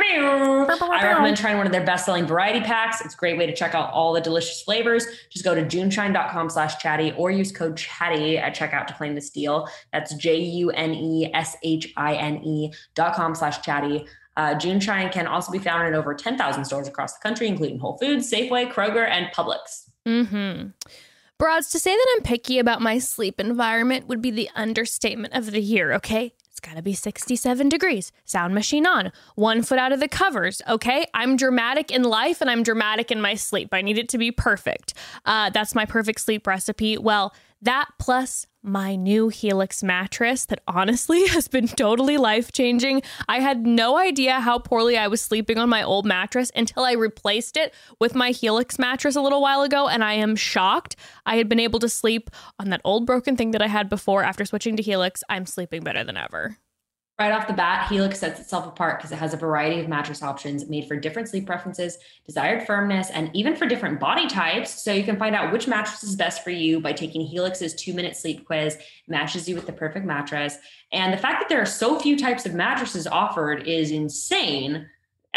Speaker 5: I recommend trying one of their best selling variety packs. It's a great way to check out all the delicious flavors. Just go to juneshine.com slash chatty or use code chatty at checkout to claim this deal. That's J U N E S H I N E dot com slash chatty. Uh, June Shine can also be found in over 10,000 stores across the country, including Whole Foods, Safeway, Kroger, and Publix.
Speaker 2: Mm-hmm. Broads, to say that I'm picky about my sleep environment would be the understatement of the year, okay? It's gotta be 67 degrees, sound machine on, one foot out of the covers, okay? I'm dramatic in life and I'm dramatic in my sleep. I need it to be perfect. Uh, that's my perfect sleep recipe. Well, that plus my new Helix mattress that honestly <laughs> has been totally life changing. I had no idea how poorly I was sleeping on my old mattress until I replaced it with my Helix mattress a little while ago, and I am shocked. I had been able to sleep on that old broken thing that I had before. After switching to Helix, I'm sleeping better than ever.
Speaker 5: Right off the bat, Helix sets itself apart because it has a variety of mattress options made for different sleep preferences, desired firmness, and even for different body types. So you can find out which mattress is best for you by taking Helix's two minute sleep quiz, matches you with the perfect mattress. And the fact that there are so few types of mattresses offered is insane.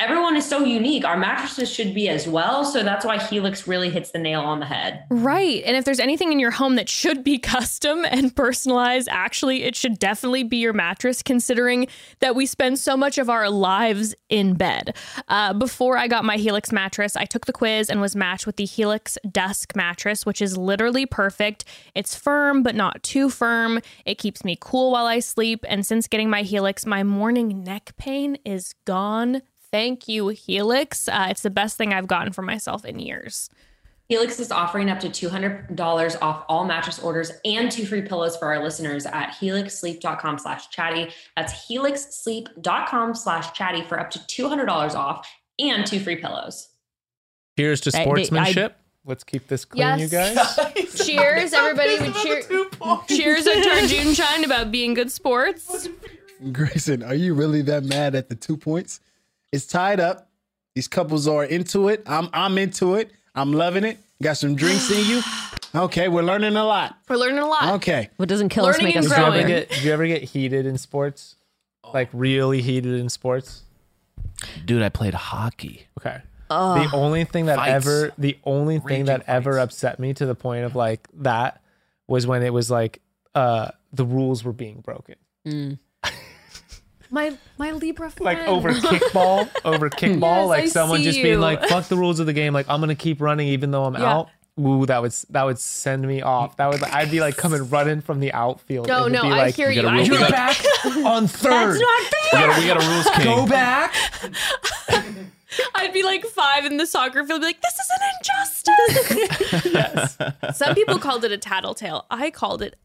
Speaker 5: Everyone is so unique. Our mattresses should be as well. So that's why Helix really hits the nail on the head.
Speaker 2: Right. And if there's anything in your home that should be <laughs> custom and personalized, actually, it should definitely be your mattress, considering that we spend so much of our lives in bed. Uh, before I got my Helix mattress, I took the quiz and was matched with the Helix Dusk mattress, which is literally perfect. It's firm, but not too firm. It keeps me cool while I sleep. And since getting my Helix, my morning neck pain is gone. Thank you, Helix. Uh, it's the best thing I've gotten for myself in years.
Speaker 5: Helix is offering up to $200 off all mattress orders and two free pillows for our listeners at helixsleep.com slash chatty. That's helixsleep.com slash chatty for up to $200 off and two free pillows.
Speaker 8: Here's to
Speaker 10: I- I-
Speaker 8: sportsmanship. Let's keep this clean,
Speaker 2: Yes.
Speaker 8: you
Speaker 2: <laughs>
Speaker 8: guys.
Speaker 2: Cheers, everybody. We cheer- cheers at
Speaker 6: <laughs>
Speaker 2: our June Shine about being good sports.
Speaker 7: Grayson, are you really that mad at the two points? It's tied up. These couples are into it. I'm I'm into it. I'm loving it. Got some drinks
Speaker 8: <sighs>
Speaker 7: in you. Okay, we're learning a lot.
Speaker 2: We're learning a lot.
Speaker 7: Okay.
Speaker 10: What doesn't kill us
Speaker 2: Learning
Speaker 10: make
Speaker 2: and
Speaker 10: us
Speaker 8: Did you ever
Speaker 2: growing.
Speaker 8: get? Did you ever get heated in sports? Like really heated in sports?
Speaker 6: Dude, I played hockey.
Speaker 8: Okay. the only thing that
Speaker 6: Fights.
Speaker 8: ever, the only thing
Speaker 6: Raging
Speaker 8: that ever
Speaker 6: fights.
Speaker 8: upset me to the point of like that was when it was like uh the rules were being broken.
Speaker 6: Mm.
Speaker 8: <laughs>
Speaker 2: My my Libra friend.
Speaker 8: Like
Speaker 2: <laughs>
Speaker 8: over kickball, over kickball,
Speaker 2: Yes,
Speaker 8: like
Speaker 2: I
Speaker 8: someone
Speaker 2: see
Speaker 8: just being
Speaker 2: you.
Speaker 8: like, fuck the rules of the game, like I'm gonna keep running even though I'm
Speaker 2: Yeah.
Speaker 8: out. Ooh, that would that would send me off. That would I'd be like coming running from the outfield.
Speaker 2: No,
Speaker 8: and it'd
Speaker 2: no,
Speaker 8: be
Speaker 2: I
Speaker 8: like,
Speaker 2: hear you.
Speaker 6: gotta
Speaker 2: I
Speaker 6: rule
Speaker 2: hear
Speaker 6: it
Speaker 2: you.
Speaker 8: back
Speaker 6: <laughs>
Speaker 8: on third.
Speaker 5: That's not
Speaker 6: We
Speaker 5: fair.
Speaker 6: got, a- we got a rules king.
Speaker 8: Go back.
Speaker 2: I'd be like five in the soccer field, be like, this is an injustice.
Speaker 6: <laughs>
Speaker 2: yes. Some people called it a tattletale. I called it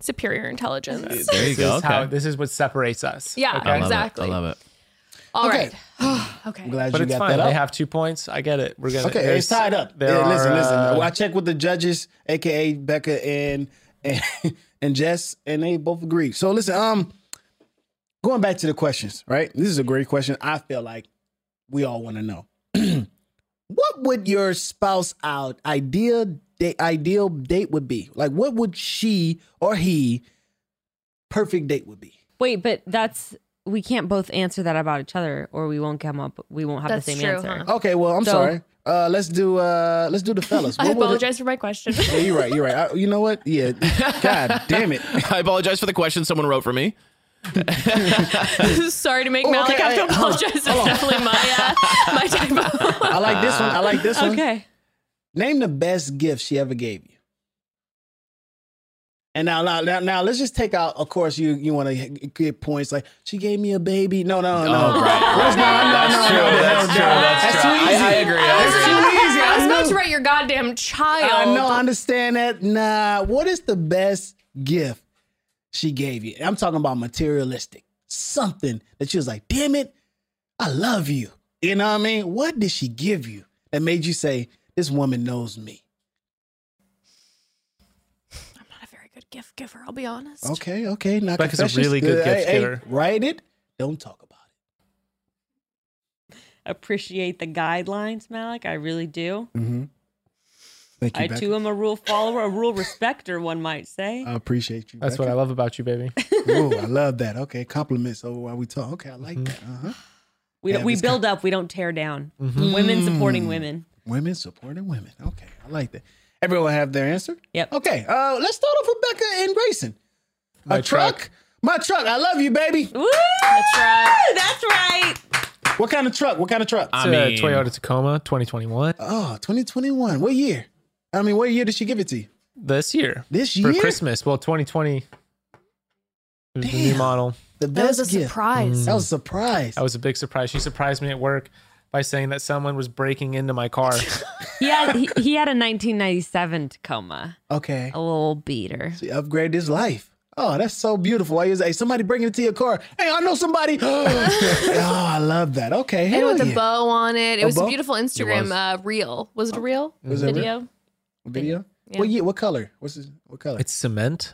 Speaker 2: superior intelligence.
Speaker 6: There you
Speaker 8: This
Speaker 6: go.
Speaker 8: is
Speaker 6: Okay.
Speaker 8: how this is what separates us.
Speaker 2: Yeah,
Speaker 6: I love
Speaker 2: exactly.
Speaker 6: It. I love it. <laughs>
Speaker 2: All
Speaker 7: Okay.
Speaker 2: right. <sighs> okay.
Speaker 7: I'm glad
Speaker 8: But
Speaker 7: you
Speaker 8: it's
Speaker 7: got
Speaker 8: fine.
Speaker 7: that
Speaker 8: They
Speaker 7: up.
Speaker 8: have two points. I get it. We're gonna
Speaker 7: okay,
Speaker 8: there's-
Speaker 7: it's tied up.
Speaker 8: There
Speaker 7: Yeah, listen,
Speaker 8: are,
Speaker 7: listen.
Speaker 8: uh,
Speaker 7: I checked with the judges, aka Becca and and, <laughs> and Jess, and they both agreed. So listen, um, going back to the questions, right? This is a great question. I feel like we all want to know. <clears throat> what would your spouse out ideal date ideal date would be? Like what would she or he perfect date would be?
Speaker 12: Wait, but that's we can't both answer that about each other, or we won't come up. We won't have
Speaker 2: That's
Speaker 12: the same
Speaker 2: true,
Speaker 12: answer.
Speaker 2: huh?
Speaker 7: Okay, well, I'm
Speaker 12: So-
Speaker 7: sorry. Uh, let's do uh, let's do the fellas.
Speaker 2: <laughs> I
Speaker 7: What would it-
Speaker 2: apologize for my question.
Speaker 7: Yeah, you're right. You're right. I, you know what? Yeah. God damn it.
Speaker 6: I apologize for the question someone wrote for me.
Speaker 2: <laughs> Sorry to make
Speaker 7: Oh,
Speaker 2: Malik
Speaker 7: okay,
Speaker 2: have
Speaker 7: I-
Speaker 2: to
Speaker 7: hold on,
Speaker 2: apologize. It's definitely my uh, my typo. <laughs>
Speaker 7: I like this one. I like this one.
Speaker 12: Okay.
Speaker 7: Name the best gift she ever gave you. And now, now, now, now let's just take out. Of course, you you want to get points like she gave me a baby. No, no, no.
Speaker 6: Oh, <laughs> right.
Speaker 7: Let's not- no,
Speaker 6: That's
Speaker 7: no,
Speaker 6: true.
Speaker 7: no, no,
Speaker 6: That's
Speaker 7: no,
Speaker 6: true.
Speaker 7: no.
Speaker 6: That's true.
Speaker 7: That's too
Speaker 6: I-
Speaker 7: easy.
Speaker 6: I agree. I
Speaker 7: That's
Speaker 6: agree.
Speaker 7: too easy.
Speaker 2: I was about to
Speaker 7: know.
Speaker 2: write your goddamn child.
Speaker 7: I know. I understand that. Nah. What is the best gift she gave you? I'm talking about materialistic. Something that she was like, damn it, I love you. You know what I mean? What did she give you that made you say, this woman knows me?
Speaker 2: I'm not a very good gift giver. I'll be honest.
Speaker 7: Okay, okay. Not
Speaker 8: Becca's a
Speaker 7: confessions.
Speaker 8: really good
Speaker 7: Uh, hey,
Speaker 8: gift
Speaker 7: hey,
Speaker 8: giver.
Speaker 7: write it. Don't talk about it.
Speaker 12: Appreciate the guidelines, Malik. I really do.
Speaker 8: Mm-hmm.
Speaker 7: Thank you,
Speaker 12: I
Speaker 7: Becca.
Speaker 12: too am a rule follower, a rule respecter, one might say.
Speaker 7: I appreciate you.
Speaker 8: That's what I love about you,
Speaker 7: <laughs>
Speaker 8: baby.
Speaker 7: I love. Ooh, I love that. Okay, compliments over while we talk. Okay, I like
Speaker 8: Mm-hmm.
Speaker 7: that. Uh-huh.
Speaker 12: We
Speaker 7: Yeah,
Speaker 12: don't, we
Speaker 7: this Mm-hmm. Mm.
Speaker 12: build up, we don't tear down. Women supporting women.
Speaker 7: Women supporting women. Okay, I like that. Everyone have their answer?
Speaker 12: Yep.
Speaker 7: Okay, uh, let's start off with Becca and Grayson. a truck.
Speaker 8: truck.
Speaker 7: My truck. I love you, baby.
Speaker 12: Woo! That's right. That's right.
Speaker 7: What kind of truck? What kind of truck?
Speaker 6: I
Speaker 8: It's a
Speaker 6: mean,
Speaker 8: Toyota Tacoma 2021
Speaker 7: oh, 2021. What year? I mean, what year did she give it to you?
Speaker 8: this year
Speaker 7: This
Speaker 8: for
Speaker 7: year?
Speaker 8: Christmas. Well, 2020 it was the new
Speaker 7: Damn.
Speaker 8: model.
Speaker 7: The
Speaker 2: That was
Speaker 7: best
Speaker 2: a
Speaker 7: gift. Mm.
Speaker 2: surprise.
Speaker 7: That was a surprise.
Speaker 8: That Mm. was a big surprise. She surprised me at work by saying that someone was breaking into my
Speaker 7: <laughs>
Speaker 8: car.
Speaker 12: He had, he, he had a 1997 Tacoma,
Speaker 7: Okay.
Speaker 12: a little beater.
Speaker 7: to upgrade his life. Oh, that's so beautiful. Why is hey, somebody bringing it to your car? Hey, I know
Speaker 6: <laughs>
Speaker 7: somebody. <gasps> oh, I love that. Okay,
Speaker 2: And
Speaker 7: hell
Speaker 2: with
Speaker 7: yeah.
Speaker 2: a bow on it. It
Speaker 7: A
Speaker 2: was a
Speaker 7: bow?
Speaker 2: beautiful Instagram uh, reel. Was it a reel?
Speaker 7: Was it a
Speaker 2: <laughs> Video?
Speaker 7: video. What year? What color? What's his, what color?
Speaker 8: It's cement.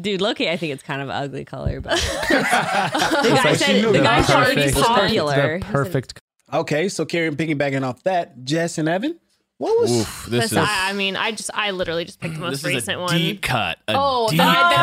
Speaker 12: Dude, Loki, I think it's kind of an ugly
Speaker 2: <laughs>
Speaker 12: color, but the guy
Speaker 7: she
Speaker 12: said
Speaker 7: knew
Speaker 12: the
Speaker 7: that.
Speaker 12: guy said
Speaker 8: Perfect.
Speaker 12: it's popular.
Speaker 8: The perfect.
Speaker 12: <laughs>
Speaker 7: okay, so Karen piggybacking off that, Jess and Evan. What was?
Speaker 6: Oof, this
Speaker 2: This- I, I mean, I just, I literally just
Speaker 6: <laughs>
Speaker 2: picked the most
Speaker 6: this is
Speaker 2: recent
Speaker 6: a
Speaker 2: one.
Speaker 6: deep cut. A
Speaker 2: Oh,
Speaker 6: deep
Speaker 2: that-
Speaker 6: cut.
Speaker 2: that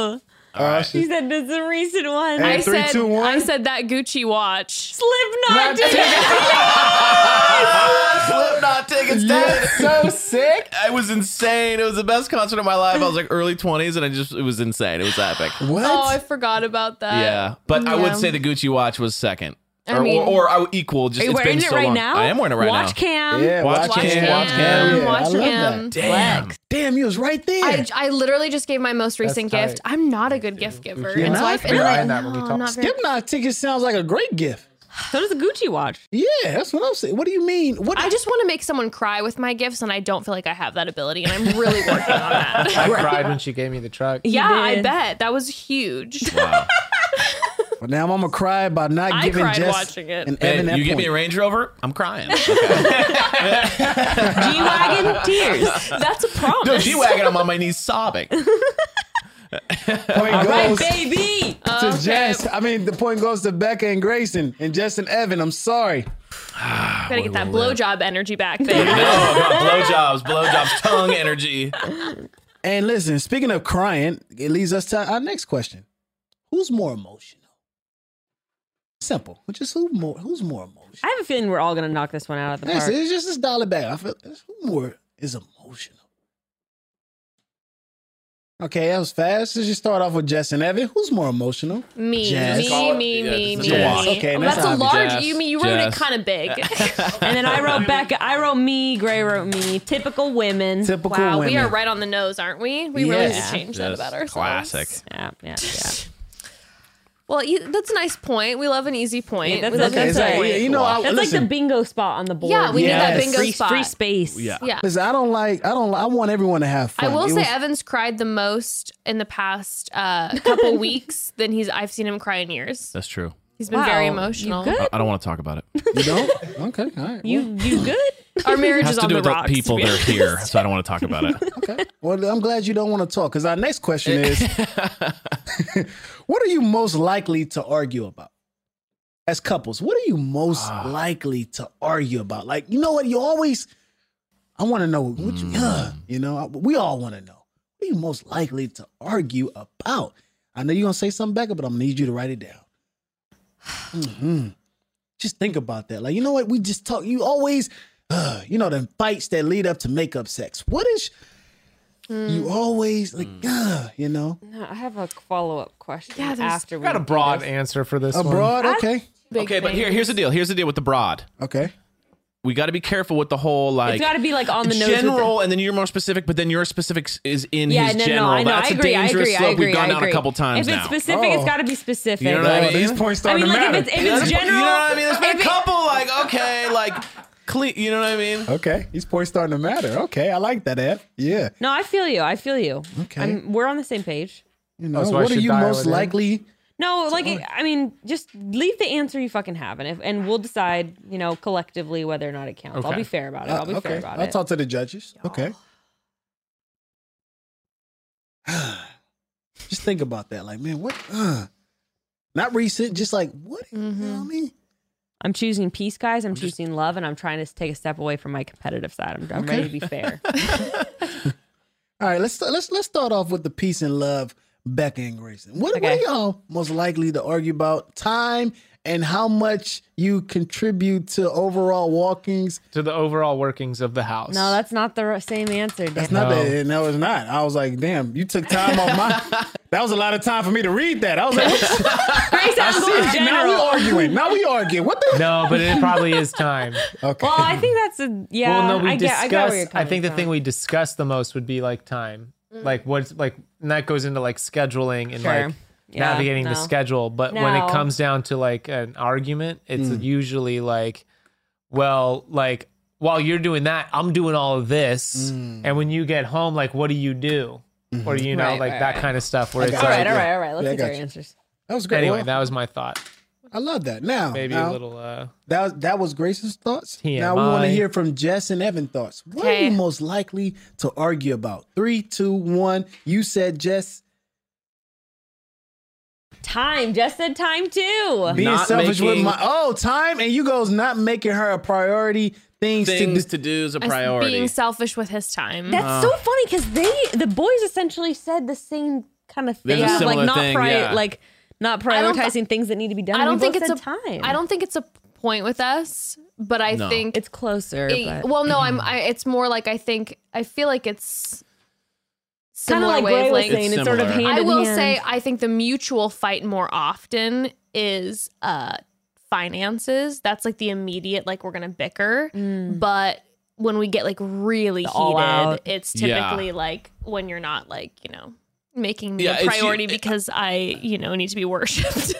Speaker 2: mine's wrong.
Speaker 7: All right.
Speaker 12: He said it's a recent one.
Speaker 7: Hey.
Speaker 2: Oh. I
Speaker 7: Three,
Speaker 2: said,
Speaker 7: two, one.
Speaker 2: I said that Gucci watch. <laughs>
Speaker 12: Slipknot did it. <laughs>
Speaker 6: Slipknot tickets.
Speaker 7: That's
Speaker 6: <laughs>
Speaker 7: so sick.
Speaker 6: It was insane. It was the best concert of my life. I was like early twenties, and I just it was insane. It was epic.
Speaker 7: What?
Speaker 2: Oh, I forgot about that.
Speaker 6: yeah, but I
Speaker 2: yeah.
Speaker 6: would say the Gucci watch was second,
Speaker 2: I
Speaker 6: or,
Speaker 2: mean-
Speaker 6: or, or I would equal. Just
Speaker 12: Are you
Speaker 6: it's
Speaker 12: wearing
Speaker 6: been
Speaker 12: it
Speaker 6: so
Speaker 12: right
Speaker 6: long.
Speaker 12: now?
Speaker 6: I am wearing it right
Speaker 12: Watch
Speaker 6: now.
Speaker 12: Cam.
Speaker 7: yeah,
Speaker 6: Watch
Speaker 7: watch
Speaker 6: him,
Speaker 7: him.
Speaker 6: watch him.
Speaker 7: Yeah, I
Speaker 2: Watch
Speaker 7: love
Speaker 2: him.
Speaker 7: That.
Speaker 6: Damn.
Speaker 7: Damn, you was right there.
Speaker 2: I, I literally just gave my most recent
Speaker 8: tight.
Speaker 2: gift. I'm not a good gift giver.
Speaker 8: You're
Speaker 2: and so
Speaker 7: not?
Speaker 2: I feel
Speaker 7: We're
Speaker 2: like-
Speaker 8: eyeing that when we
Speaker 2: no,
Speaker 8: talk.
Speaker 2: I'm not very-
Speaker 7: Slipknot ticket sounds like a great gift.
Speaker 12: So does the
Speaker 6: <laughs>
Speaker 12: Gucci watch.
Speaker 7: Yeah, that's what I'm saying. What do you mean? What?
Speaker 2: I just want to make someone cry with my gifts, and I don't feel like I have that ability, and I'm really working on
Speaker 8: I
Speaker 12: <laughs>
Speaker 2: that.
Speaker 8: cried when she gave me the truck.
Speaker 2: yeah, I
Speaker 12: did.
Speaker 2: bet that was huge.
Speaker 6: Wow.
Speaker 7: Well, now I'm gonna cry by not
Speaker 2: I
Speaker 7: giving
Speaker 2: cried
Speaker 7: Jess
Speaker 2: watching it.
Speaker 7: and
Speaker 6: Man,
Speaker 7: Evan that
Speaker 6: you give
Speaker 7: point.
Speaker 6: me a Range Rover, I'm <laughs> crying. Okay.
Speaker 12: G
Speaker 6: <laughs>
Speaker 12: Wagon tears.
Speaker 7: <laughs>
Speaker 2: That's a promise.
Speaker 6: no G wagon, I'm on my knees <laughs> sobbing.
Speaker 7: Point
Speaker 12: All right,
Speaker 7: goes-
Speaker 12: baby.
Speaker 7: to Jess. I mean, the point goes to Becca and Grayson and Jess and Evan. I'm sorry.
Speaker 2: Gotta get that blowjob energy back there.
Speaker 6: No, I got blowjobs, blowjobs, tongue energy.
Speaker 7: And listen, speaking of crying, it leads us to our next question: Who's more emotional? Simple, which is who more? Who's more emotional?
Speaker 12: I have a feeling we're all gonna knock this one out of the
Speaker 7: That's
Speaker 12: park.
Speaker 7: it. It's just this dollar bag. I feel it's who more is emotional. Okay, that was fast. Let's just start off with Jess and Evan. Who's more emotional?
Speaker 2: Me,
Speaker 7: Jazz.
Speaker 2: me, me, me, me.
Speaker 7: just a wash. Okay,
Speaker 2: Oh,
Speaker 7: that's
Speaker 2: that's a
Speaker 7: obvious.
Speaker 2: large.
Speaker 6: Jazz.
Speaker 2: You mean you wrote
Speaker 6: Jazz.
Speaker 2: it kind of big? <laughs>
Speaker 12: And then I wrote Becca. I wrote me. Gray wrote me. Typical women.
Speaker 7: Typical
Speaker 2: wow,
Speaker 7: women.
Speaker 2: we are right on the nose, aren't we? We really need
Speaker 7: Yes.
Speaker 2: to change that
Speaker 6: Just
Speaker 2: about ourselves.
Speaker 6: Classic.
Speaker 12: Yeah,
Speaker 6: <laughs> Oh,
Speaker 12: yeah, yeah.
Speaker 2: Well, you, that's a nice point. We love an easy point.
Speaker 12: Yeah,
Speaker 2: we
Speaker 12: that's
Speaker 2: love
Speaker 12: a
Speaker 2: an
Speaker 7: Okay,
Speaker 12: good
Speaker 7: it's
Speaker 2: easy
Speaker 12: point.
Speaker 7: like,
Speaker 2: point.
Speaker 7: yeah, you know, I,
Speaker 12: That's like
Speaker 7: listen,
Speaker 12: the bingo spot on the board.
Speaker 2: Yeah, we
Speaker 7: need that
Speaker 2: bingo
Speaker 12: free,
Speaker 2: spot.
Speaker 12: Free space.
Speaker 6: Yeah.
Speaker 2: Yeah.
Speaker 7: listen, I don't like. I don't. li- I want everyone to have
Speaker 2: I
Speaker 7: fun.
Speaker 2: will
Speaker 7: It
Speaker 2: say
Speaker 7: was-
Speaker 2: Evans cried the most in the past uh,
Speaker 12: <laughs>
Speaker 2: couple weeks than he's I've seen him cry in years.
Speaker 6: That's true.
Speaker 2: He's been
Speaker 12: Wow,
Speaker 2: very
Speaker 12: you
Speaker 2: emotional.
Speaker 12: good?
Speaker 6: I, I don't want to talk about
Speaker 12: <laughs>
Speaker 6: it.
Speaker 7: you don't. Okay, all right.
Speaker 12: You
Speaker 6: <laughs>
Speaker 12: you good? <laughs>
Speaker 2: Our marriage
Speaker 6: It has
Speaker 2: is
Speaker 6: to
Speaker 2: on
Speaker 6: do
Speaker 2: the
Speaker 6: with the
Speaker 2: rocks. to
Speaker 6: people
Speaker 2: be
Speaker 6: that are
Speaker 2: honest.
Speaker 6: here, so I don't want to talk about it.
Speaker 7: Okay. Well, I'm glad you don't want to talk because our next question
Speaker 6: <laughs>
Speaker 7: is What are you most likely to argue about? As couples, what are you most likely to argue about? Like, you know what? You always, I want to know what you, uh, you know, I- we all want to know. What are you most likely to argue about? I know you're going to say something, Becca, but I'm going to need you to write it down. hmm Just think about that. Like, you know what? We just talk, you always, uh, you know, the fights that lead up to makeup sex. What is, you always like, uh, you know,
Speaker 13: No, I have a follow up question
Speaker 2: Yeah, there's-
Speaker 13: after we
Speaker 8: Got a
Speaker 13: do
Speaker 8: broad
Speaker 13: this.
Speaker 8: answer for this one.
Speaker 7: abroad? Okay.
Speaker 2: Big
Speaker 6: okay, but
Speaker 2: thing.
Speaker 6: here, here's the deal. Here's the deal with the broad.
Speaker 7: Okay.
Speaker 6: We got to be careful with the whole like.
Speaker 12: it's got to be like on the nose. with it.
Speaker 6: general, and then you're more specific, but then your specifics is in
Speaker 12: Yeah,
Speaker 6: his
Speaker 12: no,
Speaker 6: general.
Speaker 12: no, I know.
Speaker 6: That's
Speaker 12: I agree.
Speaker 6: a
Speaker 12: I
Speaker 6: dangerous
Speaker 12: agree. I
Speaker 6: slope
Speaker 12: agree.
Speaker 6: we've gone
Speaker 12: I
Speaker 6: down a
Speaker 12: agree.
Speaker 6: couple times
Speaker 12: If it's
Speaker 6: now.
Speaker 12: specific,
Speaker 7: Oh.
Speaker 12: it's got to be specific.
Speaker 6: You know what I
Speaker 7: Oh,
Speaker 6: mean?
Speaker 7: these points
Speaker 12: I
Speaker 7: starting
Speaker 12: mean,
Speaker 7: to
Speaker 12: like
Speaker 7: matter.
Speaker 12: if it's if it's general,
Speaker 6: you know what I mean? It's been
Speaker 12: if
Speaker 6: a
Speaker 12: it-
Speaker 6: couple, like okay, like clean. You know what I mean?
Speaker 7: Okay, these points starting to matter. Okay, I like that, Ed. Yeah.
Speaker 12: No, I feel you. I feel you.
Speaker 7: Okay.
Speaker 12: I'm, we're on the same page.
Speaker 7: You know,
Speaker 8: That's why I
Speaker 7: what are
Speaker 8: should
Speaker 7: you
Speaker 8: dial
Speaker 7: most
Speaker 8: it in.
Speaker 7: likely?
Speaker 12: No, like I mean, just leave the answer you fucking have, and if and we'll decide, you know, collectively whether or not it counts. I'll
Speaker 6: Okay.
Speaker 12: be fair about it. I'll be
Speaker 7: Uh,
Speaker 12: fair
Speaker 7: okay,
Speaker 12: about
Speaker 7: I'll
Speaker 12: it.
Speaker 7: talk to the judges. Okay. <sighs> just think about that. Like, man, what? Uh, not recent. Just like what? You
Speaker 12: Mm-hmm.
Speaker 7: know what I mean?
Speaker 12: I'm choosing peace, guys. I'm choosing love, and I'm trying to take a step away from my competitive side. I'm, I'm ready to be fair.
Speaker 7: All right, let's let's let's start off with the peace and love, Becca and Grayson. What, what
Speaker 12: Okay.
Speaker 7: are y'all most likely to argue about? Time and how much you contribute to overall walkings.
Speaker 8: To the overall workings of the house.
Speaker 12: no, that's not the r- same answer. Dan.
Speaker 7: That's not
Speaker 8: No.
Speaker 7: that. No, it's not. I was like, damn, you took time off my. That was a lot of time for me to read that. I was like, what?
Speaker 12: Grace, I'm going
Speaker 7: See, now we
Speaker 12: general.
Speaker 7: arguing. Now we arguing. What
Speaker 8: <laughs>
Speaker 7: the?
Speaker 8: No, but it probably is
Speaker 12: <laughs>
Speaker 8: time.
Speaker 7: Okay.
Speaker 12: Well, I think that's a yeah.
Speaker 8: well, no, we
Speaker 12: I get, I,
Speaker 8: discuss.
Speaker 12: get where you're
Speaker 8: I,
Speaker 12: coming
Speaker 8: think the
Speaker 12: from. Mm.
Speaker 8: thing we discuss the most would be like time, like what's like, and that goes into like scheduling and
Speaker 12: Sure.
Speaker 8: like
Speaker 12: Yeah,
Speaker 8: navigating the
Speaker 12: no.
Speaker 8: schedule. But when
Speaker 12: No.
Speaker 8: it comes down to like an argument, it's usually like, well, like while you're doing that, I'm doing all of this, and when you get home, like, what do you do? Or you know,
Speaker 12: Right,
Speaker 8: like
Speaker 12: right,
Speaker 8: that
Speaker 12: right.
Speaker 8: kind of stuff. Where it's
Speaker 7: got
Speaker 12: All right,
Speaker 8: like,
Speaker 7: it.
Speaker 12: all right, all right.
Speaker 7: Yeah, I
Speaker 12: Let's get
Speaker 7: got
Speaker 12: our
Speaker 7: you.
Speaker 12: answer.
Speaker 7: that was great.
Speaker 8: anyway,
Speaker 7: Well,
Speaker 8: that was my thought.
Speaker 7: I love that. Now,
Speaker 8: Maybe
Speaker 7: now,
Speaker 8: a little. uh
Speaker 7: That was that was Grace's thoughts. Now we want to
Speaker 8: TMI.
Speaker 7: hear from Jess and Evan thoughts. What are
Speaker 2: Okay.
Speaker 7: you most likely to argue about? Three, two, one. You said Jess.
Speaker 12: Time. Jess said time too.
Speaker 7: Being
Speaker 6: Not
Speaker 7: selfish with
Speaker 6: making-
Speaker 7: my oh time and you goes not making her a priority. Things,
Speaker 6: Things
Speaker 7: to
Speaker 6: to do is a
Speaker 2: As
Speaker 6: priority.
Speaker 2: Being selfish with his time.
Speaker 12: That's
Speaker 6: Uh-huh.
Speaker 12: so funny because they the boys essentially said the same kind of
Speaker 6: There's
Speaker 12: thing,
Speaker 6: a
Speaker 12: of, like
Speaker 6: similar
Speaker 12: not
Speaker 6: thing,
Speaker 12: pri-
Speaker 6: yeah.
Speaker 12: like not
Speaker 2: don't thi-
Speaker 12: prioritizing things that need to be done.
Speaker 2: I don't
Speaker 12: We both
Speaker 2: think it's a
Speaker 12: said time.
Speaker 2: I don't think it's a point with us, but I
Speaker 6: No.
Speaker 2: think
Speaker 12: It's closer.
Speaker 2: it-
Speaker 12: but.
Speaker 2: well, no,
Speaker 12: <clears throat>
Speaker 2: I'm. I, it's more like I think I feel like it's
Speaker 12: kind
Speaker 2: similar
Speaker 12: of like Gray was
Speaker 2: wavelength.
Speaker 12: saying. It's,
Speaker 6: It's
Speaker 12: sort of
Speaker 6: similar.
Speaker 12: hand
Speaker 2: I
Speaker 12: in
Speaker 2: will
Speaker 12: hand.
Speaker 2: say I think the mutual fight more often is uh finances. That's like the immediate like we're gonna bicker. But when we get like really
Speaker 12: all
Speaker 2: heated,
Speaker 12: out.
Speaker 2: it's
Speaker 6: Yeah.
Speaker 2: typically like when you're not like, you know, making me a
Speaker 6: Yeah, it's-
Speaker 2: priority
Speaker 6: it-
Speaker 2: because I, you know, need to be worshipped.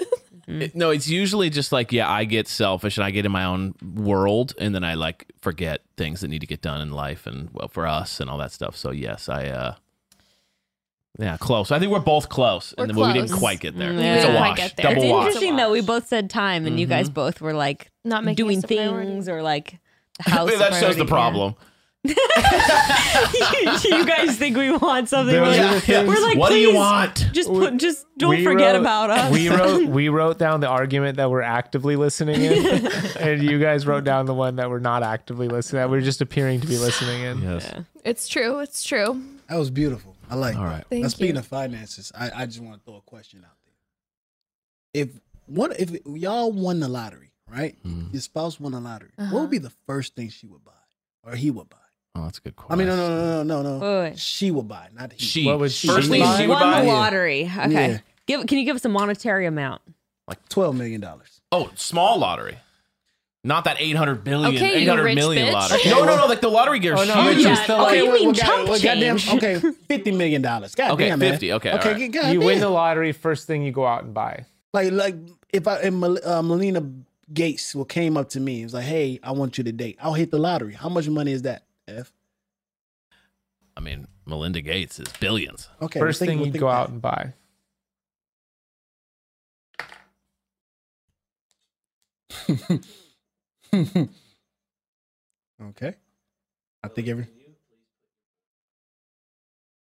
Speaker 6: It- no, it's usually just like yeah, I get selfish and I get in my own world, and then I like forget things that need to get done in life and well for us and all that stuff. So yes, I. uh yeah, close. I think we're both close,
Speaker 2: We're
Speaker 6: and then we didn't
Speaker 2: close.
Speaker 6: quite get there.
Speaker 12: Mm, we
Speaker 6: It's a
Speaker 12: didn't quite
Speaker 6: wash,
Speaker 2: get there.
Speaker 6: double Mm-hmm.
Speaker 12: it's
Speaker 6: wash.
Speaker 12: interesting though. We both said time, and you guys both were like
Speaker 2: not making
Speaker 12: doing
Speaker 2: us a priority.
Speaker 12: things or like the house.
Speaker 6: Yeah, <laughs> that shows the problem.
Speaker 12: priority, yeah. <laughs> you guys think we want something?
Speaker 8: There
Speaker 12: We're
Speaker 8: was
Speaker 12: like,
Speaker 8: other things.
Speaker 12: we're like,
Speaker 6: what do
Speaker 12: please,
Speaker 6: you want?
Speaker 12: Just put, just don't forget
Speaker 8: wrote-
Speaker 12: about us.
Speaker 8: We <laughs> wrote we wrote down the argument that we're actively listening <laughs> in, and you guys wrote down the one that we're not actively listening. That we're just appearing to be listening in.
Speaker 6: Yes.
Speaker 2: <laughs> It's true. It's true.
Speaker 7: that was beautiful. I like
Speaker 6: All
Speaker 7: that.
Speaker 6: right.
Speaker 2: Thank
Speaker 7: now, speaking
Speaker 2: you.
Speaker 7: of finances, I, I just want to throw a question out there. If what if y'all won the
Speaker 8: Mm-hmm.
Speaker 2: Uh-huh.
Speaker 7: lottery, right? Your spouse won the lottery. What would be the first thing she would buy or he would buy?
Speaker 6: Oh, that's a good question.
Speaker 7: I mean, no, no, no, no, no, no.
Speaker 12: Wait, wait.
Speaker 7: She will buy, not he.
Speaker 6: She.
Speaker 8: What would
Speaker 6: she
Speaker 8: firstly
Speaker 7: buy?
Speaker 8: she
Speaker 7: You
Speaker 8: would
Speaker 12: Won
Speaker 8: buy
Speaker 12: the
Speaker 7: Yeah.
Speaker 12: lottery. Okay.
Speaker 7: Yeah.
Speaker 12: Give can you give us a monetary amount?
Speaker 7: Twelve million dollars.
Speaker 6: Oh, small lottery. Not that 800 billion,
Speaker 2: Okay, you
Speaker 6: 800
Speaker 2: rich
Speaker 6: million
Speaker 2: bitch.
Speaker 6: lottery.
Speaker 7: Okay,
Speaker 6: no, no,
Speaker 7: well-
Speaker 6: no, like the lottery gear.
Speaker 8: Oh, no,
Speaker 6: huge.
Speaker 8: Richard's
Speaker 2: yeah.
Speaker 8: still like,
Speaker 2: Okay, well,
Speaker 7: wait,
Speaker 2: we
Speaker 7: well,
Speaker 2: chump
Speaker 7: well, goddamn,
Speaker 2: change.
Speaker 7: okay,
Speaker 2: <laughs>
Speaker 7: fifty million dollars. God
Speaker 6: Okay,
Speaker 7: damn, man.
Speaker 6: 50, okay,
Speaker 7: okay,
Speaker 6: alright.
Speaker 7: God
Speaker 8: you win the
Speaker 7: damn.
Speaker 8: lottery first thing you go out and buy
Speaker 7: like like if I and Mel- uh, Melina Gates well, came up to me and was like, "Hey, I want you to date. I'll hit the lottery. How much money is that?" F.
Speaker 6: I mean, Melinda Gates is billions.
Speaker 7: Okay.
Speaker 8: first
Speaker 7: we'll think-
Speaker 8: thing
Speaker 7: we'll
Speaker 8: you
Speaker 7: think
Speaker 8: go
Speaker 7: about
Speaker 8: out
Speaker 7: it.
Speaker 8: and buy
Speaker 7: Okay. I think every.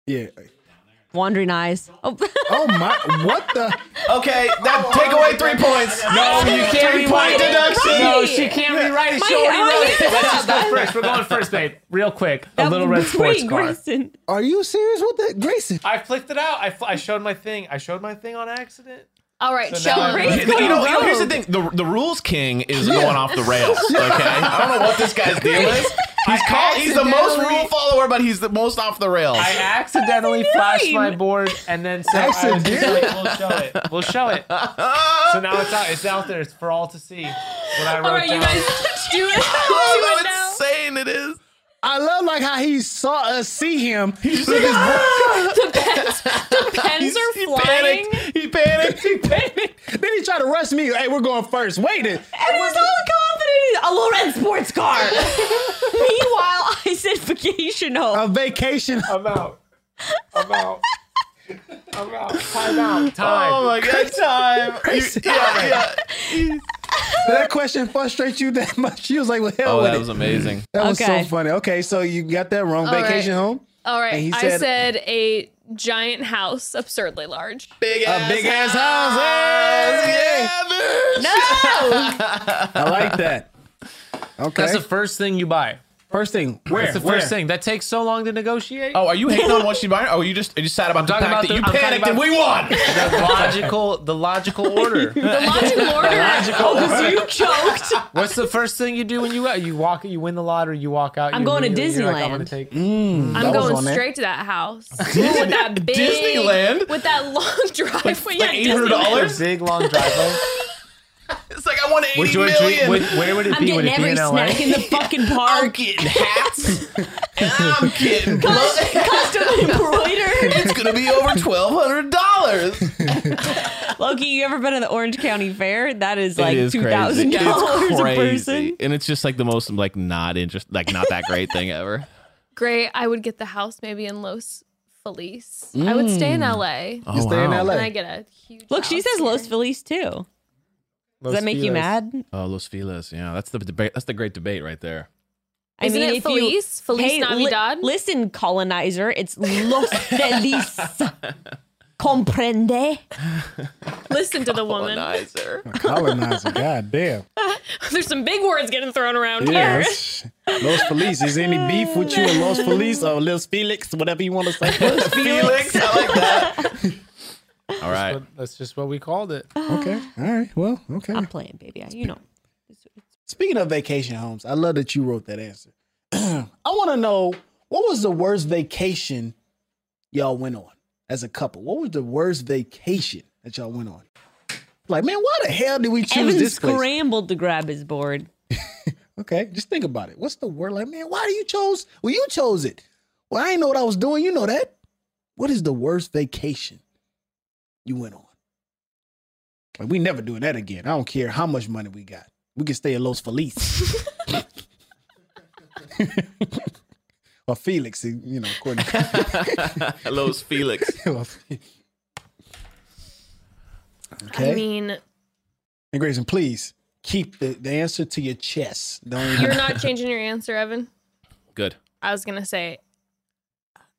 Speaker 7: Yeah.
Speaker 12: Wandering eyes. Oh, <laughs>
Speaker 7: Oh my! What the?
Speaker 6: <laughs>
Speaker 7: Oh,
Speaker 6: Okay, that take away three points. No, you can't
Speaker 8: rewrite it. No, she can't rewrite it. She already
Speaker 12: oh,
Speaker 8: wrote
Speaker 12: yeah.
Speaker 8: it. Let's just go first. We're going first, babe. Real quick. A little red sports
Speaker 12: Wait,
Speaker 8: car.
Speaker 12: Grayson.
Speaker 7: Are you serious with that, Grayson?
Speaker 8: I flicked it out. I, fl- I showed my thing. I showed my thing on accident.
Speaker 2: All right,
Speaker 8: So now
Speaker 2: show
Speaker 8: I'm-
Speaker 2: him.
Speaker 6: You know, you know, here's the thing: the, the rules king is going off the rails. Okay, I don't know what this guy's deal is. He's called. He's the most rule follower, but he's the most off the rails.
Speaker 8: I accidentally flashed my board and then said, I was just like, we'll show it. We'll show it. So now it's out. It's out there. It's for all to see what I wrote
Speaker 2: All right, <laughs> you
Speaker 8: down.
Speaker 2: guys,
Speaker 8: <laughs>
Speaker 2: do it.
Speaker 6: oh,
Speaker 2: Do it
Speaker 6: how
Speaker 2: now.
Speaker 6: insane it is.
Speaker 7: I love like how he saw us
Speaker 6: <laughs>
Speaker 7: see him. He just <laughs>
Speaker 2: The pens,
Speaker 8: <laughs>
Speaker 2: the pens are
Speaker 6: He
Speaker 2: flying.
Speaker 6: panicked. He panicked.
Speaker 2: <laughs>
Speaker 6: He panicked.
Speaker 7: then he tried to rush me. Hey, we're going first. Wait it.
Speaker 12: I was all confident. A little red sports car. <laughs> Meanwhile, I said vacation home.
Speaker 7: A vacation. <laughs>
Speaker 8: I'm out. I'm out. I'm out. Time out. Time.
Speaker 6: Oh my god, time. You- yeah, yeah.
Speaker 7: Did that question frustrate you that <laughs> much? She was like, "Well, hell
Speaker 6: Oh,
Speaker 7: with
Speaker 6: that
Speaker 7: it."
Speaker 6: was amazing.
Speaker 7: that was
Speaker 12: Okay.
Speaker 7: so funny. Okay, so you got that wrong.
Speaker 2: right.
Speaker 7: vacation home.
Speaker 2: All
Speaker 7: And
Speaker 2: right,
Speaker 7: he
Speaker 2: I
Speaker 7: said-
Speaker 2: said a giant house, absurdly
Speaker 6: <laughs>
Speaker 2: large.
Speaker 6: Big
Speaker 7: A big ass house. Yes,
Speaker 6: No.
Speaker 7: yeah. I like that. <laughs> Okay.
Speaker 8: That's the first thing you buy.
Speaker 7: first thing. Where?
Speaker 8: That's the
Speaker 7: Where?
Speaker 8: first thing. That takes so long to negotiate.
Speaker 6: Oh, <laughs> are you hating on what she buying? Or are you just you just sad about the
Speaker 8: talking
Speaker 6: fact
Speaker 8: about
Speaker 6: that
Speaker 8: the-
Speaker 6: you
Speaker 8: I'm talking
Speaker 6: panicked and
Speaker 8: about-
Speaker 6: we
Speaker 8: <laughs>
Speaker 6: won?
Speaker 8: The logical, the logical
Speaker 6: <laughs>
Speaker 8: order.
Speaker 2: The
Speaker 12: <laughs>
Speaker 8: <laughs>
Speaker 2: logical order.
Speaker 12: Oh, you choked.
Speaker 8: What's the first thing you do when you go? You walk, you win the lottery, you walk out.
Speaker 12: I'm
Speaker 8: you
Speaker 12: going to
Speaker 8: immediately- you're like, I'm
Speaker 12: Disneyland.
Speaker 8: gonna take-
Speaker 2: I'm
Speaker 7: was on
Speaker 2: going
Speaker 7: there.
Speaker 2: straight to that
Speaker 6: <laughs>
Speaker 2: house with that big
Speaker 6: Disneyland?
Speaker 2: with that long <laughs> driveway.
Speaker 6: like $800?
Speaker 8: A big long
Speaker 6: <laughs>
Speaker 8: driveway.
Speaker 6: It's like I won
Speaker 8: Would
Speaker 6: eighty
Speaker 8: George,
Speaker 6: million.
Speaker 8: would, where would it
Speaker 12: I'm
Speaker 8: be? Would
Speaker 12: getting
Speaker 8: it be
Speaker 12: every
Speaker 8: in LA?
Speaker 12: snack <laughs> in the fucking
Speaker 8: <laughs>
Speaker 6: I'm
Speaker 12: park.
Speaker 6: getting hats. and I'm getting.
Speaker 12: Custom embroidered.
Speaker 6: It's gonna be over twelve hundred
Speaker 8: <laughs>
Speaker 6: dollars.
Speaker 12: Loki, you ever been to the Orange County Fair? That is like two thousand dollars a person.
Speaker 6: and it's just like the most like not interest, like not that great thing ever.
Speaker 2: <laughs> Great. I would get the house maybe in Los Feliz. I would stay in LA.
Speaker 6: Oh,
Speaker 7: You stay in LA.
Speaker 2: And
Speaker 7: <laughs>
Speaker 2: I get a huge.
Speaker 12: Look, she
Speaker 2: house
Speaker 12: says
Speaker 2: here.
Speaker 12: Los Feliz too. Does that make you mad?
Speaker 6: Oh, Los Feliz. Yeah, that's the debate. That's the great debate right there.
Speaker 12: I
Speaker 2: Isn't
Speaker 12: mean,
Speaker 2: it
Speaker 12: if
Speaker 2: Feliz?
Speaker 12: you
Speaker 2: Feliz
Speaker 12: li-
Speaker 2: Navidad?
Speaker 12: listen, colonizer, it's Los
Speaker 7: <laughs>
Speaker 12: Feliz. Comprende?
Speaker 2: Listen to the woman.
Speaker 6: Colonizer.
Speaker 7: Colonizer. God damn.
Speaker 2: <laughs> There's some big words getting thrown around here.
Speaker 7: Yes. Los Feliz. Is any beef with you in Los Feliz or Los Felix, whatever you want to say? <laughs> Los
Speaker 6: Felix.
Speaker 8: <laughs>
Speaker 6: I like that. <laughs> All right.
Speaker 8: But that's just what we called it.
Speaker 7: Okay. All right. Well, okay.
Speaker 12: I'm playing, baby. I- You know.
Speaker 7: Speaking of vacation homes, I love that you wrote that answer. <clears throat> I want to know what was the worst vacation y'all went on as a couple? What was the worst vacation that y'all went on? Like, man, why the hell did we choose
Speaker 12: Evan
Speaker 7: this place?
Speaker 12: scrambled to grab his board.
Speaker 7: Okay, just think about it. What's the word? Like, man, why do you chose? Well, you chose it. Well, I ain't know what I was doing. You know that. What is the worst vacation you went on? Like, we never doing that again. I don't care how much money we got. We can stay at Los Feliz. or Felix, you know, according
Speaker 6: <laughs>
Speaker 7: to <laughs>
Speaker 6: Los Felix.
Speaker 7: Okay.
Speaker 2: <laughs> I mean,
Speaker 7: and Grayson, please keep the, the answer to your chest. Don't even-
Speaker 2: you're not changing your answer, Evan.
Speaker 6: Good.
Speaker 2: I was gonna say,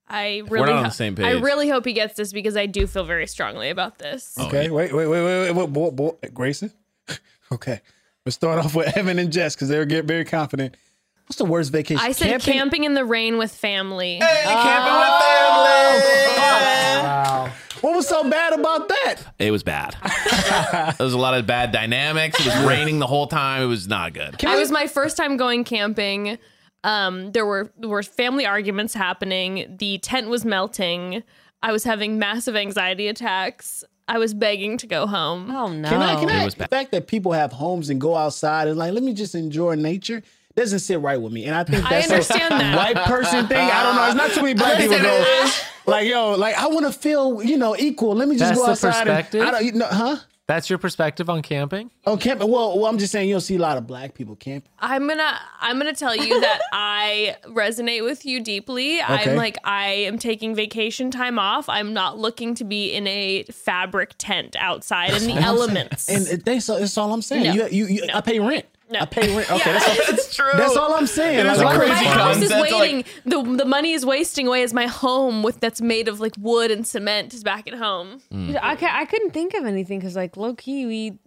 Speaker 2: I really,
Speaker 6: We're not on
Speaker 2: ho-
Speaker 6: the same
Speaker 2: I
Speaker 6: page.
Speaker 2: really hope he gets this because I do feel very strongly about this.
Speaker 6: Oh.
Speaker 8: Oh,
Speaker 7: Okay, wait, wait, wait, wait, wait, wait, boy, boy, Grayson. <laughs> Okay, let's start off with Evan and Jess because they're get very confident. What's the worst vacation?
Speaker 2: I said camping, in the rain with family.
Speaker 8: Wow.
Speaker 7: What was so bad about that?
Speaker 6: It was bad. <laughs> there was a lot of bad dynamics. It was raining the whole time. It was not good.
Speaker 2: I was my first time going camping. Um, there were there were family arguments happening. The tent was melting. I was having massive anxiety attacks. I was begging to go home.
Speaker 12: Oh no!
Speaker 7: Can I? Can
Speaker 6: It
Speaker 7: I?
Speaker 6: was
Speaker 7: The
Speaker 6: bad.
Speaker 7: fact that people have homes and go outside and like, let me just enjoy nature doesn't sit right with me. And I think
Speaker 2: I
Speaker 7: that's a
Speaker 2: understand that.
Speaker 7: white person thing. I don't know. It's not too many
Speaker 2: <laughs>
Speaker 7: black people
Speaker 2: Listen,
Speaker 7: go <laughs> like, yo, like I want to feel, you know, equal. Let me just
Speaker 8: That's
Speaker 7: go
Speaker 8: the
Speaker 7: outside. and-
Speaker 8: perspective?
Speaker 7: I don't, you know, huh?
Speaker 8: That's your perspective on camping?
Speaker 7: Okay, but well, well, I'm just saying you don't see a lot of black people camping.
Speaker 2: I'm gonna I'm gonna tell you <laughs> that I resonate with you deeply.
Speaker 7: Okay.
Speaker 2: I'm like I am taking vacation time off. I'm not looking to be in a fabric tent outside
Speaker 7: <laughs>
Speaker 2: in the elements.
Speaker 7: And it- they, so that's all I'm saying.
Speaker 2: No.
Speaker 7: You, you, you I pay rent. I pay rent. Okay, that's, all,
Speaker 6: It's true.
Speaker 7: that's all I'm saying.
Speaker 6: It is
Speaker 7: Like,
Speaker 2: my
Speaker 6: a
Speaker 7: why-
Speaker 6: crazy
Speaker 2: house is
Speaker 6: concept, like-
Speaker 2: waiting. the The money is wasting away as my home with that's made of like wood and cement is back at home.
Speaker 12: I, ca- I couldn't think of anything because like low key we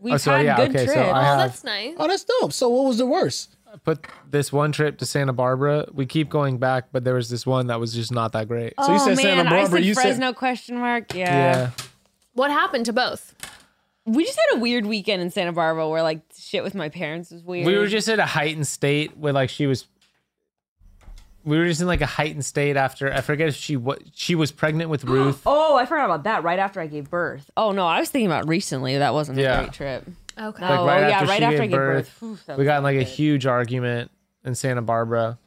Speaker 12: we've
Speaker 8: Oh, so
Speaker 12: had
Speaker 8: yeah,
Speaker 12: good
Speaker 8: okay, so
Speaker 12: trips.
Speaker 8: I
Speaker 2: Oh,
Speaker 8: have-
Speaker 2: that's nice.
Speaker 7: Oh, that's dope. So what was the worst?
Speaker 8: I put this one trip to Santa Barbara. We keep going back, but there was this one that was just not that great.
Speaker 7: So you
Speaker 12: oh
Speaker 7: said
Speaker 12: man,
Speaker 7: Santa
Speaker 12: I
Speaker 7: Barbara.
Speaker 12: said
Speaker 7: you said
Speaker 12: Fresno question mark. Yeah.
Speaker 8: yeah.
Speaker 2: What happened to both?
Speaker 12: we just had a weird weekend in Santa Barbara where like shit with my parents was weird.
Speaker 8: We were just at a heightened state where like she was we were just in like a heightened state after I forget if she what she was pregnant with Ruth.
Speaker 12: <gasps> Oh, I forgot about that. Right after I gave birth. Oh no, I was thinking about recently. That wasn't
Speaker 8: Yeah.
Speaker 12: a great trip.
Speaker 2: Okay.
Speaker 12: oh
Speaker 8: right
Speaker 12: yeah,
Speaker 8: after
Speaker 12: right
Speaker 8: she
Speaker 12: after I
Speaker 8: gave
Speaker 12: gave birth.
Speaker 8: birth,
Speaker 12: Oof, that
Speaker 8: we
Speaker 12: was
Speaker 8: got
Speaker 12: not
Speaker 8: in like a
Speaker 12: good.
Speaker 8: huge argument in Santa Barbara.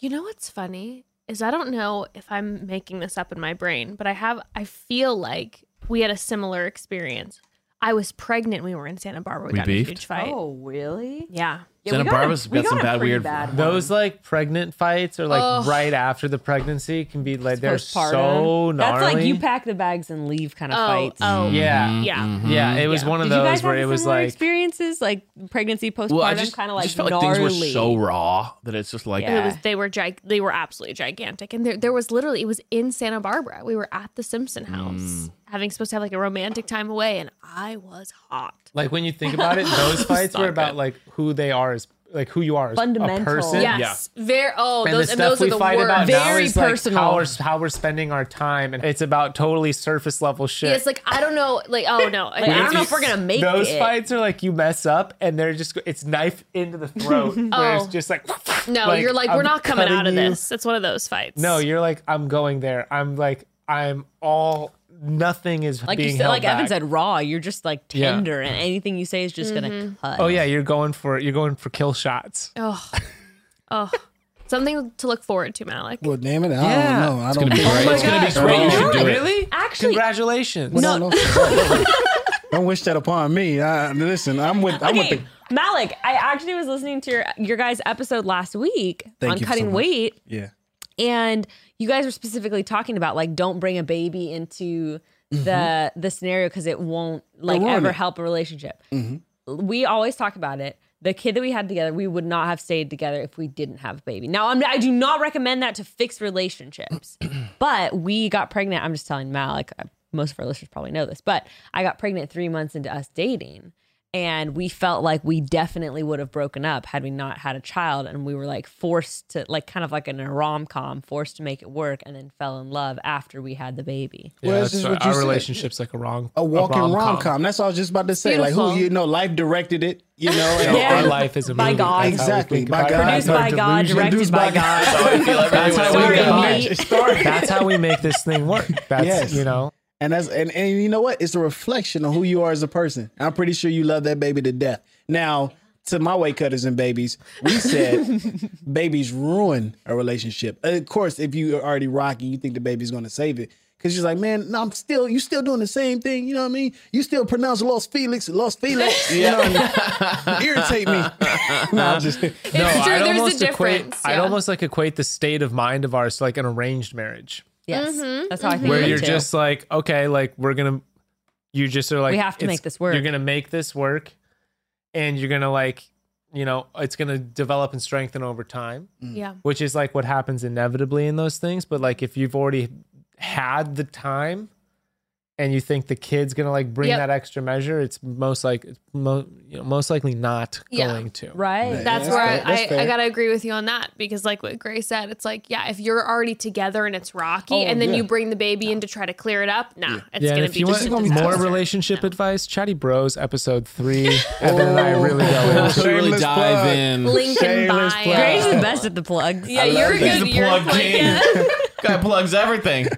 Speaker 2: You know what's funny is I don't know if I'm making this up in my brain, but I have I feel like we had a similar experience. I was pregnant. when We were in Santa Barbara. We,
Speaker 6: We
Speaker 2: got in
Speaker 6: beefed?
Speaker 2: a huge fight.
Speaker 12: Oh really?
Speaker 2: Yeah.
Speaker 12: Yeah,
Speaker 6: Santa
Speaker 12: we got a-
Speaker 6: Barbara's
Speaker 12: we
Speaker 6: got some
Speaker 12: a
Speaker 6: bad,
Speaker 12: pretty
Speaker 6: weird-
Speaker 12: Bad one.
Speaker 8: Those like pregnant fights or like
Speaker 2: Ugh.
Speaker 8: right after the pregnancy can be like they're
Speaker 12: Postpartum.
Speaker 8: so gnarly.
Speaker 12: That's like you pack the bags and leave kind of
Speaker 2: Oh.
Speaker 12: fights.
Speaker 6: Mm-hmm.
Speaker 2: Oh.
Speaker 8: Yeah.
Speaker 2: Yeah.
Speaker 8: Yeah, it was
Speaker 2: Yeah.
Speaker 8: one of
Speaker 12: Did you guys
Speaker 8: those
Speaker 12: have
Speaker 8: where it was
Speaker 12: similar
Speaker 8: like
Speaker 12: experiences like pregnancy, postpartum,
Speaker 6: Well, I just
Speaker 12: kind of like
Speaker 6: just felt
Speaker 12: gnarly.
Speaker 6: like things were so raw that it's just like
Speaker 12: Yeah.
Speaker 2: It was, they were gig- they were absolutely gigantic, and there there was literally it was in Santa Barbara. We were at the
Speaker 6: Mm.
Speaker 2: Simpson house, having supposed to have like a romantic time away, and I was hot.
Speaker 8: like when you think about
Speaker 12: <laughs>
Speaker 8: it, those fights were
Speaker 6: not
Speaker 8: about
Speaker 6: good.
Speaker 8: like who they are as like who you are as
Speaker 12: Fundamental.
Speaker 8: a person.
Speaker 6: Yeah.
Speaker 2: Yes, very. Oh,
Speaker 8: and
Speaker 2: those
Speaker 8: the
Speaker 2: and
Speaker 8: stuff
Speaker 2: those
Speaker 8: we
Speaker 2: are the
Speaker 8: fight
Speaker 2: worst.
Speaker 8: about now
Speaker 12: Very
Speaker 8: is
Speaker 12: personal.
Speaker 8: like how we're, how we're spending our time, and it's about totally surface level shit.
Speaker 2: Yeah, it's like I don't know. Like oh no, I
Speaker 12: I don't
Speaker 2: don't
Speaker 12: know
Speaker 2: know.
Speaker 12: if we're gonna make
Speaker 8: Those
Speaker 12: it.
Speaker 8: fights are like you mess up, and they're just it's knife into the
Speaker 12: <laughs>
Speaker 8: throat. where it's
Speaker 2: Oh.
Speaker 8: just like
Speaker 2: No, you're like we're
Speaker 8: I'm
Speaker 2: not coming
Speaker 8: cutting
Speaker 2: out of
Speaker 8: you.
Speaker 2: this. It's one of those fights.
Speaker 8: No, you're like I'm going there. I'm like I'm all nothing is
Speaker 12: like you
Speaker 8: being
Speaker 12: said,
Speaker 8: held
Speaker 12: like Evan
Speaker 8: back.
Speaker 12: said, raw. You're just like
Speaker 8: Yeah.
Speaker 12: tender, and anything you say is just gonna cut.
Speaker 8: Oh yeah, you're going for you're going for kill shots.
Speaker 2: Oh, oh, something to look forward to, Malik. <laughs>
Speaker 7: Well, damn it. I
Speaker 8: Yeah.
Speaker 7: don't know. I
Speaker 6: It's
Speaker 7: don't
Speaker 6: gonna be
Speaker 7: think-
Speaker 6: great. It's gonna be great. You should do it.
Speaker 8: Really?
Speaker 12: Actually-
Speaker 8: congratulations.
Speaker 7: Well, no, no. <laughs> don't wish that upon me. I, listen, I'm with. I'm with
Speaker 12: Okay,
Speaker 7: the.
Speaker 12: Malik, I actually was listening to your your guys' episode last week
Speaker 7: Thank
Speaker 12: on
Speaker 7: you so
Speaker 12: cutting
Speaker 7: much.
Speaker 12: weight,
Speaker 7: Yeah.
Speaker 12: and you guys were specifically talking about like don't bring a baby into the the scenario because it won't like
Speaker 7: ruin
Speaker 12: ever
Speaker 7: it.
Speaker 12: help a relationship. We always talk about it. The kid that we had together, we would not have stayed together if we didn't have a baby. Now, I'm, I do not recommend that to fix relationships, <clears throat> but we got pregnant. I'm just telling Malik. uh, Most of our listeners probably know this, but I got pregnant three months into us dating, and we felt like we definitely would have broken up had we not had a child and we were like forced to like kind of like in a rom-com forced to make it work and then fell in love after we had the baby
Speaker 7: Well, this is what you
Speaker 8: our
Speaker 7: said.
Speaker 8: relationship's like a wrong
Speaker 7: A walking
Speaker 8: rom-com.
Speaker 7: rom com. That's what I was just about to say. Like
Speaker 2: Beautiful.
Speaker 7: who you know, life directed it. You know,
Speaker 8: <laughs>
Speaker 7: and-
Speaker 8: Our
Speaker 12: Yeah.
Speaker 8: life is a
Speaker 12: By
Speaker 8: movie.
Speaker 12: God.
Speaker 8: That's how we
Speaker 7: Exactly.
Speaker 8: think
Speaker 7: By
Speaker 8: about it.
Speaker 7: God.
Speaker 12: produced by god
Speaker 7: delusion.
Speaker 12: directed
Speaker 7: Produced
Speaker 12: by
Speaker 7: by <laughs>
Speaker 12: god,
Speaker 8: That's how
Speaker 12: Sorry,
Speaker 8: we
Speaker 12: me.
Speaker 8: got. That's how we make this thing work. That's
Speaker 7: Yes.
Speaker 8: you know.
Speaker 7: and that's and, and you know what? It's a reflection of who you are as a person. I'm pretty sure you love that baby to death. Now, to my way cutters and babies, we
Speaker 8: <laughs>
Speaker 7: said babies ruin a relationship. Of course, if you are already rocking, you think the baby's gonna save it. Cause she's like, man, no, I'm still, you still doing the same thing. You know what I mean? You still pronounce Los Felix,
Speaker 8: <laughs>
Speaker 7: Los Felix. You know what <laughs> I
Speaker 6: <laughs>
Speaker 7: mean? Irritate me. no, I'm just,
Speaker 8: No,
Speaker 2: It's true,
Speaker 8: I'd
Speaker 2: there's a
Speaker 8: almost equate.
Speaker 2: difference,
Speaker 8: I'd
Speaker 2: yeah.
Speaker 8: almost like equate the state of mind of ours to like an arranged marriage,
Speaker 12: yes that's how i think
Speaker 8: where
Speaker 12: of it
Speaker 8: you're
Speaker 12: too.
Speaker 8: just like, okay, like we're gonna. You just are like,
Speaker 12: We have to
Speaker 8: it's-
Speaker 12: make this work.
Speaker 8: You're gonna make this work, and you're gonna like, you know, it's gonna develop and strengthen over time.
Speaker 2: Yeah.
Speaker 8: which is like what happens inevitably in those things. But like if you've already had the time and you think the kid's gonna like bring
Speaker 2: Yep.
Speaker 8: that extra measure, it's most like it's mo- you know, most likely not
Speaker 2: Yeah.
Speaker 8: going to.
Speaker 12: Right.
Speaker 2: That's
Speaker 7: Yeah,
Speaker 2: where
Speaker 7: fair. That's
Speaker 2: I, I
Speaker 7: fair.
Speaker 2: gotta agree with you on that because, like what Gray said, it's like, yeah, if you're already together and it's rocky,
Speaker 7: Oh,
Speaker 2: and then
Speaker 7: yeah.
Speaker 2: you bring the baby in to try to clear it up, nah, it's
Speaker 8: Yeah, and
Speaker 2: gonna
Speaker 8: if
Speaker 2: be
Speaker 8: you
Speaker 2: just
Speaker 8: want
Speaker 2: a
Speaker 8: more
Speaker 2: disaster.
Speaker 8: relationship advice, Chatty Bros, episode three,
Speaker 2: <laughs>
Speaker 8: Evan and I really go.
Speaker 6: We really
Speaker 7: Shameless
Speaker 6: dive
Speaker 7: plug.
Speaker 6: in.
Speaker 2: Link in
Speaker 7: Shameless
Speaker 2: bio.
Speaker 7: plug.
Speaker 12: Grace is the best at the plugs.
Speaker 2: Yeah, you're
Speaker 6: He's
Speaker 2: good.
Speaker 6: the
Speaker 2: You're
Speaker 6: plug
Speaker 2: like,
Speaker 6: king.
Speaker 2: yeah.
Speaker 12: <laughs>
Speaker 6: Guy plugs everything.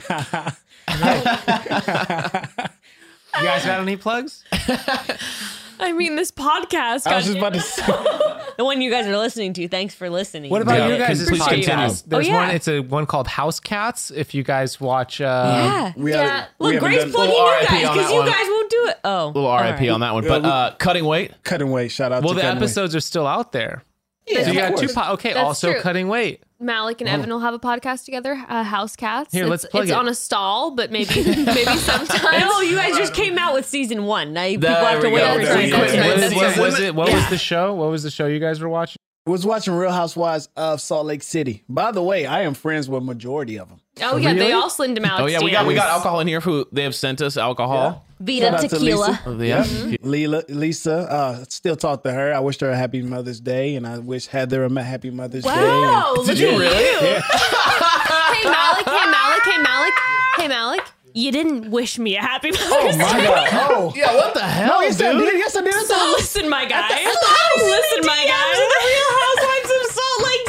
Speaker 8: You guys got any plugs?
Speaker 2: I mean, this podcast.
Speaker 7: I
Speaker 2: got-
Speaker 7: was just about to say.
Speaker 12: The one you guys are listening to. Thanks for listening.
Speaker 8: What about
Speaker 6: Yeah.
Speaker 8: you guys'
Speaker 6: Please
Speaker 8: podcast?
Speaker 6: continue.
Speaker 8: There's
Speaker 12: Oh, yeah.
Speaker 8: one. It's a one called House Cats. If you guys watch, uh,
Speaker 12: yeah.
Speaker 7: We
Speaker 2: Yeah.
Speaker 7: haven't- we
Speaker 12: Look,
Speaker 7: haven't
Speaker 12: Grace
Speaker 7: done-
Speaker 12: plugging
Speaker 6: Little
Speaker 12: you
Speaker 6: RIP
Speaker 12: guys
Speaker 6: on
Speaker 12: because
Speaker 6: that
Speaker 12: you
Speaker 6: one.
Speaker 12: guys won't do it. Oh,
Speaker 6: little
Speaker 12: all
Speaker 6: RIP
Speaker 12: right.
Speaker 6: on that one. But
Speaker 7: we-
Speaker 6: uh, cutting weight.
Speaker 7: Cutting weight. Shout out
Speaker 8: well,
Speaker 7: to
Speaker 8: the
Speaker 7: Cutting Weight.
Speaker 8: episodes are still out there.
Speaker 7: Yeah,
Speaker 8: So you
Speaker 7: of
Speaker 8: got two.
Speaker 7: course.
Speaker 8: Po- okay,
Speaker 2: That's
Speaker 8: also
Speaker 2: true.
Speaker 8: cutting weight.
Speaker 2: Malik
Speaker 7: Oh.
Speaker 2: and Evan will have a podcast together, uh, House Cats.
Speaker 8: Here,
Speaker 2: it's,
Speaker 8: let's plug
Speaker 2: It's
Speaker 8: it.
Speaker 2: on a stall, but
Speaker 7: <laughs>
Speaker 2: maybe <laughs> maybe sometime.
Speaker 7: Oh,
Speaker 12: No, Oh, you guys just came out with season one. Now you people
Speaker 6: There
Speaker 12: have to
Speaker 6: we
Speaker 12: wait
Speaker 6: go.
Speaker 12: for
Speaker 6: There
Speaker 12: season
Speaker 6: we go.
Speaker 12: two.
Speaker 6: That's right,
Speaker 8: What-
Speaker 6: that's
Speaker 8: what
Speaker 6: right.
Speaker 8: was it? What was the show? What was the show you guys were watching?
Speaker 7: was watching Real Housewives of Salt Lake City. By the way, I am friends with majority of them.
Speaker 2: oh yeah,
Speaker 8: Really?
Speaker 2: they all slimmed him out.
Speaker 6: Oh yeah, we got we got alcohol in here. Who they have sent us alcohol.
Speaker 12: Vita
Speaker 7: Shout out to
Speaker 12: tequila.
Speaker 7: Lisa. Mm-hmm.
Speaker 6: Yeah.
Speaker 12: Mm-hmm.
Speaker 7: Leela, Lisa, uh, still talk to her. I wished her a happy Mother's Day, and I wish Heather a happy Mother's
Speaker 2: Wow, look
Speaker 6: Did you
Speaker 2: at
Speaker 6: really?
Speaker 2: <laughs> Hey Malik, hey Malik, hey Malik, hey Malik. You didn't wish me a happy Mother's
Speaker 7: Day. Oh my God! Oh,
Speaker 6: Yeah. What the hell,
Speaker 7: oh yes, I
Speaker 6: dude?
Speaker 7: did. Yes, I did. I
Speaker 2: So
Speaker 7: thought-
Speaker 2: <laughs> listen, my guy.
Speaker 12: <laughs> Listen, my guy. The Real Housewives of Salt Lake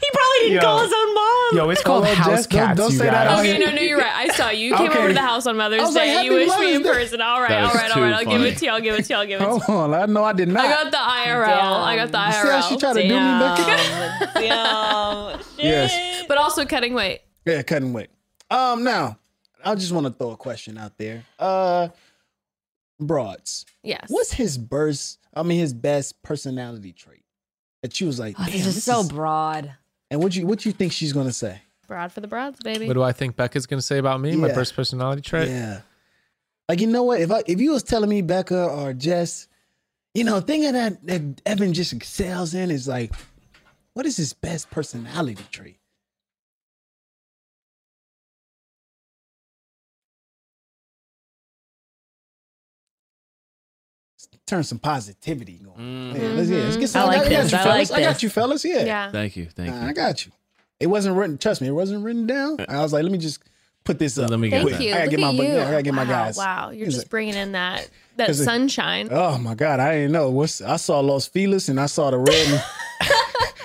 Speaker 2: <laughs>
Speaker 12: he probably didn't
Speaker 8: Yo.
Speaker 12: call his own mom.
Speaker 8: Yo, it's called
Speaker 7: Hello,
Speaker 8: House
Speaker 7: Jess. Don't-
Speaker 8: Cats.
Speaker 7: don't
Speaker 8: you
Speaker 7: say that
Speaker 8: guys.
Speaker 7: out
Speaker 2: Okay, no, no, you're right. I saw you. You came
Speaker 7: Okay.
Speaker 2: over to the house on Mother's
Speaker 7: I was like,
Speaker 2: Day.
Speaker 7: "Happy
Speaker 2: you wished me
Speaker 7: Mother's
Speaker 2: in
Speaker 7: Day."
Speaker 2: person. All right,
Speaker 6: That
Speaker 2: all
Speaker 6: is
Speaker 2: right, all right.
Speaker 6: too
Speaker 2: I'll give
Speaker 6: funny.
Speaker 2: it to you. I'll give it to you. I'll give it to you.
Speaker 7: Hold on, I know I did not.
Speaker 2: I got the IRL. I got the
Speaker 7: You see
Speaker 2: IRL.
Speaker 7: how she tried to do me back
Speaker 2: <laughs>
Speaker 7: again?
Speaker 12: Damn.
Speaker 7: Yes.
Speaker 2: but also cutting weight.
Speaker 7: Yeah, cutting weight. Um, now I just want to throw a question out there. Uh, broads.
Speaker 2: Yes.
Speaker 7: What's his burst? I mean, his best personality trait that you was like,
Speaker 12: Oh,
Speaker 7: damn,
Speaker 12: this is so broad.
Speaker 7: And what you what you think she's gonna say?
Speaker 2: broad for the broads, baby?
Speaker 8: What do I think Becca's gonna say about me? My
Speaker 7: Yeah.
Speaker 8: first personality trait.
Speaker 7: Yeah. Like you know what? If I if you was telling me Becca or Jess, you know, thing that that Evan just excels in is like, what is his best personality trait? Turn some positivity going. Yeah, let's, yeah, let's get some.
Speaker 12: Mm-hmm. I
Speaker 7: got,
Speaker 12: like
Speaker 7: got
Speaker 12: this.
Speaker 7: you,
Speaker 12: I
Speaker 7: fellas.
Speaker 12: like
Speaker 7: I
Speaker 12: this.
Speaker 7: got you, fellas. Yeah.
Speaker 2: yeah.
Speaker 6: Thank you. Thank
Speaker 7: Nah,
Speaker 6: you. Uh,
Speaker 7: I got you. It wasn't written. Trust me, it wasn't written down. I was like, let me just put this up.
Speaker 6: Let me get
Speaker 2: Thank
Speaker 6: that.
Speaker 2: you.
Speaker 7: I gotta
Speaker 2: Look
Speaker 7: get my
Speaker 2: at
Speaker 7: bu-
Speaker 2: you.
Speaker 7: yeah, I gotta get my
Speaker 2: wow,
Speaker 7: guys.
Speaker 2: Wow, you're
Speaker 7: Is
Speaker 2: just
Speaker 7: it-
Speaker 2: bringing in that that
Speaker 7: Is it-
Speaker 2: sunshine.
Speaker 7: Oh my God, I didn't know. What's I saw Los Feliz and I saw the
Speaker 2: <laughs>
Speaker 7: red. and-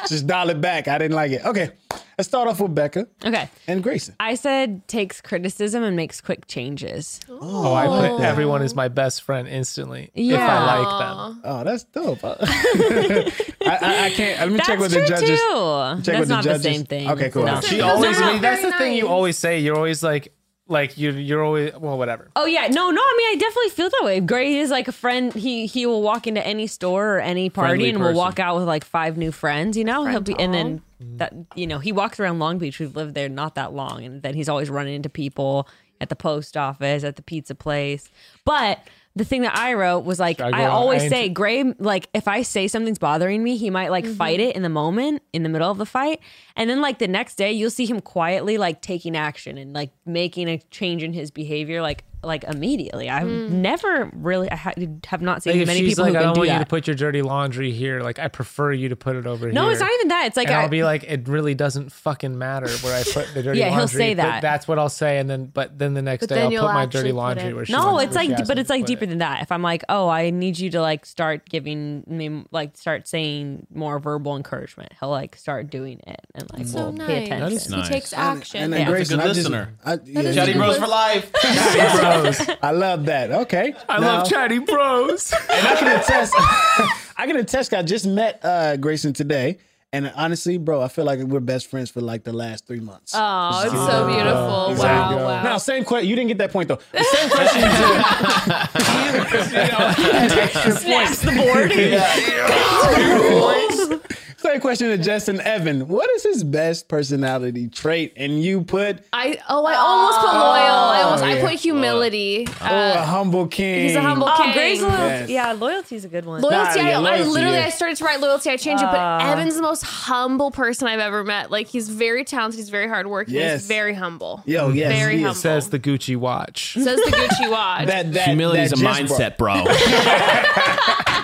Speaker 7: just dial it back. I didn't like it. Okay, let's start off with Becca
Speaker 12: Okay.
Speaker 7: and Grayson.
Speaker 12: I said takes criticism and makes quick changes.
Speaker 8: Oh, I put everyone is my best friend instantly if I
Speaker 12: Yeah.
Speaker 8: like them.
Speaker 7: Oh, that's dope. <laughs> I, I, I can't. Let me check
Speaker 12: That's
Speaker 7: with
Speaker 12: true
Speaker 7: the judges.
Speaker 12: too.
Speaker 7: Check
Speaker 12: That's
Speaker 7: with
Speaker 12: not
Speaker 7: the
Speaker 12: the,
Speaker 7: judges.
Speaker 12: same thing.
Speaker 7: Okay, cool.
Speaker 12: No.
Speaker 7: She
Speaker 8: She
Speaker 2: Those
Speaker 8: always.
Speaker 2: are
Speaker 8: I
Speaker 2: all
Speaker 8: mean, that's the
Speaker 2: very
Speaker 8: thing you
Speaker 2: nice.
Speaker 8: always say. You're always like, like you, you're always well, whatever.
Speaker 12: Oh yeah, no, no. I mean, I definitely feel that way. Gray is like a friend. He he will walk into any store or any party
Speaker 6: Friendly
Speaker 12: and
Speaker 6: person.
Speaker 12: will walk out with like five new friends. You know, Oh, he'll be and then that you know he walks around Long Beach. We've lived there not that long, and then he's always running into people at the post office, at the pizza place. But the thing that I wrote was like
Speaker 8: I go
Speaker 12: I,
Speaker 8: out-
Speaker 12: always
Speaker 8: I ain't-
Speaker 12: say Gray. Like if I say something's bothering me, he might like fight it in the moment, in the middle of the fight, and then like the next day you'll see him quietly like taking action and like making a change in his behavior, like like immediately. I've never really I ha- have not seen
Speaker 8: Like, if
Speaker 12: many
Speaker 8: she's
Speaker 12: people
Speaker 8: like,
Speaker 12: who
Speaker 8: I
Speaker 12: can
Speaker 8: don't
Speaker 12: do
Speaker 8: want you to
Speaker 12: that.
Speaker 8: put your dirty laundry here. Like, I prefer you to put it over here.
Speaker 12: No, it's not even that. It's like
Speaker 8: and
Speaker 12: I,
Speaker 8: I'll be like, it really doesn't fucking matter where I put
Speaker 12: <laughs>
Speaker 8: the dirty
Speaker 12: Yeah,
Speaker 8: laundry.
Speaker 12: he'll say
Speaker 8: but
Speaker 12: that.
Speaker 8: that's what I'll say, and then but then the next
Speaker 2: But
Speaker 8: day
Speaker 2: then
Speaker 8: I'll
Speaker 2: you'll
Speaker 8: put my
Speaker 2: actually
Speaker 8: dirty
Speaker 2: put
Speaker 8: laundry
Speaker 2: it-
Speaker 8: where she
Speaker 12: No,
Speaker 8: wants-
Speaker 12: it's
Speaker 8: where she
Speaker 12: like,
Speaker 8: asks
Speaker 12: but
Speaker 8: me
Speaker 12: it's
Speaker 8: to
Speaker 12: like
Speaker 8: put
Speaker 12: deeper
Speaker 8: it.
Speaker 12: than that. If I'm like, oh, I need you to like start giving me, like, start saying more verbal encouragement, he'll like start doing it and like,
Speaker 2: so
Speaker 12: we'll pay
Speaker 2: nice.
Speaker 12: attention.
Speaker 6: is nice.
Speaker 2: He takes
Speaker 7: And-
Speaker 2: action.
Speaker 7: And,
Speaker 12: Yeah.
Speaker 7: then
Speaker 12: That's a
Speaker 7: Grayson,
Speaker 6: good
Speaker 7: I just-
Speaker 6: listener.
Speaker 7: I, yeah,
Speaker 6: Chatty Bros for
Speaker 7: <laughs>
Speaker 6: life.
Speaker 12: <laughs>
Speaker 7: I love that. Okay,
Speaker 8: I love chatty <laughs> bros.
Speaker 7: And I can attest. <laughs> I can attest. I just met uh, Grayson today, and honestly, bro, I feel like we're best friends for like the last three months.
Speaker 2: Oh, it's so beautiful. Wow, wow.
Speaker 7: Now, same question. You didn't get that point though. The same question. You did. Extra point.
Speaker 12: <laughs> Snaps the board.
Speaker 7: <laughs> Same straight question to Justin Evan. What is his best personality trait? And you put
Speaker 2: I oh I almost put loyal. I almost I
Speaker 7: yeah.
Speaker 2: put humility.
Speaker 7: oh,
Speaker 2: Uh,
Speaker 7: a humble king.
Speaker 2: he's a humble
Speaker 12: Oh,
Speaker 2: king.
Speaker 12: Grace loyalty.
Speaker 7: Yes.
Speaker 12: Yeah, loyalty's a good one.
Speaker 2: Loyalty,
Speaker 7: Nah,
Speaker 2: I,
Speaker 7: yeah,
Speaker 2: I
Speaker 7: loyalty,
Speaker 2: literally
Speaker 7: yeah.
Speaker 2: I started to write loyalty. I changed it, but Evan's the most humble person I've ever met. Like he's very talented, he's very hardworking,
Speaker 7: Yes.
Speaker 2: he's very humble.
Speaker 7: Yo, yes,
Speaker 2: very
Speaker 7: he is.
Speaker 2: humble.
Speaker 8: Says the Gucci watch.
Speaker 2: Says the Gucci watch.
Speaker 7: That, that,
Speaker 6: Humility is
Speaker 7: that
Speaker 6: a
Speaker 7: just brought-
Speaker 6: mindset,
Speaker 7: <laughs>
Speaker 6: bro.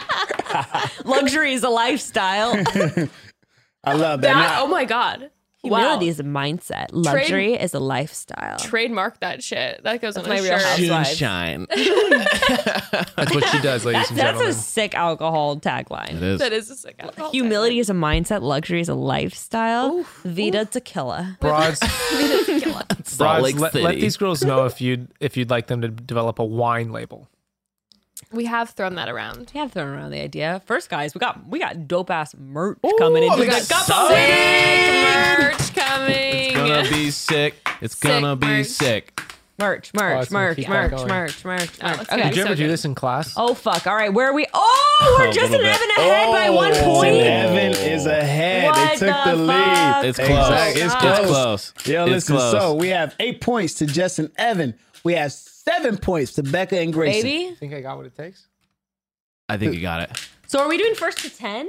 Speaker 12: Luxury is a lifestyle. <laughs>
Speaker 7: I love that.
Speaker 2: That-
Speaker 7: Now,
Speaker 2: oh my god.
Speaker 12: Humility
Speaker 2: wow.
Speaker 12: is a mindset. Luxury is a lifestyle.
Speaker 2: trademark that shit. That goes on
Speaker 12: my
Speaker 2: my
Speaker 12: Real
Speaker 2: shirt.
Speaker 12: Housewives.
Speaker 6: Shine.
Speaker 8: That's what she does, ladies and
Speaker 12: <laughs> That's
Speaker 8: gentlemen.
Speaker 12: a sick alcohol tagline.
Speaker 6: It
Speaker 2: <laughs>
Speaker 6: is.
Speaker 2: That is a sick alcohol.
Speaker 12: Humility is a mindset. Luxury is a lifestyle. Vita tequila.
Speaker 2: <laughs>
Speaker 12: <laughs>
Speaker 8: Broads,
Speaker 6: Salt
Speaker 8: broads
Speaker 6: Lake
Speaker 8: let,
Speaker 6: City.
Speaker 8: let these girls know if you'd if you'd like them to develop a wine label.
Speaker 2: We have thrown that around.
Speaker 12: We have thrown around the idea. First, guys, we got we got dope ass merch coming in. Oh, We got
Speaker 2: Sick merch coming.
Speaker 6: It's gonna be sick. It's gonna be
Speaker 2: Mark.
Speaker 6: sick.
Speaker 12: merch,
Speaker 8: Oh,
Speaker 12: merch,
Speaker 8: it's gonna
Speaker 12: merch,
Speaker 8: keep on
Speaker 12: merch,
Speaker 8: going.
Speaker 12: merch, merch, merch.
Speaker 2: let's go.
Speaker 12: Okay.
Speaker 8: Did you
Speaker 2: so
Speaker 8: ever do
Speaker 2: good.
Speaker 8: this in class?
Speaker 12: Oh fuck! All right, where are we? Oh, we're
Speaker 6: a
Speaker 12: just an
Speaker 6: little bit.
Speaker 12: Evan ahead by one
Speaker 7: Justin
Speaker 12: point.
Speaker 7: Evan is ahead.
Speaker 12: What
Speaker 7: they took
Speaker 12: the
Speaker 7: the,
Speaker 12: fuck?
Speaker 7: lead.
Speaker 6: It's close.
Speaker 7: Exact- It's close.
Speaker 6: It's close.
Speaker 7: Yo,
Speaker 6: It's
Speaker 7: listen.
Speaker 6: close.
Speaker 7: So we have eight points to Justin Evan. We have seven points to Becca and Gracie.
Speaker 12: Baby.
Speaker 8: think I got what it takes.
Speaker 6: I think you got it.
Speaker 12: So are we doing first to ten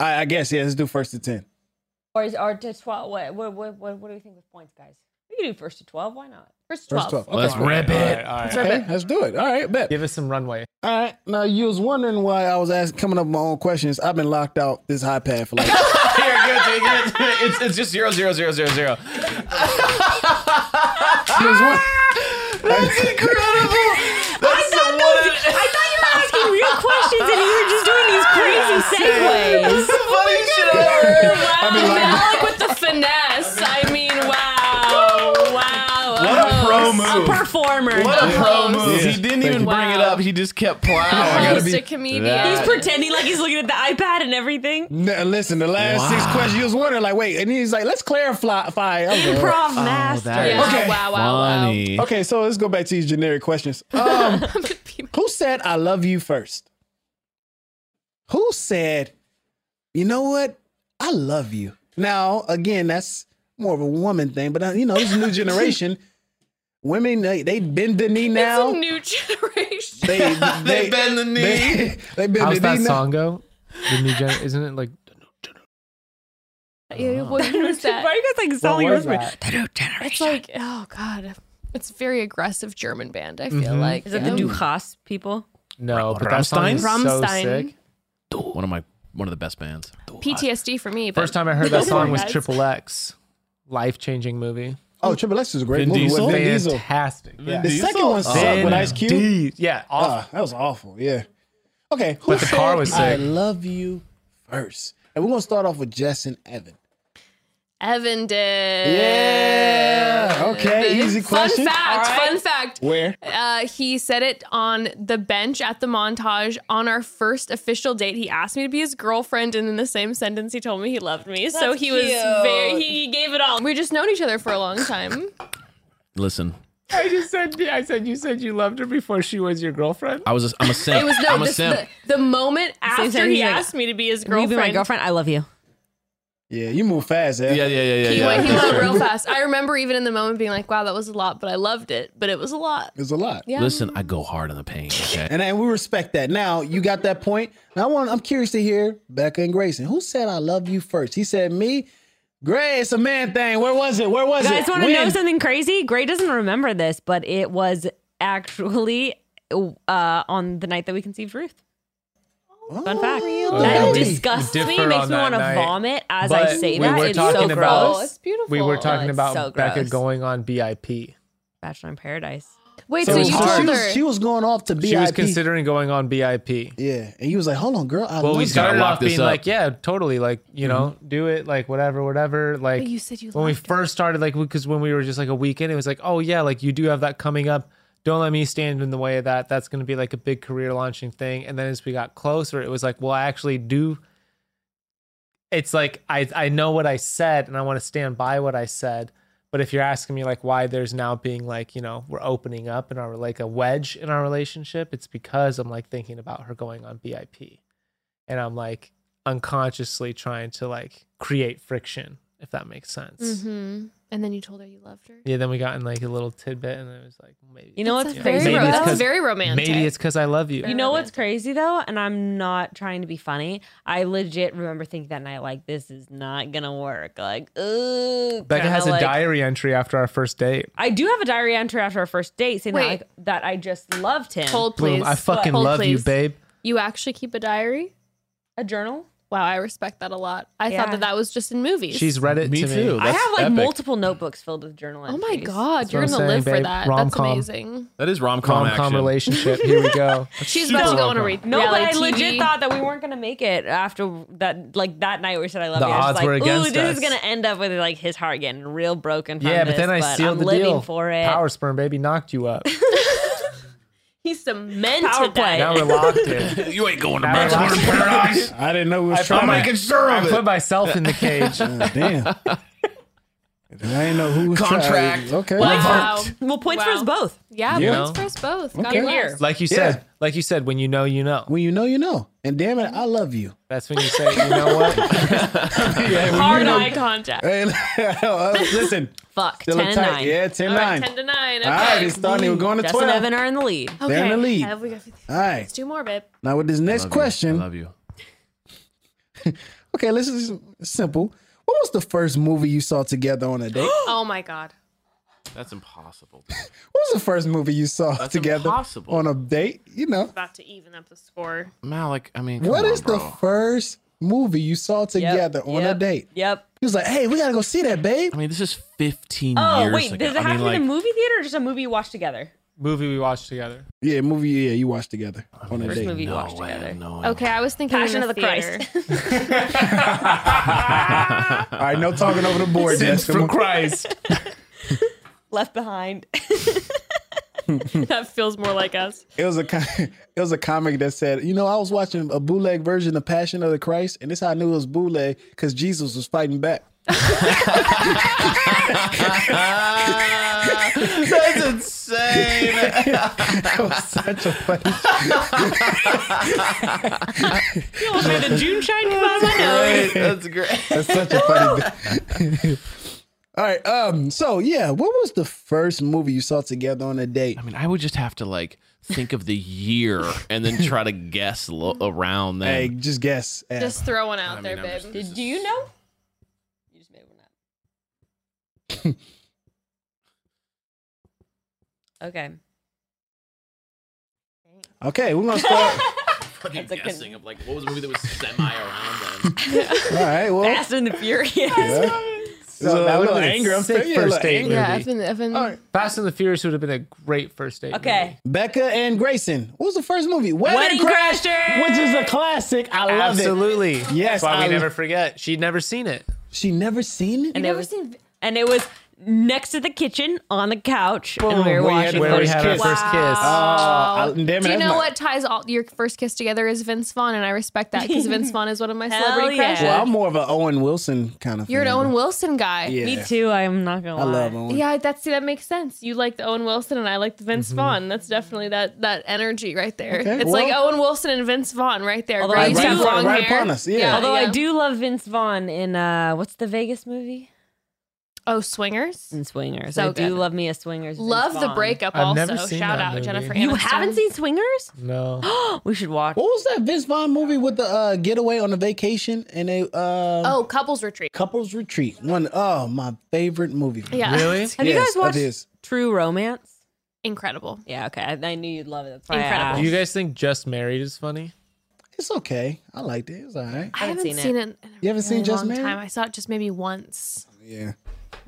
Speaker 7: I, I guess yeah. Let's do first to ten.
Speaker 12: or is or to twelve? What what what what, what do we think with points, guys? We can do first to twelve. Why not?
Speaker 2: First
Speaker 7: First
Speaker 2: 12.
Speaker 7: twelve.
Speaker 6: Let's rip it.
Speaker 7: Okay, let's do it. All right, bet.
Speaker 8: Give us some runway.
Speaker 7: All right. Now you was wondering why I was asking, coming up with my own questions. I've been locked out this iPad for like.
Speaker 6: Here, give it to me, give it to me. It's, it's just zero, zero, zero, zero, zero.
Speaker 7: There's one-
Speaker 6: That's incredible. That's the one.
Speaker 12: I thought you were asking <laughs> real questions and you were just doing these crazy
Speaker 6: That's
Speaker 12: segues.
Speaker 6: the funniest shit I ever heard.
Speaker 2: <laughs> Wow, Malik with the finesse. I mean, wow. Wow.
Speaker 6: What a pro move.
Speaker 12: Performer.
Speaker 6: What a pro move.
Speaker 7: Yeah.
Speaker 6: He didn't even
Speaker 2: Wow.
Speaker 6: bring it up. He just kept plowing. I gotta
Speaker 2: Host
Speaker 6: be-
Speaker 2: a comedian.
Speaker 6: That-
Speaker 12: He's pretending like he's looking at the iPad and everything.
Speaker 7: <laughs> N- listen, the last six questions you was wondering, like, wait, and he's like, let's clarify. I was like,
Speaker 12: Improv <laughs> master.
Speaker 2: Yeah.
Speaker 7: Okay.
Speaker 2: Wow, wow, <laughs>
Speaker 6: Funny.
Speaker 7: Okay, so let's go back to these generic questions. Um,
Speaker 2: wow. People-
Speaker 7: who said I love you first? Who said, you know what? I love you. Now, again, that's more of a woman thing, but uh, you know, this new generation, women, they, they bend the knee now.
Speaker 2: it's a new generation.
Speaker 7: they, they,
Speaker 6: They bend the knee.
Speaker 7: They, <laughs> they bend
Speaker 8: How's
Speaker 7: the knee
Speaker 8: that
Speaker 7: now.
Speaker 8: song go? The new gen- isn't it like
Speaker 2: <laughs> Yeah, what was
Speaker 12: Why are
Speaker 2: that?
Speaker 12: you guys like selling your husband?
Speaker 2: It's like, oh God. It's very aggressive German band, I feel like.
Speaker 12: Is it the Duhas people?
Speaker 8: no? But that song is so
Speaker 2: Rammstein?
Speaker 8: sick.
Speaker 6: One of my one of the best bands.
Speaker 2: PTSD for me. But
Speaker 8: First time I heard that
Speaker 12: <laughs>
Speaker 2: Go
Speaker 8: song
Speaker 2: for it,
Speaker 8: was
Speaker 2: guys.
Speaker 8: Triple X. Life changing movie.
Speaker 7: Oh, Triple X is a great
Speaker 6: Vin
Speaker 7: movie
Speaker 6: Diesel?
Speaker 7: with Vin Diesel.
Speaker 8: Fantastic. Yeah.
Speaker 7: The second one sucked
Speaker 8: Vin
Speaker 7: with Ice Cube.
Speaker 8: D- Yeah. awesome.
Speaker 7: Ah, that was awful. Yeah. Okay. Who
Speaker 8: But the car
Speaker 7: said,
Speaker 8: was
Speaker 7: I
Speaker 8: sick.
Speaker 7: love you first. And we're gonna start off with Justin Evan.
Speaker 2: Evan did.
Speaker 7: Yeah. Okay. Easy
Speaker 2: Fun
Speaker 7: question.
Speaker 2: fact,
Speaker 12: All right.
Speaker 2: fun fact.
Speaker 7: Where?
Speaker 2: Uh, he said it on the bench at the montage on our first official date. He asked me to be his girlfriend, and in the same sentence, he told me he loved me. so he was very, he gave it all. We just known each other for a long time.
Speaker 6: Listen,
Speaker 8: I just said I said you said you loved her before she was your girlfriend.
Speaker 6: I was a, I'm a simp.
Speaker 2: It was no,
Speaker 6: I'm a
Speaker 2: this,
Speaker 6: simp.
Speaker 2: the, the moment after
Speaker 12: time
Speaker 2: he
Speaker 12: he's like,
Speaker 2: asked me to be his
Speaker 12: Will you
Speaker 2: girlfriend.
Speaker 12: be my girlfriend? I love you.
Speaker 7: Yeah, you move fast, eh?
Speaker 6: yeah, yeah, yeah, yeah.
Speaker 2: He
Speaker 6: yeah.
Speaker 2: went, he went real fast. I remember even in the moment being like, wow, that was a lot, but I loved it. But it was a lot.
Speaker 7: It's a lot.
Speaker 2: Yeah.
Speaker 6: Listen, I go hard on the pain. Okay.
Speaker 7: And, and we respect that. Now you got that point. Now I want I'm curious to hear Becca and Grayson. Who said I love you first? He said me. Gray, it's a man thing. Where was it? Where was
Speaker 12: You
Speaker 7: it?
Speaker 12: guys want to
Speaker 7: When?
Speaker 12: know something crazy? Gray doesn't remember this, but it was actually uh, on the night that we conceived Ruth.
Speaker 2: Oh,
Speaker 12: Fun fact. That
Speaker 7: Oh, Really?
Speaker 12: disgusts
Speaker 8: We
Speaker 12: me.
Speaker 8: differed
Speaker 12: Makes
Speaker 8: on
Speaker 12: me
Speaker 8: that
Speaker 12: want to
Speaker 8: night.
Speaker 12: vomit as I
Speaker 8: But
Speaker 12: say
Speaker 8: we
Speaker 12: that.
Speaker 8: were
Speaker 12: It's so
Speaker 8: talking about-
Speaker 12: gross.
Speaker 2: Oh,
Speaker 12: Oh,
Speaker 2: it's beautiful.
Speaker 8: we were talking
Speaker 12: it's
Speaker 8: about
Speaker 12: so
Speaker 8: Becca
Speaker 12: gross.
Speaker 8: going on BIP.
Speaker 12: Bachelor in Paradise.
Speaker 2: Wait,
Speaker 7: So,
Speaker 2: so,
Speaker 7: it was
Speaker 2: you
Speaker 7: hard.
Speaker 2: told
Speaker 7: she,
Speaker 2: her.
Speaker 7: was, she was going off to BIP.
Speaker 8: She was considering going on BIP.
Speaker 7: yeah, and he was like, "Hold on, girl." I
Speaker 8: Well,
Speaker 7: love
Speaker 8: we
Speaker 7: you."
Speaker 8: started
Speaker 6: lock
Speaker 8: off
Speaker 6: this
Speaker 8: being
Speaker 6: up.
Speaker 8: like, yeah, totally, like you know, do it, like whatever, whatever. Like
Speaker 2: you said you
Speaker 8: when we
Speaker 2: liked
Speaker 8: first started, like because when we were just like a weekend, it was like, oh yeah, like you do have that coming up. Don't let me stand in the way of that. That's going to be like a big career launching thing. And then as we got closer, it was like, well, I actually do. It's like I I know what I said, and I want to stand by what I said. But if you're asking me like why there's now being like you know we're opening up in our like a wedge in our relationship, it's because I'm like thinking about her going on BIP and I'm like, unconsciously trying to like create friction, if that makes sense.
Speaker 2: Mm-hmm. And then you told her you loved her.
Speaker 8: Yeah, then we got in like a little tidbit, and it was like, maybe
Speaker 12: You know what's
Speaker 2: That's
Speaker 12: crazy?
Speaker 2: Very,
Speaker 8: Maybe
Speaker 2: ro-
Speaker 8: it's
Speaker 2: that's
Speaker 8: 'cause-
Speaker 2: very romantic.
Speaker 8: maybe it's because I love you.
Speaker 12: You know what's crazy though, and I'm not trying to be funny. I legit remember thinking that night, like, this is not gonna work. Like, ooh.
Speaker 8: Becca
Speaker 12: kinda
Speaker 8: has a
Speaker 12: like-
Speaker 8: diary entry after our first date.
Speaker 12: I do have a diary entry after our first date saying
Speaker 2: Wait.
Speaker 12: that, like, that I just loved him.
Speaker 2: Hold please.
Speaker 8: Boom! I fucking
Speaker 2: Hold,
Speaker 8: love you,
Speaker 2: please.
Speaker 8: babe.
Speaker 2: You actually keep a diary?
Speaker 12: a journal.
Speaker 2: Wow, I respect that a lot. I thought
Speaker 12: Yeah.
Speaker 2: that that was just in movies.
Speaker 8: She's read it
Speaker 6: Me
Speaker 8: to
Speaker 6: too.
Speaker 8: me.
Speaker 12: I
Speaker 6: That's
Speaker 12: have like
Speaker 6: epic.
Speaker 12: multiple notebooks filled with journal
Speaker 2: Oh
Speaker 12: entries.
Speaker 2: my god,
Speaker 8: That's
Speaker 2: you're
Speaker 8: what
Speaker 2: gonna
Speaker 8: I'm saying,
Speaker 2: live for
Speaker 8: babe.
Speaker 2: that. That's
Speaker 8: Rom-com.
Speaker 2: amazing.
Speaker 6: That is rom com
Speaker 8: Rom com
Speaker 6: action.
Speaker 8: relationship. Here we
Speaker 12: <laughs>
Speaker 8: go.
Speaker 2: She's about to go on a
Speaker 8: rom-com.
Speaker 2: re-
Speaker 12: No, but I
Speaker 2: reality
Speaker 12: legit
Speaker 2: TV.
Speaker 12: thought that we weren't gonna make it after that. Like that night, we said I love
Speaker 8: The
Speaker 12: you. I was
Speaker 8: odds
Speaker 12: like,
Speaker 8: were
Speaker 12: Ooh,
Speaker 8: against
Speaker 12: this is
Speaker 8: us."
Speaker 12: gonna end up with like his heart getting real broken. From
Speaker 8: Yeah, but
Speaker 12: this,
Speaker 8: then I sealed
Speaker 12: I'm
Speaker 8: the
Speaker 12: living
Speaker 8: deal.
Speaker 12: for it.
Speaker 8: Power sperm baby knocked you up.
Speaker 2: he's cemented
Speaker 12: Power
Speaker 2: that.
Speaker 12: play.
Speaker 8: now we're locked in.
Speaker 6: you ain't going to
Speaker 8: Now we're
Speaker 6: Bachelor
Speaker 8: locked
Speaker 6: in
Speaker 8: in.
Speaker 6: Paradise.
Speaker 7: I didn't know we was
Speaker 8: found
Speaker 7: trying.
Speaker 8: my-
Speaker 7: to-
Speaker 6: Making sure
Speaker 8: I
Speaker 6: of
Speaker 8: <laughs> put
Speaker 6: it.
Speaker 8: myself in the cage.
Speaker 7: Uh, <laughs> Damn. I didn't know who was
Speaker 6: Contract.
Speaker 7: trying- Okay.
Speaker 2: Wow.
Speaker 12: well, points for
Speaker 2: Wow.
Speaker 12: us <laughs> both.
Speaker 2: Yeah,
Speaker 8: You
Speaker 2: points
Speaker 8: know?
Speaker 2: for us both. God
Speaker 7: Okay.
Speaker 2: bless.
Speaker 8: Like you
Speaker 7: Yeah.
Speaker 8: said, like you said, when you know, you know.
Speaker 7: When you know, you know. And damn it, I love you.
Speaker 8: That's when you say, you know <laughs> what?
Speaker 2: Hard eye contact.
Speaker 7: Hey, <laughs>
Speaker 6: <laughs>
Speaker 7: listen,
Speaker 12: Fuck,
Speaker 7: still
Speaker 12: ten
Speaker 7: a
Speaker 12: and
Speaker 7: tight.
Speaker 12: nine.
Speaker 7: Yeah, 10
Speaker 2: All right,
Speaker 7: 9.
Speaker 2: 10 to 9. Okay.
Speaker 7: All right, it's starting. We're going to
Speaker 12: Justin
Speaker 7: 12.
Speaker 12: Evan are in the lead.
Speaker 2: okay.
Speaker 7: they're in the lead.
Speaker 2: Have we got
Speaker 7: All right.
Speaker 2: two more, babe.
Speaker 7: Now, with this next
Speaker 6: I
Speaker 7: question,
Speaker 6: love you.
Speaker 7: okay, this is simple. What was the first movie you saw together on
Speaker 6: <gasps>
Speaker 7: a date? what
Speaker 2: Oh my god.
Speaker 6: That's impossible.
Speaker 7: was the first movie you saw
Speaker 6: That's
Speaker 7: together
Speaker 6: impossible.
Speaker 7: on a date? You know,
Speaker 2: About to even up the score.
Speaker 6: Malik, I mean,
Speaker 7: what
Speaker 6: come
Speaker 7: is
Speaker 6: on, bro.
Speaker 7: the first movie you saw together on
Speaker 12: yep,
Speaker 7: a date?
Speaker 12: Yep.
Speaker 7: He was like, hey, we got to go see that, babe.
Speaker 6: I mean, this is 15
Speaker 12: Oh
Speaker 6: years
Speaker 12: wait,
Speaker 6: ago.
Speaker 12: does it
Speaker 6: I
Speaker 12: have
Speaker 6: mean,
Speaker 12: to be
Speaker 6: like,
Speaker 12: the movie theater or just a movie you watch together?
Speaker 8: Movie we watched together.
Speaker 7: Yeah, movie, yeah, you watched together on a
Speaker 12: First
Speaker 7: date.
Speaker 12: movie you
Speaker 6: no
Speaker 12: watched
Speaker 6: way,
Speaker 12: together.
Speaker 6: No way.
Speaker 2: Okay, I was thinking
Speaker 12: Passion
Speaker 2: in
Speaker 12: of the
Speaker 2: theater.
Speaker 12: Christ.
Speaker 7: All right, no talking over
Speaker 6: <laughs>
Speaker 7: the board. Jess. Come on.
Speaker 8: Christ.
Speaker 12: Left Behind. <laughs>
Speaker 2: that feels more like us.
Speaker 7: It was a co- <laughs> it was a comic that said, you know, I was watching a bootleg version of Passion of the Christ, and this how I knew it was bootleg because Jesus was fighting back. <laughs>
Speaker 6: That's insane.
Speaker 7: That was such a funny.
Speaker 12: you almost made the June shine come out of my nose.
Speaker 6: That's great.
Speaker 7: That's such a funny. <laughs> bit. All right. Um. So yeah, what was the first movie you saw together on a date?
Speaker 6: I mean, I would just have to like think of the year and then try to guess
Speaker 12: <laughs>
Speaker 6: lo- around that.
Speaker 7: Hey, just guess. eh. F.
Speaker 2: <laughs> Just throw one out there,
Speaker 6: mean, I'm
Speaker 2: babe.
Speaker 6: just-
Speaker 12: Did, do you know? You just made one up. okay.
Speaker 7: Okay, we're gonna
Speaker 12: <laughs>
Speaker 7: start.
Speaker 6: fucking
Speaker 12: That's a con-
Speaker 6: guessing of like what was a movie that
Speaker 12: <laughs>
Speaker 6: was semi around then.
Speaker 7: All right. Well.
Speaker 12: Fast and the Furious.
Speaker 7: So that
Speaker 8: would've
Speaker 7: little
Speaker 8: been a
Speaker 7: anger. I'm
Speaker 8: sick
Speaker 7: saying, yeah,
Speaker 8: first
Speaker 7: like,
Speaker 8: date
Speaker 7: anger.
Speaker 8: movie.
Speaker 2: Yeah, I've been, I've been
Speaker 7: All right.
Speaker 8: Fast and the Furious would have been a great first date.
Speaker 12: Okay.
Speaker 7: Becca and Grayson. What was the first movie?
Speaker 12: Wedding Crashers!
Speaker 7: which is a classic. I
Speaker 8: movie.
Speaker 7: love it. Um,
Speaker 8: Absolutely. That's
Speaker 7: Yes,
Speaker 8: why
Speaker 7: I-
Speaker 8: we never forget. She'd never seen it.
Speaker 7: She never seen it.
Speaker 12: And it was and it was next to the kitchen on the couch, and we
Speaker 7: Where
Speaker 12: were
Speaker 7: you had
Speaker 12: watching.
Speaker 7: where
Speaker 8: Where we
Speaker 7: First
Speaker 8: had
Speaker 7: kiss.
Speaker 8: our first kiss.
Speaker 7: Oh, I- damn it,
Speaker 2: Do you
Speaker 7: that's
Speaker 2: know
Speaker 7: my-
Speaker 2: what ties all your first kiss together is Vince Vaughn, and I respect that
Speaker 12: <laughs>
Speaker 2: because Vince Vaughn is one of my
Speaker 12: Hell
Speaker 2: celebrity
Speaker 12: yeah.
Speaker 2: crushes.
Speaker 7: Well, I'm more of an Owen Wilson kind of.
Speaker 2: You're an
Speaker 7: fan,
Speaker 2: Owen
Speaker 7: though.
Speaker 2: Wilson guy.
Speaker 7: Yeah.
Speaker 12: Me too. I'm not gonna
Speaker 7: I
Speaker 12: lie.
Speaker 7: love Owen.
Speaker 2: Yeah, that's see, that makes sense. You like the Owen Wilson, and I like the Vince Vaughn. That's definitely that that energy right there.
Speaker 7: Mm-hmm. Okay,
Speaker 2: it's like
Speaker 7: well-
Speaker 2: Owen Wilson and Vince Vaughn right there.
Speaker 12: Although
Speaker 2: Gray
Speaker 12: I
Speaker 2: used to
Speaker 12: do-
Speaker 2: have long
Speaker 7: right
Speaker 2: hair.
Speaker 7: upon us, yeah.
Speaker 12: Although
Speaker 2: yeah.
Speaker 12: I do love Vince Vaughn in uh, what's the Vegas movie?
Speaker 2: Oh, swingers.
Speaker 7: Mm-hmm.
Speaker 12: In Swingers.
Speaker 2: So
Speaker 12: I do
Speaker 2: good.
Speaker 12: love me a Swingers. Vince
Speaker 2: Love the
Speaker 12: Vaughn.
Speaker 2: breakup.
Speaker 8: I've
Speaker 2: also,
Speaker 8: never seen
Speaker 2: shout
Speaker 8: that
Speaker 2: out
Speaker 8: movie.
Speaker 2: Jennifer.
Speaker 12: You
Speaker 2: Aniston.
Speaker 12: haven't seen Swingers?
Speaker 8: <gasps> No.
Speaker 12: <gasps> we should watch.
Speaker 7: What was that Vince Vaughn movie with the uh, getaway on a vacation and a uh,
Speaker 2: Oh, couples retreat.
Speaker 7: couples retreat? One oh my favorite movie.
Speaker 2: Yeah,
Speaker 8: Really?
Speaker 12: Have
Speaker 7: Yes,
Speaker 12: you guys
Speaker 7: It is.
Speaker 12: watched True Romance?
Speaker 2: incredible.
Speaker 12: Yeah, okay. I, I knew you'd love it. That's why
Speaker 2: Incredible.
Speaker 12: I
Speaker 8: Do you guys think Just Married is funny?
Speaker 7: It's okay. I liked it. It was all right.
Speaker 2: I haven't seen, it. in a
Speaker 7: You haven't seen
Speaker 2: really
Speaker 7: Just
Speaker 2: long
Speaker 7: Married?
Speaker 2: Time. I saw it just maybe once.
Speaker 7: Yeah.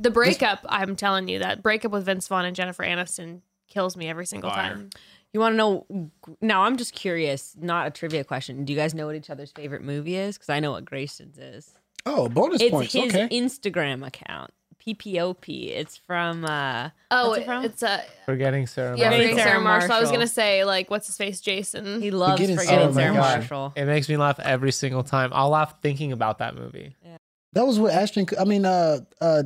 Speaker 2: The breakup. I'm telling you that breakup with Vince Vaughn and Jennifer Aniston kills me every single time.
Speaker 12: You want to know? Now I'm just curious. Not a trivia question. Do you guys know what each other's favorite movie is? Because I know what Grayson's is.
Speaker 7: Oh, bonus
Speaker 12: It's
Speaker 7: points.
Speaker 12: his e-
Speaker 7: Okay.
Speaker 12: Instagram account. PPOP. It's from. uh
Speaker 2: Oh,
Speaker 12: what's it from?
Speaker 2: it's a
Speaker 8: Forgetting Sarah.
Speaker 2: yeah,
Speaker 8: Marshall.
Speaker 12: Forgetting
Speaker 2: Sarah,
Speaker 12: Sarah
Speaker 2: Marshall. I was
Speaker 12: Marshall.
Speaker 2: gonna say like, what's his face, Jason?
Speaker 12: He loves
Speaker 7: Forgetting
Speaker 12: forgetting
Speaker 7: Sarah
Speaker 12: Sarah
Speaker 7: Marshall.
Speaker 12: Marshall.
Speaker 8: Oh It makes me laugh every single time. I'll laugh thinking about that movie.
Speaker 7: That was with Ashton. I mean, uh, uh,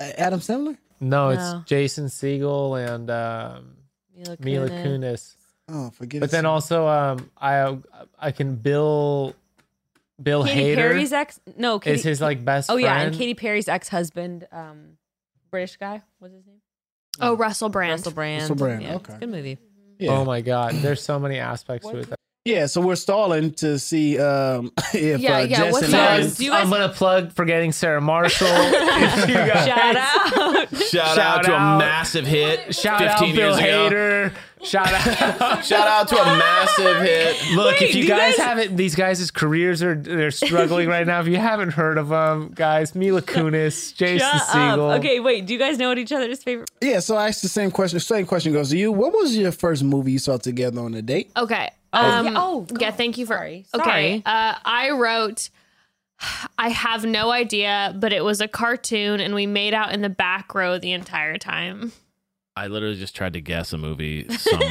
Speaker 7: Adam Sandler.
Speaker 8: No,
Speaker 12: No.
Speaker 8: it's Jason Siegel and um,
Speaker 12: Mila
Speaker 8: Mila
Speaker 12: Kunis.
Speaker 8: Kunis.
Speaker 7: Oh, forget.
Speaker 8: But then also, um, I I can uh, Bill Bill
Speaker 12: Katy Perry's
Speaker 8: Hader
Speaker 12: ex. No, Katy,
Speaker 8: is his like best.
Speaker 12: Oh
Speaker 8: friend.
Speaker 12: yeah, and Katy Perry's ex husband, um, British guy. What's his name?
Speaker 2: Oh, Russell Brand.
Speaker 12: Russell Brand.
Speaker 7: Russell Brand,
Speaker 12: Yeah, it's a
Speaker 7: okay.
Speaker 12: good movie.
Speaker 7: Yeah.
Speaker 8: Oh my God, there's so many aspects to it.
Speaker 7: Yeah, so we're stalling to see um, <laughs> if
Speaker 2: Yeah,
Speaker 7: uh,
Speaker 2: yeah,
Speaker 7: Jess
Speaker 2: what's
Speaker 7: and
Speaker 2: up?
Speaker 7: Aaron-
Speaker 12: Do you guys-
Speaker 8: I'm gonna plug forgetting Sarah
Speaker 12: <laughs>
Speaker 8: Marshall. If you guys-
Speaker 12: Shout out.
Speaker 6: Shout,
Speaker 8: Shout
Speaker 6: out to a
Speaker 8: out.
Speaker 6: massive
Speaker 12: <laughs>
Speaker 6: hit
Speaker 8: Shout
Speaker 6: 15
Speaker 8: out Bill
Speaker 6: years ago.
Speaker 8: Hader. Shout out.
Speaker 6: <laughs> Shout out to a massive <laughs> hit.
Speaker 8: Look,
Speaker 12: Wait,
Speaker 8: if you
Speaker 12: do
Speaker 8: guys,
Speaker 12: guys-
Speaker 8: haven't, these guys' careers are they're struggling right now. If you haven't heard of them, guys, Mila Kunis, Jason
Speaker 12: Shut up.
Speaker 8: Segel.
Speaker 12: Okay, wait. Do you guys know what each other's favorite?
Speaker 7: Yeah, so I asked the same question. Same question goes to you. What was your first movie you saw together on
Speaker 2: <laughs>
Speaker 7: a date?
Speaker 2: Okay.
Speaker 12: Um,
Speaker 2: Um,
Speaker 12: oh,
Speaker 2: yeah, thank you for.
Speaker 12: Sorry.
Speaker 2: Okay.
Speaker 12: Sorry.
Speaker 2: Uh, I wrote, <sighs> I have no idea, but it was a cartoon and we made out in the back row the entire time.
Speaker 6: I literally just tried to guess a
Speaker 12: <laughs>
Speaker 6: movie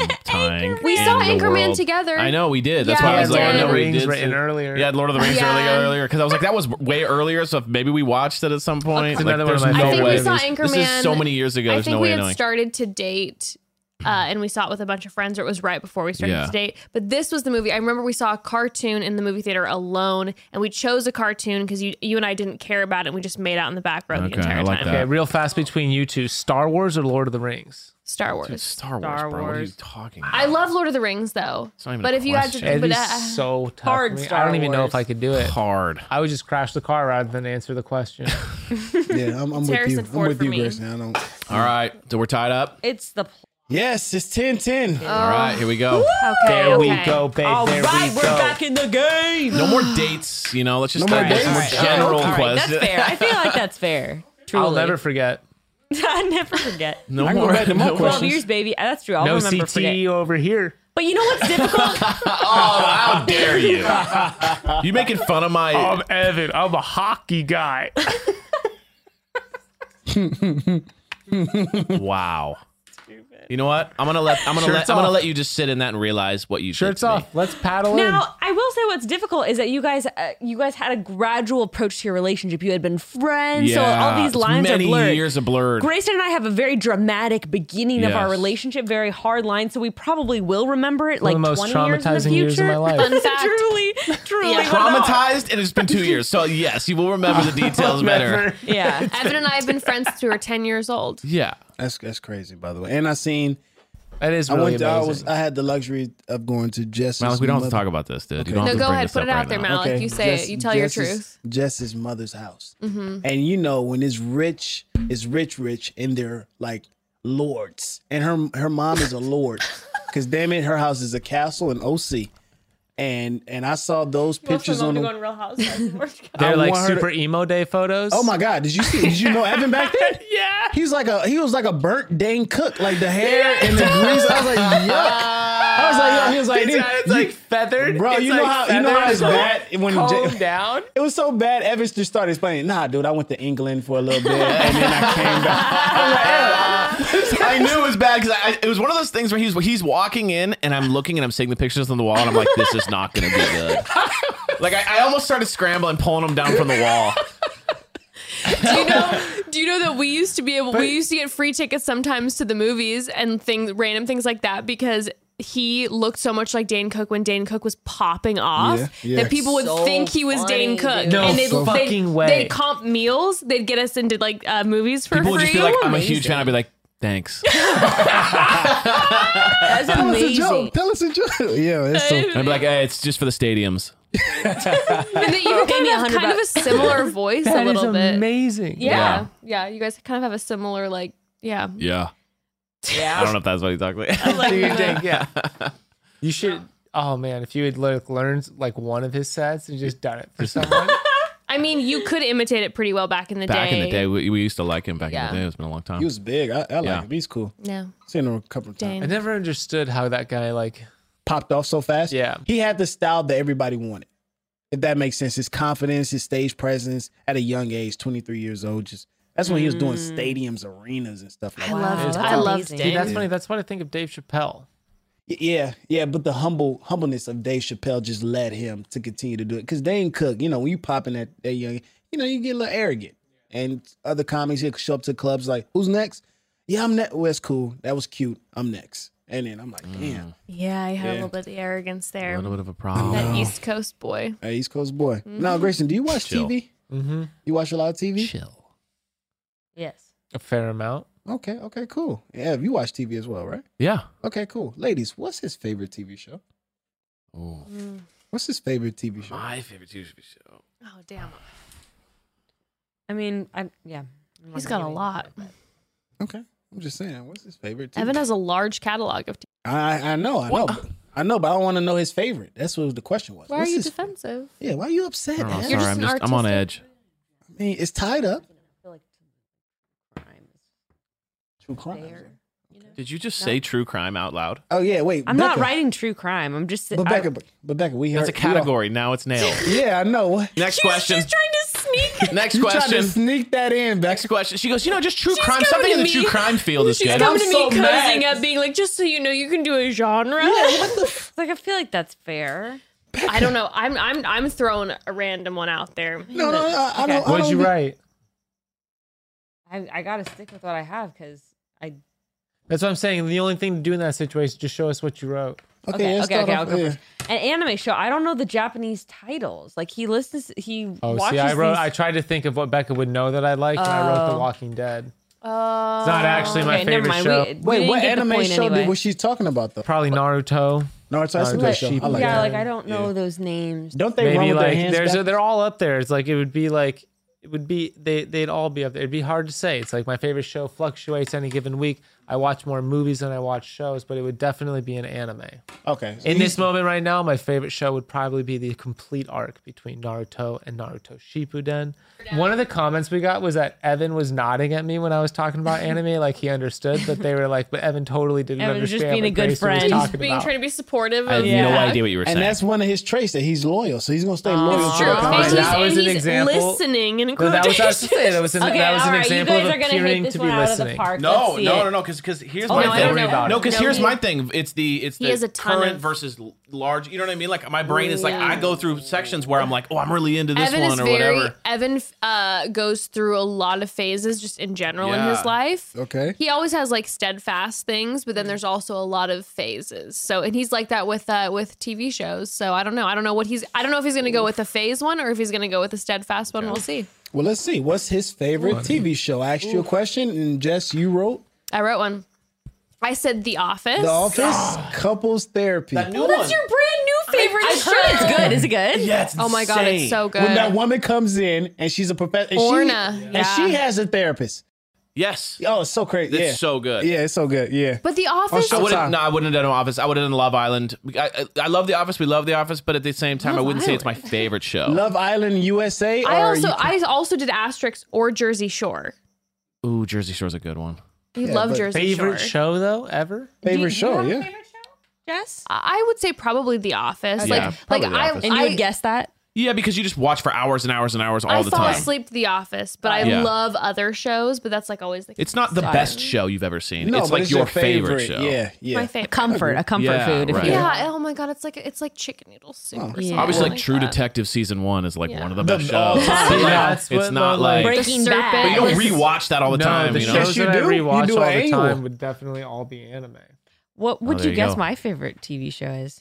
Speaker 6: sometime.
Speaker 2: We
Speaker 6: in
Speaker 2: saw
Speaker 6: the
Speaker 2: Anchorman
Speaker 6: world.
Speaker 2: together.
Speaker 6: I know we did. That's
Speaker 2: Yeah,
Speaker 6: why I
Speaker 2: we
Speaker 6: was like, I
Speaker 2: did.
Speaker 6: know we
Speaker 8: Rings
Speaker 6: did.
Speaker 8: written earlier.
Speaker 6: Yeah, Lord of the Rings
Speaker 2: Yeah.
Speaker 6: earlier earlier because I was like, that was way earlier. So if maybe we watched it at some point.
Speaker 8: It's
Speaker 6: like,
Speaker 8: another one of
Speaker 6: there's
Speaker 8: my
Speaker 2: I think
Speaker 8: No
Speaker 2: we
Speaker 8: way.
Speaker 2: saw
Speaker 6: this,
Speaker 2: Anchorman.
Speaker 6: This is so many years ago.
Speaker 2: I
Speaker 6: There's
Speaker 2: think
Speaker 6: no
Speaker 2: we
Speaker 6: way
Speaker 2: had
Speaker 6: knowing.
Speaker 2: started to date. Uh, and we saw it with a bunch of friends, or it was right before we started
Speaker 6: Yeah.
Speaker 2: to date. But this was the movie. I remember we saw a cartoon in the movie theater alone, and we chose a cartoon because you, you and I didn't care about it. and We just made out in the back row
Speaker 6: Okay,
Speaker 2: the entire
Speaker 6: I like
Speaker 2: time.
Speaker 6: that.
Speaker 8: Okay, real fast between you two: Star Wars or Lord of the Rings?
Speaker 2: Star Wars.
Speaker 6: Dude, Star Wars,
Speaker 12: Star
Speaker 6: bro. What are you
Speaker 12: Wars.
Speaker 6: talking about?
Speaker 2: I love Lord of the Rings though.
Speaker 6: It's not even
Speaker 2: but
Speaker 6: a
Speaker 2: if you had to,
Speaker 6: question.
Speaker 8: It'd
Speaker 2: but,
Speaker 8: be
Speaker 2: uh,
Speaker 8: so tough.
Speaker 12: Hard
Speaker 8: for me. I
Speaker 12: Star
Speaker 8: don't even know
Speaker 12: Wars.
Speaker 8: if I could do it.
Speaker 6: hard.
Speaker 8: I would just crash the car rather than answer the
Speaker 7: <laughs>
Speaker 8: question.
Speaker 7: Yeah, I'm, I'm with
Speaker 2: Harrison
Speaker 7: you. I'm
Speaker 2: Ford
Speaker 7: with
Speaker 2: for
Speaker 7: you,
Speaker 2: me.
Speaker 7: Grayson. I don't.
Speaker 6: All right, so we're tied up.
Speaker 12: It's the. Pl-
Speaker 7: Yes, it's 10 10.
Speaker 2: Oh.
Speaker 6: All right, here we go.
Speaker 2: okay,
Speaker 8: There we
Speaker 2: okay.
Speaker 8: go, babe.
Speaker 12: All
Speaker 8: there
Speaker 12: right,
Speaker 8: we
Speaker 12: we're
Speaker 8: go.
Speaker 12: back in the game.
Speaker 6: No more dates. You know, let's just
Speaker 7: No more
Speaker 6: start getting more
Speaker 7: dates. All right,
Speaker 6: general
Speaker 12: All right,
Speaker 6: questions.
Speaker 12: That's fair. I feel like that's fair. Truly,
Speaker 8: I'll
Speaker 12: <laughs>
Speaker 8: never forget.
Speaker 12: I never forget.
Speaker 6: No
Speaker 7: I can go
Speaker 6: more.
Speaker 7: back to my
Speaker 6: no more-
Speaker 12: Twelve
Speaker 7: questions.
Speaker 12: years, baby. Uh, That's true. I'll
Speaker 8: No E.
Speaker 12: remember.
Speaker 8: CT
Speaker 12: Forget.
Speaker 8: over here.
Speaker 12: But you know what's difficult?
Speaker 6: Oh, how dare you? You making fun of my?
Speaker 8: I'm Evan. I'm a hockey
Speaker 12: <laughs>
Speaker 8: guy.
Speaker 6: wow. You know what? I'm gonna let I'm gonna
Speaker 8: Shirts
Speaker 6: let I'm gonna
Speaker 8: off.
Speaker 6: let you just sit in that and realize what you did
Speaker 8: Shirts
Speaker 6: to me.
Speaker 8: off. Let's paddle in.
Speaker 12: Now, I will say what's difficult is that you guys, uh, you guys had a gradual approach to your relationship. You had been friends, so all these
Speaker 6: it's
Speaker 12: lines
Speaker 6: many
Speaker 12: are blurred.
Speaker 6: years of blurred.
Speaker 12: Grayson and I have a very dramatic beginning of our
Speaker 6: Yes.
Speaker 12: relationship, very hard line, so we probably will remember it
Speaker 8: One
Speaker 12: like
Speaker 8: of the most
Speaker 12: 20 years in
Speaker 8: traumatizing
Speaker 12: the
Speaker 8: years
Speaker 12: future.
Speaker 8: of my
Speaker 12: <laughs>
Speaker 8: life.
Speaker 2: Fun fact.
Speaker 12: truly, truly.
Speaker 2: Yeah.
Speaker 12: one of the-
Speaker 6: Traumatized, and it's been two years. So yes, you will remember the
Speaker 7: <laughs>
Speaker 6: details better.
Speaker 8: Remember? <laughs>
Speaker 12: Yeah.
Speaker 2: Evan and I have been friends since we were ten years
Speaker 6: <laughs>
Speaker 2: old.
Speaker 6: Yeah.
Speaker 7: That's that's crazy, by the way. And I seen
Speaker 8: That is
Speaker 7: I
Speaker 8: really
Speaker 7: went. To, I
Speaker 8: amazing.
Speaker 7: was. uh, I had the luxury of going to Jess's.
Speaker 6: Malik, we don't have
Speaker 7: mother-
Speaker 6: to talk about this, dude. You
Speaker 7: Okay.
Speaker 6: don't have
Speaker 2: No,
Speaker 6: to
Speaker 2: go
Speaker 6: bring
Speaker 2: ahead.
Speaker 6: this
Speaker 2: Put
Speaker 6: up
Speaker 2: it out
Speaker 6: right
Speaker 2: there,
Speaker 6: now.
Speaker 2: Malik. Alec, you say it. You tell your
Speaker 7: Jess's-
Speaker 2: truth. Mm-hmm.
Speaker 7: Jess's mother's house, and you know when it's rich, it's rich, rich, and they're like lords, and her her mom is
Speaker 2: <laughs>
Speaker 7: a lord, because damn it, her house is a castle in OC, and and I saw those pictures on. The,
Speaker 2: Real Housewives.
Speaker 8: They're
Speaker 7: I
Speaker 8: like
Speaker 7: want her to-
Speaker 8: super emo day photos.
Speaker 7: oh my god, did you see? Did you know Evan back then?
Speaker 8: <laughs> Yeah.
Speaker 7: He's like a he was like a burnt dang cook, like the hair and the
Speaker 2: <laughs>
Speaker 7: grease. I was like, yuck. I was like, yo, he was like,
Speaker 8: It's, it's like feathered.
Speaker 7: Bro,
Speaker 8: It's
Speaker 7: you know
Speaker 8: like
Speaker 7: how- you know how
Speaker 8: feathered,
Speaker 7: it's
Speaker 8: so
Speaker 7: bad
Speaker 8: <laughs>
Speaker 7: when-
Speaker 8: calm down.
Speaker 7: It was so bad. Evans just started explaining, nah, dude, I went to England for a little bit and then I
Speaker 2: <laughs>
Speaker 7: came back.
Speaker 6: I knew it was bad because I, I- it was one of those things where he's he's walking in and I'm looking and I'm seeing the pictures on the wall and I'm like, this is not going to be
Speaker 7: <laughs>
Speaker 6: good. Like I, I almost started scrambling, pulling them down from the wall.
Speaker 2: do you
Speaker 6: <laughs>
Speaker 2: know? Do you know that we used to be able? we used to get free tickets sometimes to the movies and things, random things like that, because he looked so much like Dane Cook when Dane Cook was popping off
Speaker 7: Yeah, yeah.
Speaker 2: that people would
Speaker 12: So
Speaker 2: think he was Dane Cook.
Speaker 12: funny, dude.
Speaker 8: No
Speaker 2: they'd,
Speaker 8: fucking
Speaker 2: they'd,
Speaker 8: way.
Speaker 2: They'd comp meals. They'd get us into like uh, movies for
Speaker 6: People
Speaker 2: free.
Speaker 6: would just be like, I'm a huge fan. I'd be like, thanks. And
Speaker 12: That's
Speaker 7: Tell us a
Speaker 12: amazing.
Speaker 7: joke. Tell us a joke. <laughs> Yeah, it's so
Speaker 6: I'd be like, hey, it's just for the stadiums.
Speaker 2: and that you
Speaker 12: me a
Speaker 2: kind of
Speaker 12: hundred
Speaker 2: have kind of a similar voice a
Speaker 8: That is
Speaker 2: little bit.
Speaker 8: amazing.
Speaker 2: Yeah. yeah, You guys kind of have a similar like, yeah.
Speaker 6: Yeah. I
Speaker 12: Yeah.
Speaker 6: don't know if that's what he talked about.
Speaker 8: Do your thing, yeah. You should. Oh man, if you had like learned like one of his sets and just done it for someone,
Speaker 2: I mean, you could imitate it pretty well back in the
Speaker 6: back
Speaker 2: day.
Speaker 6: in the day, we, we used to like him. Back
Speaker 2: Yeah.
Speaker 6: in the day, it's been a long time.
Speaker 7: he was big. I, I like
Speaker 6: Yeah.
Speaker 7: him. He's cool.
Speaker 2: Yeah.
Speaker 7: Seen him a couple of times.
Speaker 8: I
Speaker 2: Dane.
Speaker 8: never understood how that guy like.
Speaker 7: Popped off so fast.
Speaker 8: Yeah.
Speaker 7: He had the style that everybody wanted. If that makes sense. His confidence, his stage presence at a young age, 23 years old, just that's when he was doing stadiums, arenas, and stuff like
Speaker 2: Mm. I
Speaker 7: that.
Speaker 2: loved
Speaker 8: It's
Speaker 2: I loved
Speaker 12: amazing.
Speaker 8: See,
Speaker 2: it.
Speaker 8: that's funny. That's what I think of Dave Chappelle.
Speaker 7: Y- Yeah, yeah, but the humble humbleness of Dave Chappelle just led him to continue to do it. Because Dane Cook, you know, when you pop in that, that young, you know, you get a little arrogant. And other comics here show up to clubs like, "Who's next?" Yeah, I'm next. Well, that's cool. That was cute. I'm next. And then I'm like, damn,
Speaker 2: Yeah, I have
Speaker 7: Yeah.
Speaker 2: a little bit of the arrogance
Speaker 6: A
Speaker 2: there.
Speaker 6: little bit of a problem.
Speaker 2: That East Coast boy.
Speaker 7: hey, East Coast boy.
Speaker 12: Mm-hmm.
Speaker 7: Now, Grayson, do you watch
Speaker 6: Chill.
Speaker 7: TV?
Speaker 8: Mm-hmm.
Speaker 7: You watch a lot of TV?
Speaker 6: Chill.
Speaker 12: Yes.
Speaker 8: A fair amount.
Speaker 7: Okay, okay, cool. Yeah, you watch TV as well, right?
Speaker 6: Yeah.
Speaker 7: Okay, cool. Ladies, what's his favorite TV show?
Speaker 6: Ooh.
Speaker 7: What's his favorite TV show?
Speaker 6: My favorite TV show.
Speaker 2: Oh damn,
Speaker 12: I mean, I yeah. I'm not
Speaker 2: he's got a
Speaker 12: gonna
Speaker 2: lot.
Speaker 7: Okay, I'm just saying, what's his favorite? TV?
Speaker 2: Evan has a large catalog of. T-
Speaker 7: I I know, I know,
Speaker 6: What?
Speaker 7: I know, but I want to know his favorite. That's what the question was.
Speaker 2: Why
Speaker 7: What's
Speaker 2: are you
Speaker 7: his-
Speaker 2: defensive?
Speaker 7: Yeah, why are you upset?
Speaker 6: I don't know.
Speaker 7: man?
Speaker 2: You're
Speaker 6: Oh, Sorry,
Speaker 2: just
Speaker 6: I'm
Speaker 2: an
Speaker 6: just I'm on edge.
Speaker 2: artistic-
Speaker 7: I mean, it's tied up.
Speaker 12: give you crime.
Speaker 7: True crime.
Speaker 12: Fair.
Speaker 6: Did you just say true crime out loud?
Speaker 7: Oh yeah, wait.
Speaker 12: I'm not
Speaker 7: Becca.
Speaker 12: writing true crime. I'm just
Speaker 7: But
Speaker 12: I-
Speaker 7: Becca, but Becca, we
Speaker 6: That's a
Speaker 7: heard- we all-
Speaker 6: category. Now
Speaker 2: <laughs>
Speaker 6: it's nailed.
Speaker 7: yeah, I know. What?
Speaker 6: Next question.
Speaker 8: <laughs>
Speaker 6: Next
Speaker 7: You tried to
Speaker 6: question.
Speaker 7: sneak that in,
Speaker 6: Next
Speaker 7: Becca.
Speaker 6: question. She goes, you know, just true crime.
Speaker 2: coming
Speaker 6: Something
Speaker 2: to
Speaker 6: in the
Speaker 2: me.
Speaker 6: true crime field is
Speaker 2: She's
Speaker 6: good.
Speaker 2: coming
Speaker 7: I'm
Speaker 2: to
Speaker 7: so
Speaker 2: me cozying
Speaker 7: mad.
Speaker 2: up, being like, just so you know, you can do a genre.
Speaker 12: like I feel like that's fair.
Speaker 2: I don't know. I'm I'm I'm throwing a random one out there.
Speaker 7: No, no, no, I, I don't. I
Speaker 8: What'd
Speaker 7: don't
Speaker 8: you
Speaker 7: be-
Speaker 8: write?
Speaker 12: I, I gotta stick with what I have because I
Speaker 8: That's what I'm saying. The only thing to do in that situation, just show us what you wrote.
Speaker 7: Okay,
Speaker 12: Okay,
Speaker 7: let's
Speaker 12: okay,
Speaker 7: start
Speaker 12: okay,
Speaker 7: off-
Speaker 12: I'll go
Speaker 7: yeah.
Speaker 12: first. an anime show. I don't know the Japanese titles. Like he listens, he
Speaker 8: Oh,
Speaker 12: watches.
Speaker 8: see, I wrote.
Speaker 12: these-
Speaker 8: I tried to think of what Becca would know that I like, and I wrote The
Speaker 12: Oh.
Speaker 8: Walking Dead.
Speaker 2: Uh,
Speaker 8: It's not actually my
Speaker 12: Okay,
Speaker 8: favorite
Speaker 12: never mind.
Speaker 8: show.
Speaker 12: We, we
Speaker 7: Wait,
Speaker 12: didn't
Speaker 7: what
Speaker 12: get the
Speaker 7: anime
Speaker 12: point
Speaker 7: show
Speaker 12: anyway.
Speaker 7: did, was she talking about though?
Speaker 8: Probably Naruto.
Speaker 7: Naruto. That's a
Speaker 8: Naruto.
Speaker 7: good show. I like
Speaker 12: yeah,
Speaker 7: that.
Speaker 12: like I don't know those names.
Speaker 7: Don't they run
Speaker 8: Maybe
Speaker 7: with their
Speaker 8: like
Speaker 7: hands?
Speaker 8: there's
Speaker 7: back?
Speaker 8: a, they're all up there. It's like it would be like it would be they they'd all be up there. It'd be hard to say. It's like my favorite show fluctuates any given week. I watch more movies than I watch shows, but it would definitely be an anime.
Speaker 7: okay. so
Speaker 8: In
Speaker 7: you-
Speaker 8: this moment right now, my favorite show would probably be the complete arc between Naruto and Naruto Shippuden. One of the comments we got was that Evan was nodding at me when I was talking about anime, like he understood, but they were like, "But Evan totally didn't
Speaker 12: Evan was
Speaker 8: understand."
Speaker 12: just being
Speaker 8: what
Speaker 12: a good
Speaker 8: Grayson was
Speaker 12: friend.
Speaker 8: talking
Speaker 2: being
Speaker 8: about.
Speaker 2: trying to be supportive.
Speaker 6: I have
Speaker 2: of
Speaker 6: no
Speaker 2: that.
Speaker 6: idea what you were saying.
Speaker 7: and that's one of his traits that he's loyal, so he's gonna stay loyal.
Speaker 2: It's
Speaker 7: to
Speaker 2: true.
Speaker 7: the
Speaker 2: And
Speaker 8: That
Speaker 2: he's,
Speaker 7: concept.
Speaker 8: was
Speaker 2: and
Speaker 8: an
Speaker 2: he's
Speaker 8: example-
Speaker 2: listening in
Speaker 8: No, that was I was just saying, that was an,
Speaker 12: Okay,
Speaker 8: that was
Speaker 12: all
Speaker 8: an
Speaker 12: right, you
Speaker 8: example of
Speaker 12: guys are gonna hate
Speaker 8: appearing
Speaker 12: this
Speaker 8: to be
Speaker 12: one out of the
Speaker 8: listening.
Speaker 12: park.
Speaker 6: No,
Speaker 12: Let's see
Speaker 6: no,
Speaker 12: it.
Speaker 6: no, no, because because here's
Speaker 8: Oh,
Speaker 6: my
Speaker 8: no, I
Speaker 6: thing.
Speaker 8: don't Worry know. about
Speaker 6: no,
Speaker 8: it.
Speaker 6: because
Speaker 2: No,
Speaker 6: here's
Speaker 2: he-
Speaker 6: my thing. It's the it's
Speaker 2: He
Speaker 6: the
Speaker 2: has a ton
Speaker 6: current
Speaker 2: of-
Speaker 6: versus l- large. You know what I mean? Like my brain is like I go through sections where I'm like, oh, I'm really into this
Speaker 2: Evan
Speaker 6: one
Speaker 2: is
Speaker 6: or
Speaker 2: very
Speaker 6: whatever.
Speaker 2: Evan uh, goes through a lot of phases just in general in
Speaker 6: Yeah.
Speaker 2: his life.
Speaker 7: Okay.
Speaker 2: He always has like steadfast things, but
Speaker 6: Mm.
Speaker 2: then there's also a lot of phases. So and he's like that with uh, with TV shows. So I don't know. I don't know what he's. I don't know if he's gonna go with a phase one or if he's gonna go with a steadfast one. We'll see.
Speaker 7: Well, let's see. What's his favorite TV show? I asked you a question, and Jess, you wrote
Speaker 2: I wrote one. I said The Office.
Speaker 7: The Office Couples Therapy.
Speaker 6: That new
Speaker 2: Oh,
Speaker 7: When
Speaker 6: one.
Speaker 2: brand new favorite
Speaker 12: I'm sure it's good. Is it good?
Speaker 6: yeah, it's
Speaker 2: Oh my god, it's
Speaker 6: insane.
Speaker 2: so good.
Speaker 7: that woman comes in and she's a professor, and,
Speaker 2: Orna,
Speaker 7: she, and
Speaker 2: yeah.
Speaker 7: she has a therapist.
Speaker 6: yes,
Speaker 7: Oh, it's so crazy.
Speaker 6: it's
Speaker 7: yeah.
Speaker 6: so good.
Speaker 7: Yeah, it's so good. Yeah.
Speaker 2: but The Office.
Speaker 6: I
Speaker 7: Showtime.
Speaker 6: wouldn't. No, I wouldn't have done Office. I would have done Love Island. I, I, I love The Office. We love The Office, but at the same time, I wouldn't say it's my favorite show.
Speaker 7: Love Island USA.
Speaker 2: I
Speaker 7: or
Speaker 2: also
Speaker 7: you-
Speaker 2: I also did Asterix or Jersey Shore.
Speaker 6: Ooh, Jersey Shore's a good one.
Speaker 2: You
Speaker 7: Yeah,
Speaker 2: love
Speaker 7: but
Speaker 2: Jersey
Speaker 8: Favorite
Speaker 2: Shore.
Speaker 8: show though ever?
Speaker 7: favorite show. Yeah.
Speaker 12: Yes.
Speaker 2: I would say probably The Office.
Speaker 6: Okay.
Speaker 2: Like,
Speaker 6: Yeah,
Speaker 2: like
Speaker 6: probably The
Speaker 2: I,
Speaker 6: Office.
Speaker 12: And you
Speaker 2: I,
Speaker 12: would guess that?
Speaker 6: Yeah, because you just watch for hours and hours and hours all
Speaker 2: I
Speaker 6: the
Speaker 2: fall
Speaker 6: time.
Speaker 2: asleep to The Office, but I
Speaker 6: Yeah.
Speaker 2: love other shows. But that's like always the
Speaker 6: It's not the
Speaker 2: Sorry.
Speaker 6: best show you've ever seen.
Speaker 7: No,
Speaker 6: it's
Speaker 7: but
Speaker 6: like
Speaker 7: it's
Speaker 6: your, favorite, show.
Speaker 7: Yeah. Yeah.
Speaker 2: my favorite.
Speaker 12: Comfort, a comfort
Speaker 6: Yeah,
Speaker 12: food. If
Speaker 6: right.
Speaker 12: you
Speaker 2: Yeah. Oh my god, it's like it's like chicken noodle soup. or something
Speaker 6: Obviously, like, True
Speaker 2: that.
Speaker 6: Detective season one is like
Speaker 2: <laughs> Yeah.
Speaker 6: one of the
Speaker 7: The-
Speaker 6: best
Speaker 7: all
Speaker 6: shows.
Speaker 7: time.
Speaker 6: You know,
Speaker 8: Yeah,
Speaker 6: it's
Speaker 8: it's what-
Speaker 6: not
Speaker 8: like-
Speaker 6: like,
Speaker 12: Breaking
Speaker 2: The
Speaker 12: Bad.
Speaker 6: but you don't
Speaker 2: Yes.
Speaker 6: rewatch that all the time.
Speaker 8: the
Speaker 6: you know,
Speaker 7: Yes,
Speaker 8: shows
Speaker 7: you
Speaker 8: that I
Speaker 7: do. You
Speaker 8: rewatch
Speaker 7: do
Speaker 8: all
Speaker 7: an
Speaker 8: the
Speaker 7: annual.
Speaker 8: time would definitely all be anime.
Speaker 12: What would
Speaker 6: there
Speaker 12: you
Speaker 6: you
Speaker 12: guess
Speaker 6: go.
Speaker 12: my favorite TV show is?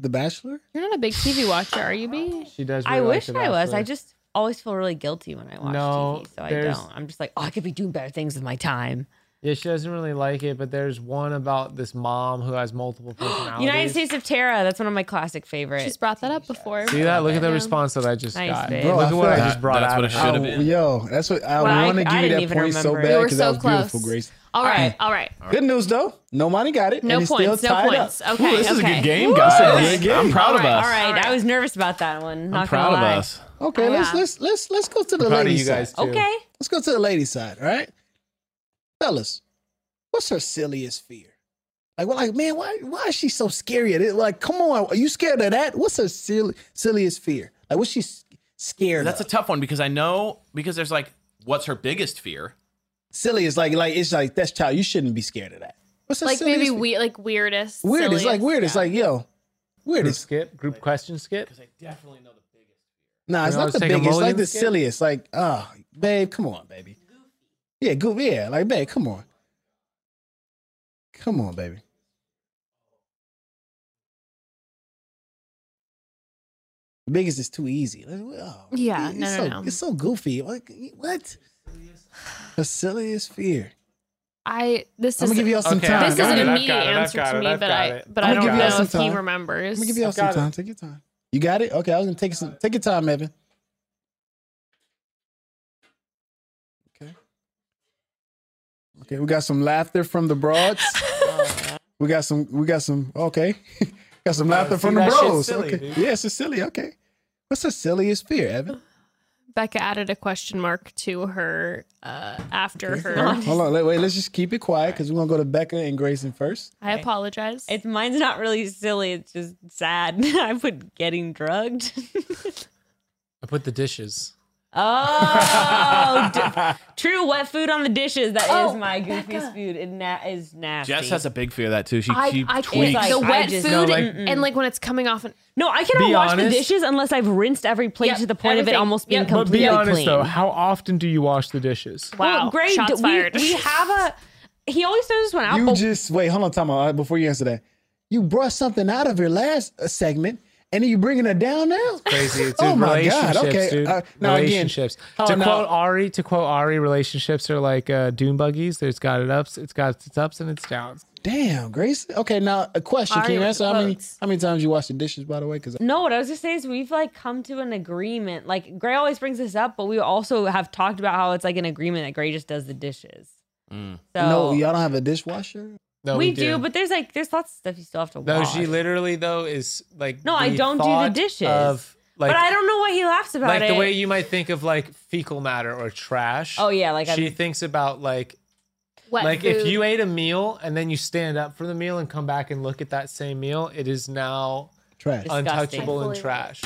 Speaker 7: The Bachelor.
Speaker 2: You're not a big TV watcher, are you? B.
Speaker 8: She does.
Speaker 12: I
Speaker 8: really like
Speaker 12: wish
Speaker 8: The
Speaker 12: I was. I
Speaker 8: Bachelor.
Speaker 12: just always feel really guilty when I watch
Speaker 8: No,
Speaker 12: TV, so I
Speaker 8: there's-
Speaker 12: don't. I'm just like, oh, I could be doing better things with my time.
Speaker 6: <gasps>
Speaker 8: yeah, she doesn't really like it. But there's one about this mom who has multiple personalities.
Speaker 12: <gasps> United States of Terra. That's one of my classic
Speaker 2: She's
Speaker 12: favorites.
Speaker 2: brought that up before.
Speaker 8: See that? Look at the
Speaker 2: Yeah.
Speaker 8: response that I just
Speaker 12: Nice,
Speaker 8: got.
Speaker 12: babe.
Speaker 7: Bro,
Speaker 8: Look
Speaker 7: I
Speaker 8: at
Speaker 7: feel
Speaker 8: what
Speaker 7: like
Speaker 8: I just brought
Speaker 6: that's
Speaker 8: out. of
Speaker 6: what it
Speaker 8: her.
Speaker 6: should
Speaker 7: Oh,
Speaker 6: have been.
Speaker 7: yo, that's what I
Speaker 12: Well, I-
Speaker 7: want to
Speaker 12: I
Speaker 7: give you
Speaker 12: didn't
Speaker 7: that
Speaker 12: even
Speaker 7: point so
Speaker 12: remember it.
Speaker 7: bad
Speaker 12: We
Speaker 2: were
Speaker 7: because that
Speaker 2: so
Speaker 7: was beautiful,
Speaker 2: close.
Speaker 7: Grace.
Speaker 2: All right, all right.
Speaker 7: Good news though, Nomani got it.
Speaker 2: No
Speaker 7: and it's still
Speaker 2: points, no
Speaker 7: tied
Speaker 2: points.
Speaker 7: Up.
Speaker 2: Okay,
Speaker 6: this is a
Speaker 2: okay.
Speaker 6: good game,
Speaker 7: That's a
Speaker 6: guys.
Speaker 7: good game.
Speaker 6: I'm proud of
Speaker 2: All
Speaker 6: us.
Speaker 12: All right,
Speaker 2: Alright.
Speaker 12: I was nervous about that one. Not
Speaker 6: I'm proud
Speaker 12: gonna
Speaker 6: of
Speaker 12: lie.
Speaker 6: us.
Speaker 7: Okay, let's
Speaker 2: Oh, Yeah.
Speaker 7: let's let's let's go to the
Speaker 8: Proud of
Speaker 7: ladies.
Speaker 8: you guys too.
Speaker 12: Okay.
Speaker 7: Let's go to the ladies' side, all right? Fellas, what's her silliest fear? Like, we're like, man, why why is she so scary at it? Like, come on, are you scared of that? What's her silly, silliest fear? Like, what's she s- scared
Speaker 6: That's a
Speaker 7: of?
Speaker 6: tough one because I know because there's like what's her biggest fear?
Speaker 7: silly is like, like it's like that's child. You shouldn't be scared of that. What's her
Speaker 2: Like
Speaker 7: silliest
Speaker 2: maybe
Speaker 7: fear?
Speaker 2: we like weirdest.
Speaker 7: weird? It's like
Speaker 2: silliest-
Speaker 7: weird. It's
Speaker 2: yeah.
Speaker 7: like yo, weird.
Speaker 8: Group
Speaker 7: It's,
Speaker 8: skip. Group question skip.
Speaker 7: nah, it's
Speaker 8: You
Speaker 7: not
Speaker 8: always
Speaker 7: the
Speaker 8: take a
Speaker 7: biggest. It's like
Speaker 8: mulligan
Speaker 7: the
Speaker 8: skip?
Speaker 7: silliest. Like, ah, babe, come on, baby. Yeah, goofy. Yeah, like, babe, come on. Come on, baby. The biggest is too easy. Like, oh,
Speaker 2: Yeah,
Speaker 7: it's
Speaker 2: no, no,
Speaker 7: so,
Speaker 2: no.
Speaker 7: It's so goofy. Like, what? The silliest fear.
Speaker 2: I this
Speaker 7: I'm
Speaker 2: is
Speaker 7: gonna give y'all some
Speaker 8: Okay,
Speaker 7: time.
Speaker 2: this is
Speaker 8: got
Speaker 2: an
Speaker 8: it, I've
Speaker 2: immediate
Speaker 8: got it, I've
Speaker 2: answer
Speaker 8: got
Speaker 2: to
Speaker 8: it,
Speaker 2: me,
Speaker 8: I've
Speaker 2: but
Speaker 8: got
Speaker 2: I
Speaker 8: it.
Speaker 2: but
Speaker 7: I'm
Speaker 2: I
Speaker 7: gonna
Speaker 2: don't
Speaker 7: give y'all
Speaker 2: know
Speaker 7: some
Speaker 2: if he
Speaker 7: time.
Speaker 2: remembers.
Speaker 7: I'm gonna give y'all some
Speaker 8: Got it.
Speaker 7: time. Take your time. You got it? Okay, I was gonna take some take your time, Evan. Okay. Okay, we got some laughter from
Speaker 8: <laughs>
Speaker 7: the broads. we got some we got some okay. <laughs> got some laughter
Speaker 8: see,
Speaker 7: from the
Speaker 8: that shit's
Speaker 7: bros.
Speaker 8: silly,
Speaker 7: okay.
Speaker 8: dude.
Speaker 7: Yeah, it's silly, okay. What's the silliest
Speaker 8: <laughs>
Speaker 7: fear, Evan?
Speaker 2: Becca added a question mark to her uh, after
Speaker 7: Okay,
Speaker 2: her.
Speaker 7: all right. Hold on, let- wait, let's just keep it quiet because we're gonna go to Becca and Grayson first.
Speaker 2: <laughs> I apologize.
Speaker 12: It's mine's not really silly. It's just sad. <laughs> I put getting drugged. <laughs>
Speaker 8: I put the dishes.
Speaker 12: oh,
Speaker 6: <laughs>
Speaker 12: d- true. Wet food on the dishes. That is
Speaker 2: Oh,
Speaker 12: my goofiest food. And that is nasty.
Speaker 6: Jess has a big fear of that too. She she tweaks.
Speaker 12: tweaks. like- mm.
Speaker 2: the
Speaker 12: I
Speaker 2: wet
Speaker 12: just
Speaker 2: food
Speaker 12: know,
Speaker 8: like-
Speaker 2: and, and, like when it's coming off. And,
Speaker 12: no. I cannot
Speaker 8: Be
Speaker 12: wash the
Speaker 8: honest.
Speaker 12: dishes unless I've rinsed every plate
Speaker 2: Yep,
Speaker 12: to the point of it
Speaker 2: everything.
Speaker 12: almost being
Speaker 2: Yep.
Speaker 8: But
Speaker 12: completely
Speaker 8: be honest
Speaker 12: clean.
Speaker 8: though, how often do you wash the dishes?
Speaker 2: wow,
Speaker 12: Well, great.
Speaker 2: shots
Speaker 12: we,
Speaker 2: fired.
Speaker 12: we have a. He always throws this one out.
Speaker 7: You
Speaker 12: but
Speaker 7: just wait. Hold on, time out before you answer that. You brushed something out of your last uh, segment, and then you bringing it down now.
Speaker 8: Crazy, <laughs> dude.
Speaker 7: Oh my God,
Speaker 8: relationships,
Speaker 7: okay.
Speaker 8: dude.
Speaker 7: Uh, now again-
Speaker 8: relationships.
Speaker 7: Oh,
Speaker 8: to
Speaker 7: no.
Speaker 8: quote Ari, to quote Ari, relationships are like uh, dune buggies. There's got it ups, it's got its ups and its downs.
Speaker 7: Damn, Grace. Okay, now a question. Can
Speaker 2: Ari
Speaker 7: you
Speaker 2: with
Speaker 7: answer
Speaker 2: the
Speaker 7: how many
Speaker 2: quotes.
Speaker 7: how many times you wash the dishes? By the way, because
Speaker 12: No, what I was gonna say is we've like come to an agreement. Like Gray always brings this up, but we also have talked about how it's like an agreement that Gray just does the dishes.
Speaker 2: Mm.
Speaker 12: So
Speaker 7: no, y'all don't have a dishwasher.
Speaker 8: No,
Speaker 12: we, do, but there's like there's lots of stuff you still have to
Speaker 8: no,
Speaker 12: wash.
Speaker 8: she literally though is like.
Speaker 12: No, I
Speaker 8: the
Speaker 12: don't do the
Speaker 8: thought
Speaker 12: dishes.
Speaker 8: Of, like,
Speaker 12: but I don't know why he laughs about
Speaker 8: like
Speaker 12: it.
Speaker 8: the way you might think of like fecal matter or trash.
Speaker 12: oh yeah, like
Speaker 8: she
Speaker 12: I'm,
Speaker 8: thinks about like
Speaker 2: <laughs> wet
Speaker 8: like if
Speaker 2: food.
Speaker 8: you ate a meal and then you stand up from the meal and come back and look at that same meal, it is now
Speaker 7: Trash.
Speaker 12: Disgusting.
Speaker 8: untouchable and
Speaker 2: Fully
Speaker 8: trash.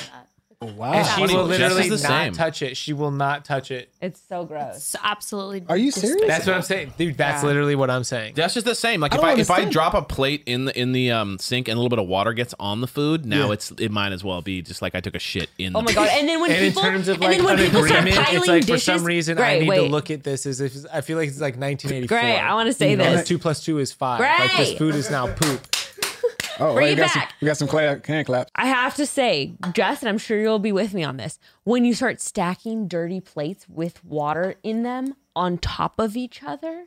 Speaker 12: Oh,
Speaker 7: wow.
Speaker 8: And
Speaker 6: Ah,
Speaker 8: she
Speaker 6: funny,
Speaker 8: will
Speaker 6: Jess is
Speaker 8: literally
Speaker 6: the
Speaker 8: not
Speaker 6: same.
Speaker 8: touch it. She will not touch it.
Speaker 12: it's so gross.
Speaker 2: It's absolutely.
Speaker 7: Are you serious?
Speaker 8: That's what I'm saying, dude. That's literally what I'm saying.
Speaker 6: That's just the same. Like
Speaker 7: I
Speaker 6: if
Speaker 7: don't
Speaker 6: I if I
Speaker 7: understand.
Speaker 6: drop a plate in the in the um sink and a little bit of water gets on the food, now it's it might as well be just like I took a shit in.
Speaker 12: Oh
Speaker 6: the
Speaker 12: my god! And then when
Speaker 8: And in
Speaker 12: people
Speaker 8: terms of
Speaker 12: and
Speaker 8: like
Speaker 12: then when
Speaker 8: an
Speaker 12: people start
Speaker 8: agreement,
Speaker 12: piling
Speaker 8: it's like for
Speaker 12: dishes,
Speaker 8: some reason
Speaker 12: Gray,
Speaker 8: I need
Speaker 12: wait,
Speaker 8: to look at this. As if I feel like it's like 1984.
Speaker 12: Gray, I wanna say
Speaker 8: You know,
Speaker 12: this.
Speaker 8: like, Two plus two is five. Like this
Speaker 12: Gray!
Speaker 8: food is now poop.
Speaker 12: <laughs>
Speaker 7: Oh,
Speaker 12: Bring
Speaker 7: we
Speaker 12: it
Speaker 7: got some
Speaker 12: back.
Speaker 7: we got some cla- can claps.
Speaker 12: I have to say, Jess, and I'm sure you'll be with me on this. When you start stacking dirty plates with water in them on top of each other,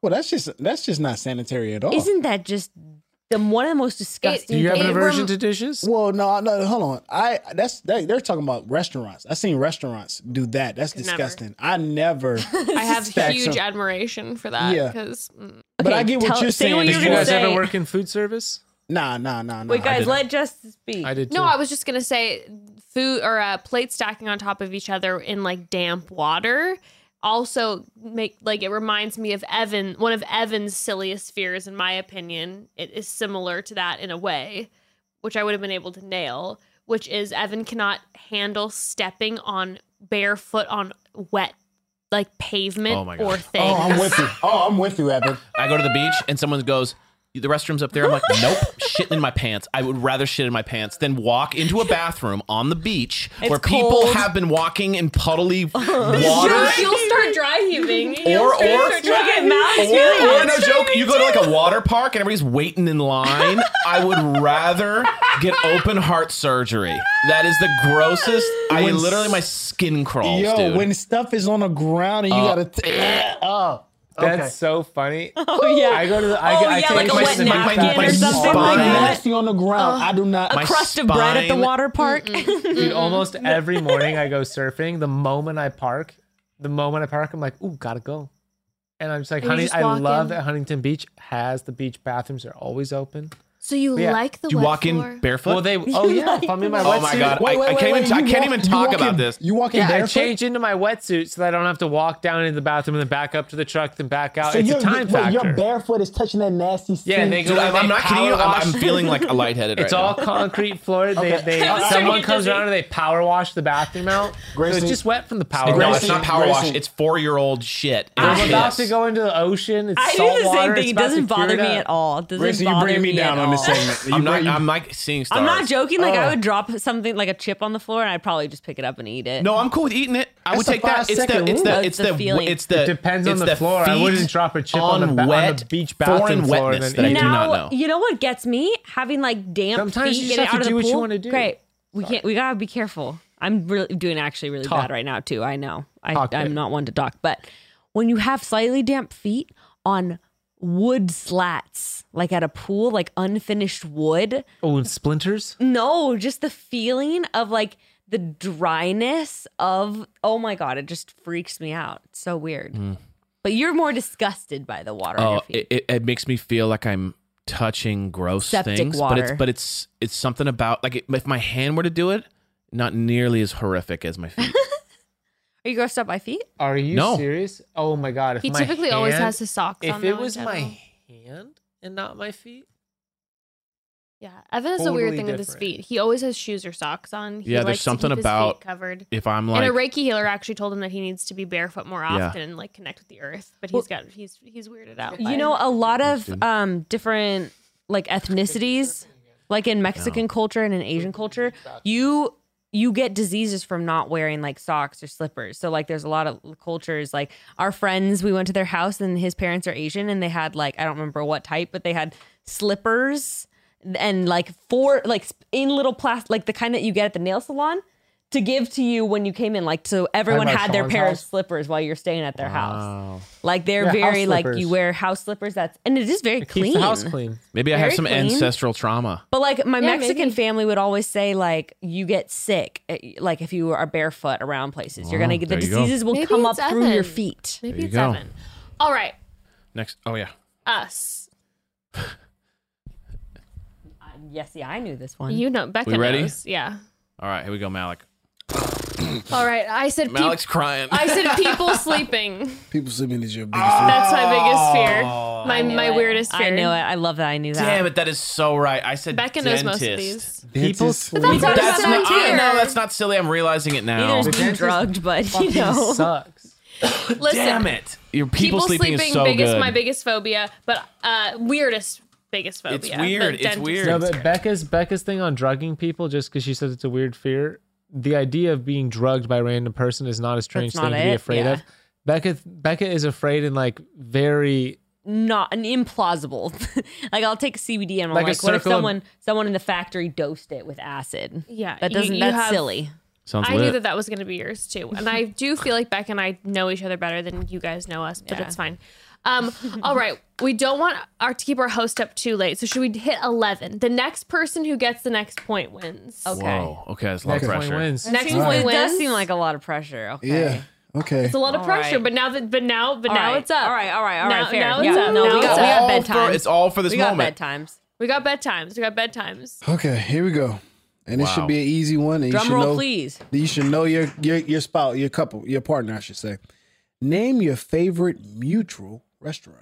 Speaker 7: Well, that's just that's just not sanitary at all.
Speaker 12: isn't that just the one of the most disgusting?
Speaker 8: Do you have an
Speaker 2: It
Speaker 12: things?
Speaker 8: aversion
Speaker 2: rem-
Speaker 8: to dishes?
Speaker 7: well, no, no. Hold on. I that's they, they're talking about restaurants. I've seen restaurants do that. That's
Speaker 2: never.
Speaker 7: disgusting. I
Speaker 12: <laughs>
Speaker 7: never.
Speaker 2: I have
Speaker 7: Stack
Speaker 2: huge
Speaker 7: some-
Speaker 2: admiration for that mm.
Speaker 7: Yeah.
Speaker 2: because
Speaker 7: but
Speaker 12: Okay,
Speaker 7: I get what
Speaker 12: tell-
Speaker 7: you're
Speaker 12: say
Speaker 7: saying.
Speaker 12: what
Speaker 7: as
Speaker 12: you
Speaker 8: Did you
Speaker 12: were
Speaker 7: well.
Speaker 8: guys ever
Speaker 12: say-
Speaker 8: work in food
Speaker 12: <laughs>
Speaker 8: service?
Speaker 7: Nah, nah, nah, nah.
Speaker 12: Wait,
Speaker 7: I
Speaker 12: guys,
Speaker 7: didn't.
Speaker 12: let Jess speak.
Speaker 8: I did. Too.
Speaker 2: No, I was just gonna say food or uh, plates stacking on top of each other in like damp water. Also, make like it reminds me of Evan, one of Evan's silliest fears, in my opinion. It is similar to that in a way, which I would have been able to nail. Which is Evan cannot handle stepping on barefoot on wet like pavement
Speaker 6: Oh my God.
Speaker 2: or things.
Speaker 7: Oh, I'm with you. Oh, I'm with you, Evan.
Speaker 6: I go to the beach and someone goes, the restroom's up there. I'm
Speaker 12: <laughs>
Speaker 6: like, nope, shit in my pants. I would rather shit in my pants than walk into a bathroom on the beach where people
Speaker 12: cold.
Speaker 6: have been walking in
Speaker 12: <laughs>
Speaker 6: puddly
Speaker 2: You'll,
Speaker 6: water.
Speaker 2: <laughs> you'll start dry heaving.
Speaker 8: <laughs>
Speaker 2: You'll
Speaker 6: Or-
Speaker 2: start-
Speaker 6: or-
Speaker 2: start dry heaving.
Speaker 8: Oh,
Speaker 6: Or, or no joke, you go to like a water park and everybody's waiting in line. I would rather get open heart surgery. That is the grossest. I
Speaker 7: When
Speaker 6: literally my skin crawls,
Speaker 7: Yo,
Speaker 6: dude.
Speaker 7: when stuff is on the ground and you gotta. <clears throat> T- oh,
Speaker 8: That's so funny.
Speaker 12: <laughs> Oh yeah,
Speaker 8: I go to the. I,
Speaker 12: Oh,
Speaker 8: I
Speaker 12: yeah,
Speaker 8: can't
Speaker 12: like a
Speaker 8: even
Speaker 12: wet
Speaker 8: sit back
Speaker 12: napkin
Speaker 8: down.
Speaker 12: or
Speaker 8: My
Speaker 12: something
Speaker 8: spine-
Speaker 12: like
Speaker 7: Something
Speaker 12: that.
Speaker 7: nasty on the ground. I do not.
Speaker 6: my
Speaker 12: crust of bread at the
Speaker 6: spine-
Speaker 12: water park.
Speaker 8: Dude, almost every morning I go surfing. The moment I park, the moment I park, I'm like, ooh, gotta go. And I'm just like,
Speaker 2: And you
Speaker 8: honey,
Speaker 2: just
Speaker 8: I
Speaker 2: walk
Speaker 8: love
Speaker 2: in.
Speaker 8: that Huntington Beach has the beach bathrooms. They're always open.
Speaker 2: So you
Speaker 8: Yeah.
Speaker 2: like the
Speaker 6: Do you
Speaker 2: wet
Speaker 6: walk
Speaker 2: floor?
Speaker 6: in barefoot?
Speaker 8: Well, they. <laughs> Oh yeah, if I'm in my
Speaker 6: Oh
Speaker 8: wetsuit.
Speaker 6: my God. I- I can't even- I
Speaker 7: you
Speaker 6: can't even
Speaker 7: you
Speaker 6: talk
Speaker 7: walk
Speaker 6: about
Speaker 7: in-
Speaker 6: this.
Speaker 7: You walk in
Speaker 8: Yeah, I
Speaker 7: barefoot?
Speaker 8: change into my wetsuit so that I don't have to walk down into the bathroom and then back up to the truck, then back out.
Speaker 7: So
Speaker 8: it's
Speaker 7: your-
Speaker 8: a time
Speaker 7: your-
Speaker 8: factor.
Speaker 7: Your barefoot is touching that nasty.
Speaker 8: yeah, and they go.
Speaker 6: Dude,
Speaker 8: and
Speaker 6: I'm,
Speaker 8: they
Speaker 6: I'm not kidding
Speaker 8: power
Speaker 6: you. I'm, I'm
Speaker 8: wash-
Speaker 6: feeling like lightheaded
Speaker 8: It's
Speaker 6: right
Speaker 8: all
Speaker 6: now.
Speaker 7: <laughs>
Speaker 8: concrete floor. They,
Speaker 7: Okay.
Speaker 8: they
Speaker 7: I'm starting
Speaker 8: someone
Speaker 12: to get
Speaker 8: comes
Speaker 12: dizzy.
Speaker 8: around and they power wash the bathroom out. so
Speaker 7: Grayson-
Speaker 8: it's just wet from the power
Speaker 6: No,
Speaker 8: wash.
Speaker 6: it's not power
Speaker 7: Grayson.
Speaker 6: wash. It's four year old shit. and
Speaker 8: I'm
Speaker 6: piss.
Speaker 8: about to go into the ocean. It's
Speaker 12: <laughs> I do
Speaker 8: salt
Speaker 12: the same
Speaker 8: water,
Speaker 12: thing.
Speaker 8: it's
Speaker 12: It
Speaker 8: about to
Speaker 12: doesn't bother
Speaker 8: cure
Speaker 12: me
Speaker 8: up.
Speaker 12: at all. It doesn't
Speaker 7: Grayson, you're
Speaker 12: bother
Speaker 7: bringing me
Speaker 12: at
Speaker 7: down on this segment. You
Speaker 6: I'm
Speaker 7: bring-
Speaker 6: not.
Speaker 7: you-
Speaker 6: I'm like seeing stars.
Speaker 12: I'm not joking. Like I
Speaker 7: Oh.
Speaker 12: would drop something like a chip on the floor, and I'd probably just pick it up and eat it.
Speaker 6: No, I'm cool with eating it. I would
Speaker 7: a
Speaker 6: take that. It's the.
Speaker 7: five-second
Speaker 6: It's
Speaker 12: rule.
Speaker 6: the. It's
Speaker 12: It's
Speaker 6: the.
Speaker 12: the feeling.
Speaker 6: It's the.
Speaker 8: It depends on
Speaker 6: it's
Speaker 8: the floor. I
Speaker 6: feet
Speaker 8: wouldn't drop a chip on the ba- on the beach
Speaker 6: foreign
Speaker 8: bathroom floor and
Speaker 6: wetness
Speaker 8: then
Speaker 6: that I do
Speaker 8: eat.
Speaker 12: now,
Speaker 6: not know.
Speaker 12: you know what gets me? Having like damp
Speaker 8: Sometimes you
Speaker 12: feet
Speaker 8: just
Speaker 12: getting
Speaker 8: have to
Speaker 12: out of the
Speaker 8: do what you
Speaker 12: pool.
Speaker 8: wanna do.
Speaker 12: Great. We can't. We gotta be careful. I'm really doing actually really bad right now too. I know. I,
Speaker 8: Talk it.
Speaker 12: I'm not one to talk, but when you have slightly damp feet on wood slats, like at a pool, like unfinished wood,
Speaker 8: Oh, and splinters.
Speaker 12: no, just the feeling of like the dryness of. Oh my god, it just freaks me out. It's so weird. But you're more disgusted by the water on
Speaker 6: Mm. Oh,
Speaker 12: your feet.
Speaker 6: it, it, it makes me feel like I'm touching gross
Speaker 12: Septic
Speaker 6: things. But it's
Speaker 12: water.
Speaker 6: but it's it's something about like it, if my hand were to do it, not nearly as horrific as
Speaker 2: <laughs>
Speaker 6: my feet.
Speaker 12: Are you grossed out by feet?
Speaker 8: Are you
Speaker 6: No.
Speaker 8: serious? Oh my god! If
Speaker 2: He
Speaker 8: my
Speaker 2: typically always
Speaker 8: hand-
Speaker 2: has his socks on.
Speaker 8: If
Speaker 2: though,
Speaker 8: it
Speaker 2: in
Speaker 8: was my
Speaker 2: general.
Speaker 8: hand and not my feet,
Speaker 2: yeah, Evan has a weird
Speaker 8: totally
Speaker 2: thing with his
Speaker 8: different.
Speaker 2: feet. He always has shoes or socks on. He
Speaker 6: Yeah, there's
Speaker 2: likes to
Speaker 6: something
Speaker 2: keep his feet
Speaker 6: about-
Speaker 2: covered.
Speaker 6: if I'm like,
Speaker 2: and a Reiki healer actually told him that he needs to be barefoot more
Speaker 6: Yeah.
Speaker 2: often and like connect with the earth. But
Speaker 12: Well-
Speaker 2: he's got he's he's weirded out. by
Speaker 12: you
Speaker 2: it.
Speaker 12: know a lot of um different like ethnicities like in mexican culture and in asian culture you you get diseases from not wearing like socks or slippers so like there's a lot of cultures like our friends we went to their house and his parents are asian and they had like i don't remember what type but they had slippers and like four like sp- in little plastic like the kind that you get at the nail salon to give to you when you came in like so everyone
Speaker 8: about
Speaker 12: had their
Speaker 8: Sean's
Speaker 12: pair of
Speaker 8: house?
Speaker 12: slippers while you're staying at their house like they're
Speaker 8: Yeah, house
Speaker 12: very like you
Speaker 8: slippers.
Speaker 12: wear house slippers. That's and it is very
Speaker 8: it
Speaker 12: clean.
Speaker 8: keeps the house clean.
Speaker 6: maybe I have
Speaker 12: very
Speaker 6: some
Speaker 12: clean.
Speaker 6: ancestral trauma.
Speaker 12: But like my
Speaker 2: Yeah,
Speaker 12: Mexican
Speaker 2: maybe.
Speaker 12: family would always say, like you get sick, eh, like if you are barefoot around places, you're
Speaker 6: Wow,
Speaker 8: Oh,
Speaker 12: gonna get the
Speaker 6: there you go.
Speaker 12: diseases will
Speaker 2: Maybe
Speaker 12: come up
Speaker 2: it's
Speaker 12: through your
Speaker 2: Evan.
Speaker 12: feet.
Speaker 2: maybe
Speaker 6: you
Speaker 2: it's
Speaker 6: go.
Speaker 2: Evan. All right,
Speaker 6: Next, oh yeah,
Speaker 2: us.
Speaker 12: Yes, yeah, I knew this one.
Speaker 2: You know, Becca
Speaker 6: We ready?
Speaker 2: knows. Yeah.
Speaker 6: all right, here we go, Malik.
Speaker 2: All right, I said. peop-
Speaker 6: Malik's crying. <laughs>
Speaker 2: I said people sleeping.
Speaker 7: People sleeping is your biggest.
Speaker 2: That's my biggest fear.
Speaker 6: Oh,
Speaker 2: My my weirdest fear.
Speaker 12: I knew it. I love that I knew that.
Speaker 6: Damn it, that is so right. I said
Speaker 2: Becca knows
Speaker 6: dentist.
Speaker 2: most of these.
Speaker 7: People
Speaker 8: <laughs>
Speaker 2: But that's
Speaker 6: That's
Speaker 2: That's
Speaker 6: not. I,
Speaker 2: here.
Speaker 6: no, that's not silly. I'm realizing it now.
Speaker 12: Neither's
Speaker 8: The
Speaker 12: being
Speaker 8: dentist
Speaker 12: drugged, but you know.
Speaker 8: sucks.
Speaker 2: Listen,
Speaker 6: Damn it! Your people,
Speaker 2: people
Speaker 6: sleeping,
Speaker 2: sleeping,
Speaker 6: is so
Speaker 2: biggest
Speaker 6: good.
Speaker 2: my biggest phobia, but uh weirdest biggest phobia.
Speaker 6: It's weird.
Speaker 2: but
Speaker 6: It's
Speaker 2: dentist.
Speaker 6: weird.
Speaker 8: No, but Becca's Becca's thing on drugging people just because she said it's a weird fear. The idea of being drugged by a random person is not a strange
Speaker 12: not
Speaker 8: thing to be
Speaker 12: it,
Speaker 8: afraid
Speaker 12: yeah.
Speaker 8: of. Becca Becca is afraid in like very
Speaker 12: not an implausible. <laughs> like I'll take CBD and I'm
Speaker 8: Like
Speaker 12: like,
Speaker 8: a
Speaker 12: what if
Speaker 8: circle of-
Speaker 12: someone someone in the factory dosed it with acid?
Speaker 2: Yeah,
Speaker 12: that
Speaker 2: you-
Speaker 12: doesn't.
Speaker 2: you
Speaker 12: that's
Speaker 2: have-
Speaker 12: silly.
Speaker 6: Sounds
Speaker 2: I
Speaker 6: lit.
Speaker 2: knew that that was going to be yours too, and I do feel like Beck and I know each other better than you guys know us, but it's fine. Um, all right, we don't want our to keep our host up too late, so should we hit eleven? The next person who gets the next point wins.
Speaker 12: Okay.
Speaker 6: Whoa. Okay, that's a lot
Speaker 8: next
Speaker 6: of
Speaker 8: point
Speaker 6: pressure.
Speaker 8: wins.
Speaker 2: Next
Speaker 12: Oh, Seems-
Speaker 2: point
Speaker 12: it
Speaker 2: wins.
Speaker 12: does seem like a lot of pressure. Okay.
Speaker 7: Yeah. Okay.
Speaker 2: It's a lot of
Speaker 12: All
Speaker 2: pressure,
Speaker 12: right.
Speaker 2: but now that but now but
Speaker 12: All
Speaker 2: now
Speaker 12: right.
Speaker 2: it's up.
Speaker 12: All right, all right, all
Speaker 2: now,
Speaker 12: right, fair.
Speaker 2: Now it's
Speaker 12: Yeah,
Speaker 2: up.
Speaker 12: no,
Speaker 2: now
Speaker 12: we
Speaker 2: it's
Speaker 12: got-
Speaker 6: It's
Speaker 12: we
Speaker 2: up.
Speaker 12: got
Speaker 6: all
Speaker 12: bedtime.
Speaker 6: For, it's all for this
Speaker 12: we got
Speaker 6: moment.
Speaker 12: bedtimes.
Speaker 2: We got bedtimes. We got bedtimes.
Speaker 7: Okay, here we go. And it
Speaker 6: Wow.
Speaker 7: should be an easy one. And you
Speaker 12: Drum
Speaker 7: should
Speaker 12: roll,
Speaker 7: know,
Speaker 12: please.
Speaker 7: You should know your your your spouse, your couple, your partner, I should say. Name your favorite mutual restaurant.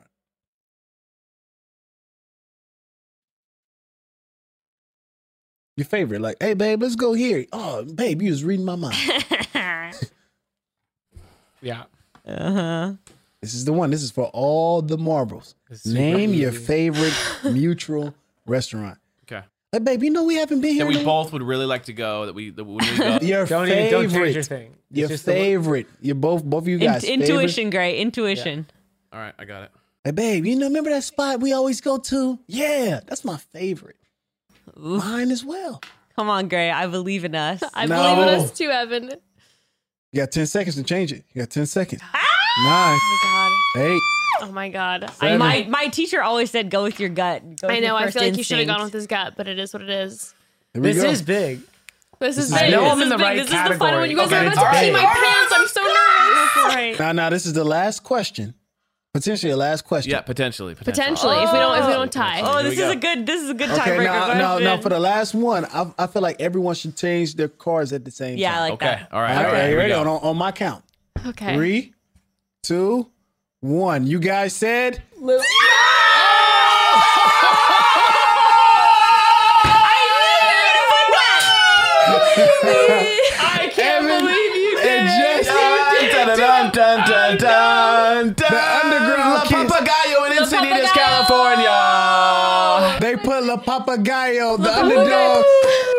Speaker 7: Your favorite, like, hey babe, let's go here. Oh, babe, you was reading my
Speaker 12: <laughs>
Speaker 7: mind.
Speaker 8: Yeah.
Speaker 7: this is the one. This is for all the marbles.
Speaker 8: It's super
Speaker 7: Name your
Speaker 8: easy.
Speaker 7: favorite mutual restaurant.
Speaker 6: Okay.
Speaker 7: Like, babe, you know we haven't been here.
Speaker 6: That
Speaker 7: in
Speaker 6: we
Speaker 7: a-
Speaker 6: both would really like to go. That we that we really <laughs> go.
Speaker 7: your
Speaker 8: Don't
Speaker 7: favorite.
Speaker 8: even don't change your thing. It's
Speaker 7: Your
Speaker 8: just the-
Speaker 7: favorite. You're both both of you
Speaker 12: In-
Speaker 7: guys. favorite-
Speaker 12: intuition, Gray. Intuition.
Speaker 6: All right, I got it.
Speaker 7: Hey babe, you know remember that spot we always go to? Yeah, that's my favorite. Mine as well.
Speaker 12: Come on, Gray. I believe in us.
Speaker 2: I
Speaker 7: No.
Speaker 2: believe in us too, Evan.
Speaker 7: You got ten seconds to change it. You got ten seconds. Nine,
Speaker 2: Oh my god.
Speaker 7: eight.
Speaker 2: Oh my god. I
Speaker 7: Seven.
Speaker 12: my my teacher always said, "Go with your gut." Go with
Speaker 2: I know.
Speaker 12: Your
Speaker 2: I
Speaker 12: first
Speaker 2: feel like you
Speaker 12: instinct.
Speaker 2: should have gone with his gut, but it is what it is.
Speaker 7: Here we
Speaker 8: This
Speaker 7: go.
Speaker 8: is big.
Speaker 2: This is
Speaker 8: I
Speaker 2: big.
Speaker 8: know
Speaker 2: this
Speaker 8: I'm
Speaker 2: is
Speaker 8: in the
Speaker 2: big.
Speaker 8: right
Speaker 2: This is the
Speaker 8: category.
Speaker 2: final one. You guys
Speaker 8: Okay,
Speaker 2: are
Speaker 8: it's
Speaker 2: about to
Speaker 8: all
Speaker 2: pee my
Speaker 8: right.
Speaker 2: pants. I'm so nervous.
Speaker 7: now now this is the last question. Potentially the last question.
Speaker 6: Yeah, potentially. Potentially.
Speaker 2: Potentially, if we don't if we don't tie.
Speaker 12: Oh,
Speaker 6: Here
Speaker 12: this
Speaker 6: we
Speaker 12: is
Speaker 6: go.
Speaker 12: a good. This is a good
Speaker 7: Okay,
Speaker 12: tiebreaker
Speaker 7: now,
Speaker 12: question.
Speaker 7: now, now for the last one, I, I feel like everyone should change their cards at the same
Speaker 12: yeah, I
Speaker 7: time.
Speaker 12: like
Speaker 6: Okay.
Speaker 12: that.
Speaker 6: All right.
Speaker 7: All right,
Speaker 6: here we
Speaker 7: you ready?
Speaker 6: go.
Speaker 7: On, on my count.
Speaker 2: Okay.
Speaker 7: Three, two, one. You guys said
Speaker 2: I can't
Speaker 7: Evan
Speaker 2: believe you did.
Speaker 7: and Jesse.
Speaker 6: Dun, dun, dun, dun, dun, dun.
Speaker 7: The underground
Speaker 6: La
Speaker 7: kids.
Speaker 6: Papagayo in Encinitas,
Speaker 2: Papagayo.
Speaker 6: California.
Speaker 7: They put La Papagayo, the underdog,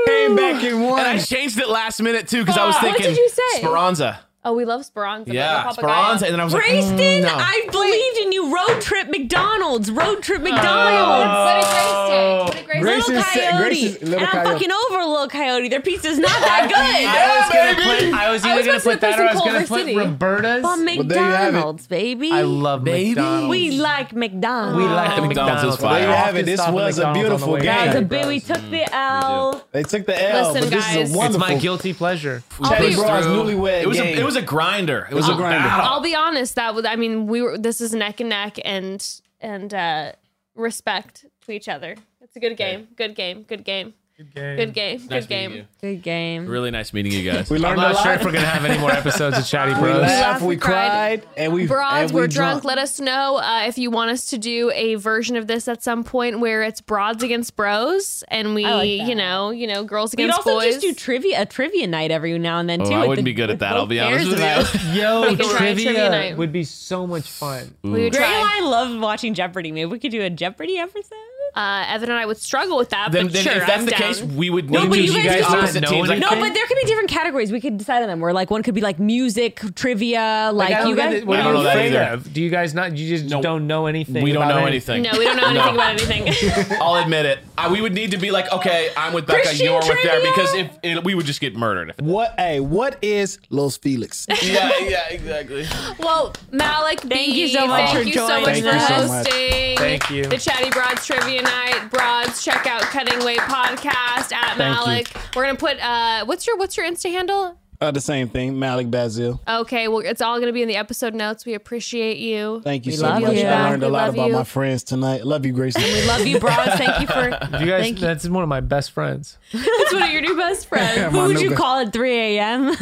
Speaker 7: came back and won.
Speaker 6: And I changed it last minute too because I was
Speaker 2: Aw, what
Speaker 6: thinking
Speaker 2: did you say?
Speaker 6: Speranza.
Speaker 2: Oh, we love Speranza.
Speaker 6: Yeah,
Speaker 2: Papa
Speaker 6: Speranza. And then I was like, mm,
Speaker 12: Brayson,
Speaker 6: no.
Speaker 12: I believed in you. Road trip McDonald's. Road trip McDonald's.
Speaker 2: What a grace day. What a grace
Speaker 7: Grace-
Speaker 2: day.
Speaker 7: Grayson's
Speaker 12: Little
Speaker 7: sick.
Speaker 12: Coyote.
Speaker 7: Grayson's- Little
Speaker 12: and I'm
Speaker 7: Coyote.
Speaker 12: fucking over Little Coyote. Their pizza's not that good.
Speaker 8: I was gonna put. I was
Speaker 2: I
Speaker 8: either gonna
Speaker 2: was supposed to
Speaker 8: put that
Speaker 2: put
Speaker 8: or I was
Speaker 2: some
Speaker 8: gonna
Speaker 2: Culver
Speaker 8: put
Speaker 2: City.
Speaker 8: Roberta's.
Speaker 12: But
Speaker 7: Well, there you have it.
Speaker 12: McDonald's, baby.
Speaker 8: I love
Speaker 6: Baby.
Speaker 8: McDonald's.
Speaker 12: We like McDonald's.
Speaker 8: We like the
Speaker 6: McDonald's
Speaker 8: McDonald's.
Speaker 6: is fire.
Speaker 8: We
Speaker 6: There you
Speaker 7: have it.
Speaker 8: often
Speaker 7: This
Speaker 8: stop at
Speaker 7: was a
Speaker 8: McDonald's on the
Speaker 7: beautiful
Speaker 8: way
Speaker 7: game.
Speaker 8: back.
Speaker 12: That was a
Speaker 7: Hey,
Speaker 12: bit. We
Speaker 6: Mm,
Speaker 12: took the L.
Speaker 7: they took the L,
Speaker 2: Listen,
Speaker 7: but this
Speaker 2: guys.
Speaker 7: is
Speaker 2: It's
Speaker 7: a wonderful.
Speaker 8: It's my guilty pleasure.
Speaker 7: Teddy
Speaker 6: pushed
Speaker 7: Bras
Speaker 6: through.
Speaker 7: newlywed
Speaker 6: It was
Speaker 7: game. Oh.
Speaker 6: a it was a grinder. It was
Speaker 7: a
Speaker 6: a
Speaker 7: grinder.
Speaker 6: battle.
Speaker 2: I'll be honest. That was. I mean, we were. This is neck and neck, and and uh, respect to each other. It's a good game. Good game. Good game. Good game. Good
Speaker 6: Nice
Speaker 2: game.
Speaker 6: meeting you.
Speaker 12: Good game.
Speaker 6: Really nice meeting you
Speaker 7: <laughs>
Speaker 6: guys.
Speaker 7: we
Speaker 8: I'm
Speaker 7: learned a
Speaker 8: not
Speaker 7: lot.
Speaker 8: sure if we're gonna have any more episodes of Chatty
Speaker 7: we
Speaker 8: Bros.
Speaker 7: laughed, we
Speaker 2: We cried.
Speaker 7: cried, and we
Speaker 2: <laughs> Broads,
Speaker 7: and we
Speaker 2: we're drunk. Let us know uh, if you want us to do a version of this at some point where it's broads against bros, and we,
Speaker 12: I like that.
Speaker 2: you know, you know, girls
Speaker 12: We'd
Speaker 2: against
Speaker 12: also
Speaker 2: boys.
Speaker 12: just do trivia, a trivia night every now and then
Speaker 6: Oh,
Speaker 12: too.
Speaker 6: I
Speaker 12: with
Speaker 6: wouldn't
Speaker 12: the-
Speaker 6: be good at that. I'll be
Speaker 12: both
Speaker 6: honest
Speaker 12: pairs
Speaker 6: with
Speaker 12: of us.
Speaker 6: you.
Speaker 8: Yo,
Speaker 2: could try trivia night.
Speaker 8: trivia would be so much fun.
Speaker 2: we
Speaker 12: <laughs>
Speaker 2: would
Speaker 12: Gray and
Speaker 2: try.
Speaker 12: I love watching Jeopardy. Maybe we could do a Jeopardy episode.
Speaker 2: Uh, Evan and I would struggle with that,
Speaker 6: Then,
Speaker 2: but
Speaker 6: then
Speaker 2: sure,
Speaker 6: if that's
Speaker 2: I'm
Speaker 6: the
Speaker 2: down.
Speaker 6: case, we would
Speaker 12: No,
Speaker 6: need
Speaker 12: but
Speaker 6: to
Speaker 12: you
Speaker 6: you guys
Speaker 12: guys not
Speaker 6: opposite
Speaker 8: know
Speaker 6: teams. Like,
Speaker 12: No,
Speaker 8: Okay.
Speaker 12: but there could be different categories. We could decide on them. Where like one could be like music, trivia, like,
Speaker 8: I don't
Speaker 12: you
Speaker 8: get
Speaker 12: guys.
Speaker 8: it. What
Speaker 6: I
Speaker 8: are
Speaker 6: don't
Speaker 8: you
Speaker 6: know that
Speaker 8: afraid
Speaker 6: either.
Speaker 8: of? Do you guys not? You just
Speaker 6: No.
Speaker 8: don't know anything.
Speaker 6: we don't
Speaker 8: about
Speaker 6: know
Speaker 8: any-
Speaker 6: anything.
Speaker 2: no, we don't know anything
Speaker 6: <laughs> No.
Speaker 2: about
Speaker 6: <laughs>
Speaker 2: anything.
Speaker 6: I'll admit it. I, we would need to be like, okay, I'm with Becca,
Speaker 12: Christian
Speaker 6: you're with there,
Speaker 12: trivia?
Speaker 6: because if it, we would just get murdered. If
Speaker 7: What? Hey, what is Los Felix? <laughs>
Speaker 6: yeah, yeah, exactly.
Speaker 2: well, Malik,
Speaker 12: Thank
Speaker 2: B,
Speaker 12: you so much
Speaker 2: thank
Speaker 12: for
Speaker 2: you so
Speaker 12: joining
Speaker 2: much
Speaker 7: Thank
Speaker 2: for
Speaker 7: you so much.
Speaker 2: hosting.
Speaker 8: Thank you.
Speaker 2: The Chatty Broads Trivia Night. Broads, check out Cutting Weight Podcast at
Speaker 8: Thank you.
Speaker 2: Malik. We're gonna put uh, what's your what's your Insta handle?
Speaker 7: Uh, the same thing, Malik Bazil.
Speaker 2: Okay, well, it's all going to be in the episode notes. We appreciate you.
Speaker 7: Thank you
Speaker 12: We
Speaker 7: so
Speaker 12: love
Speaker 7: much.
Speaker 12: you.
Speaker 7: I learned a
Speaker 2: We
Speaker 7: lot
Speaker 2: love
Speaker 7: about
Speaker 2: you.
Speaker 7: my friends tonight. Love you, Grace.
Speaker 2: <laughs>
Speaker 12: We love you, Bronze. Thank
Speaker 8: <laughs>
Speaker 12: you for.
Speaker 8: You guys,
Speaker 12: Thank you.
Speaker 8: that's one of my best friends.
Speaker 2: It's one of your new best friends.
Speaker 12: Who would you
Speaker 7: Manuka.
Speaker 12: call at 3 a.m.?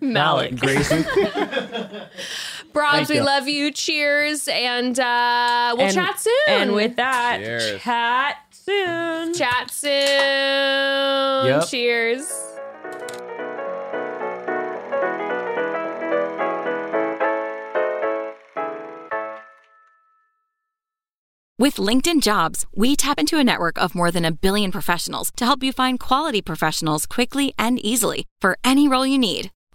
Speaker 2: Malik.
Speaker 7: Grayson.
Speaker 2: Brobs,
Speaker 7: Thank
Speaker 2: we
Speaker 7: you.
Speaker 2: love you. Cheers. And uh, we'll
Speaker 12: And-
Speaker 2: chat soon.
Speaker 12: And with that,
Speaker 6: Cheers.
Speaker 12: chat soon.
Speaker 2: chat soon.
Speaker 8: Yep.
Speaker 2: Cheers.
Speaker 14: With LinkedIn Jobs, we tap into a network of more than a billion professionals to help you find quality professionals quickly and easily for any role you need.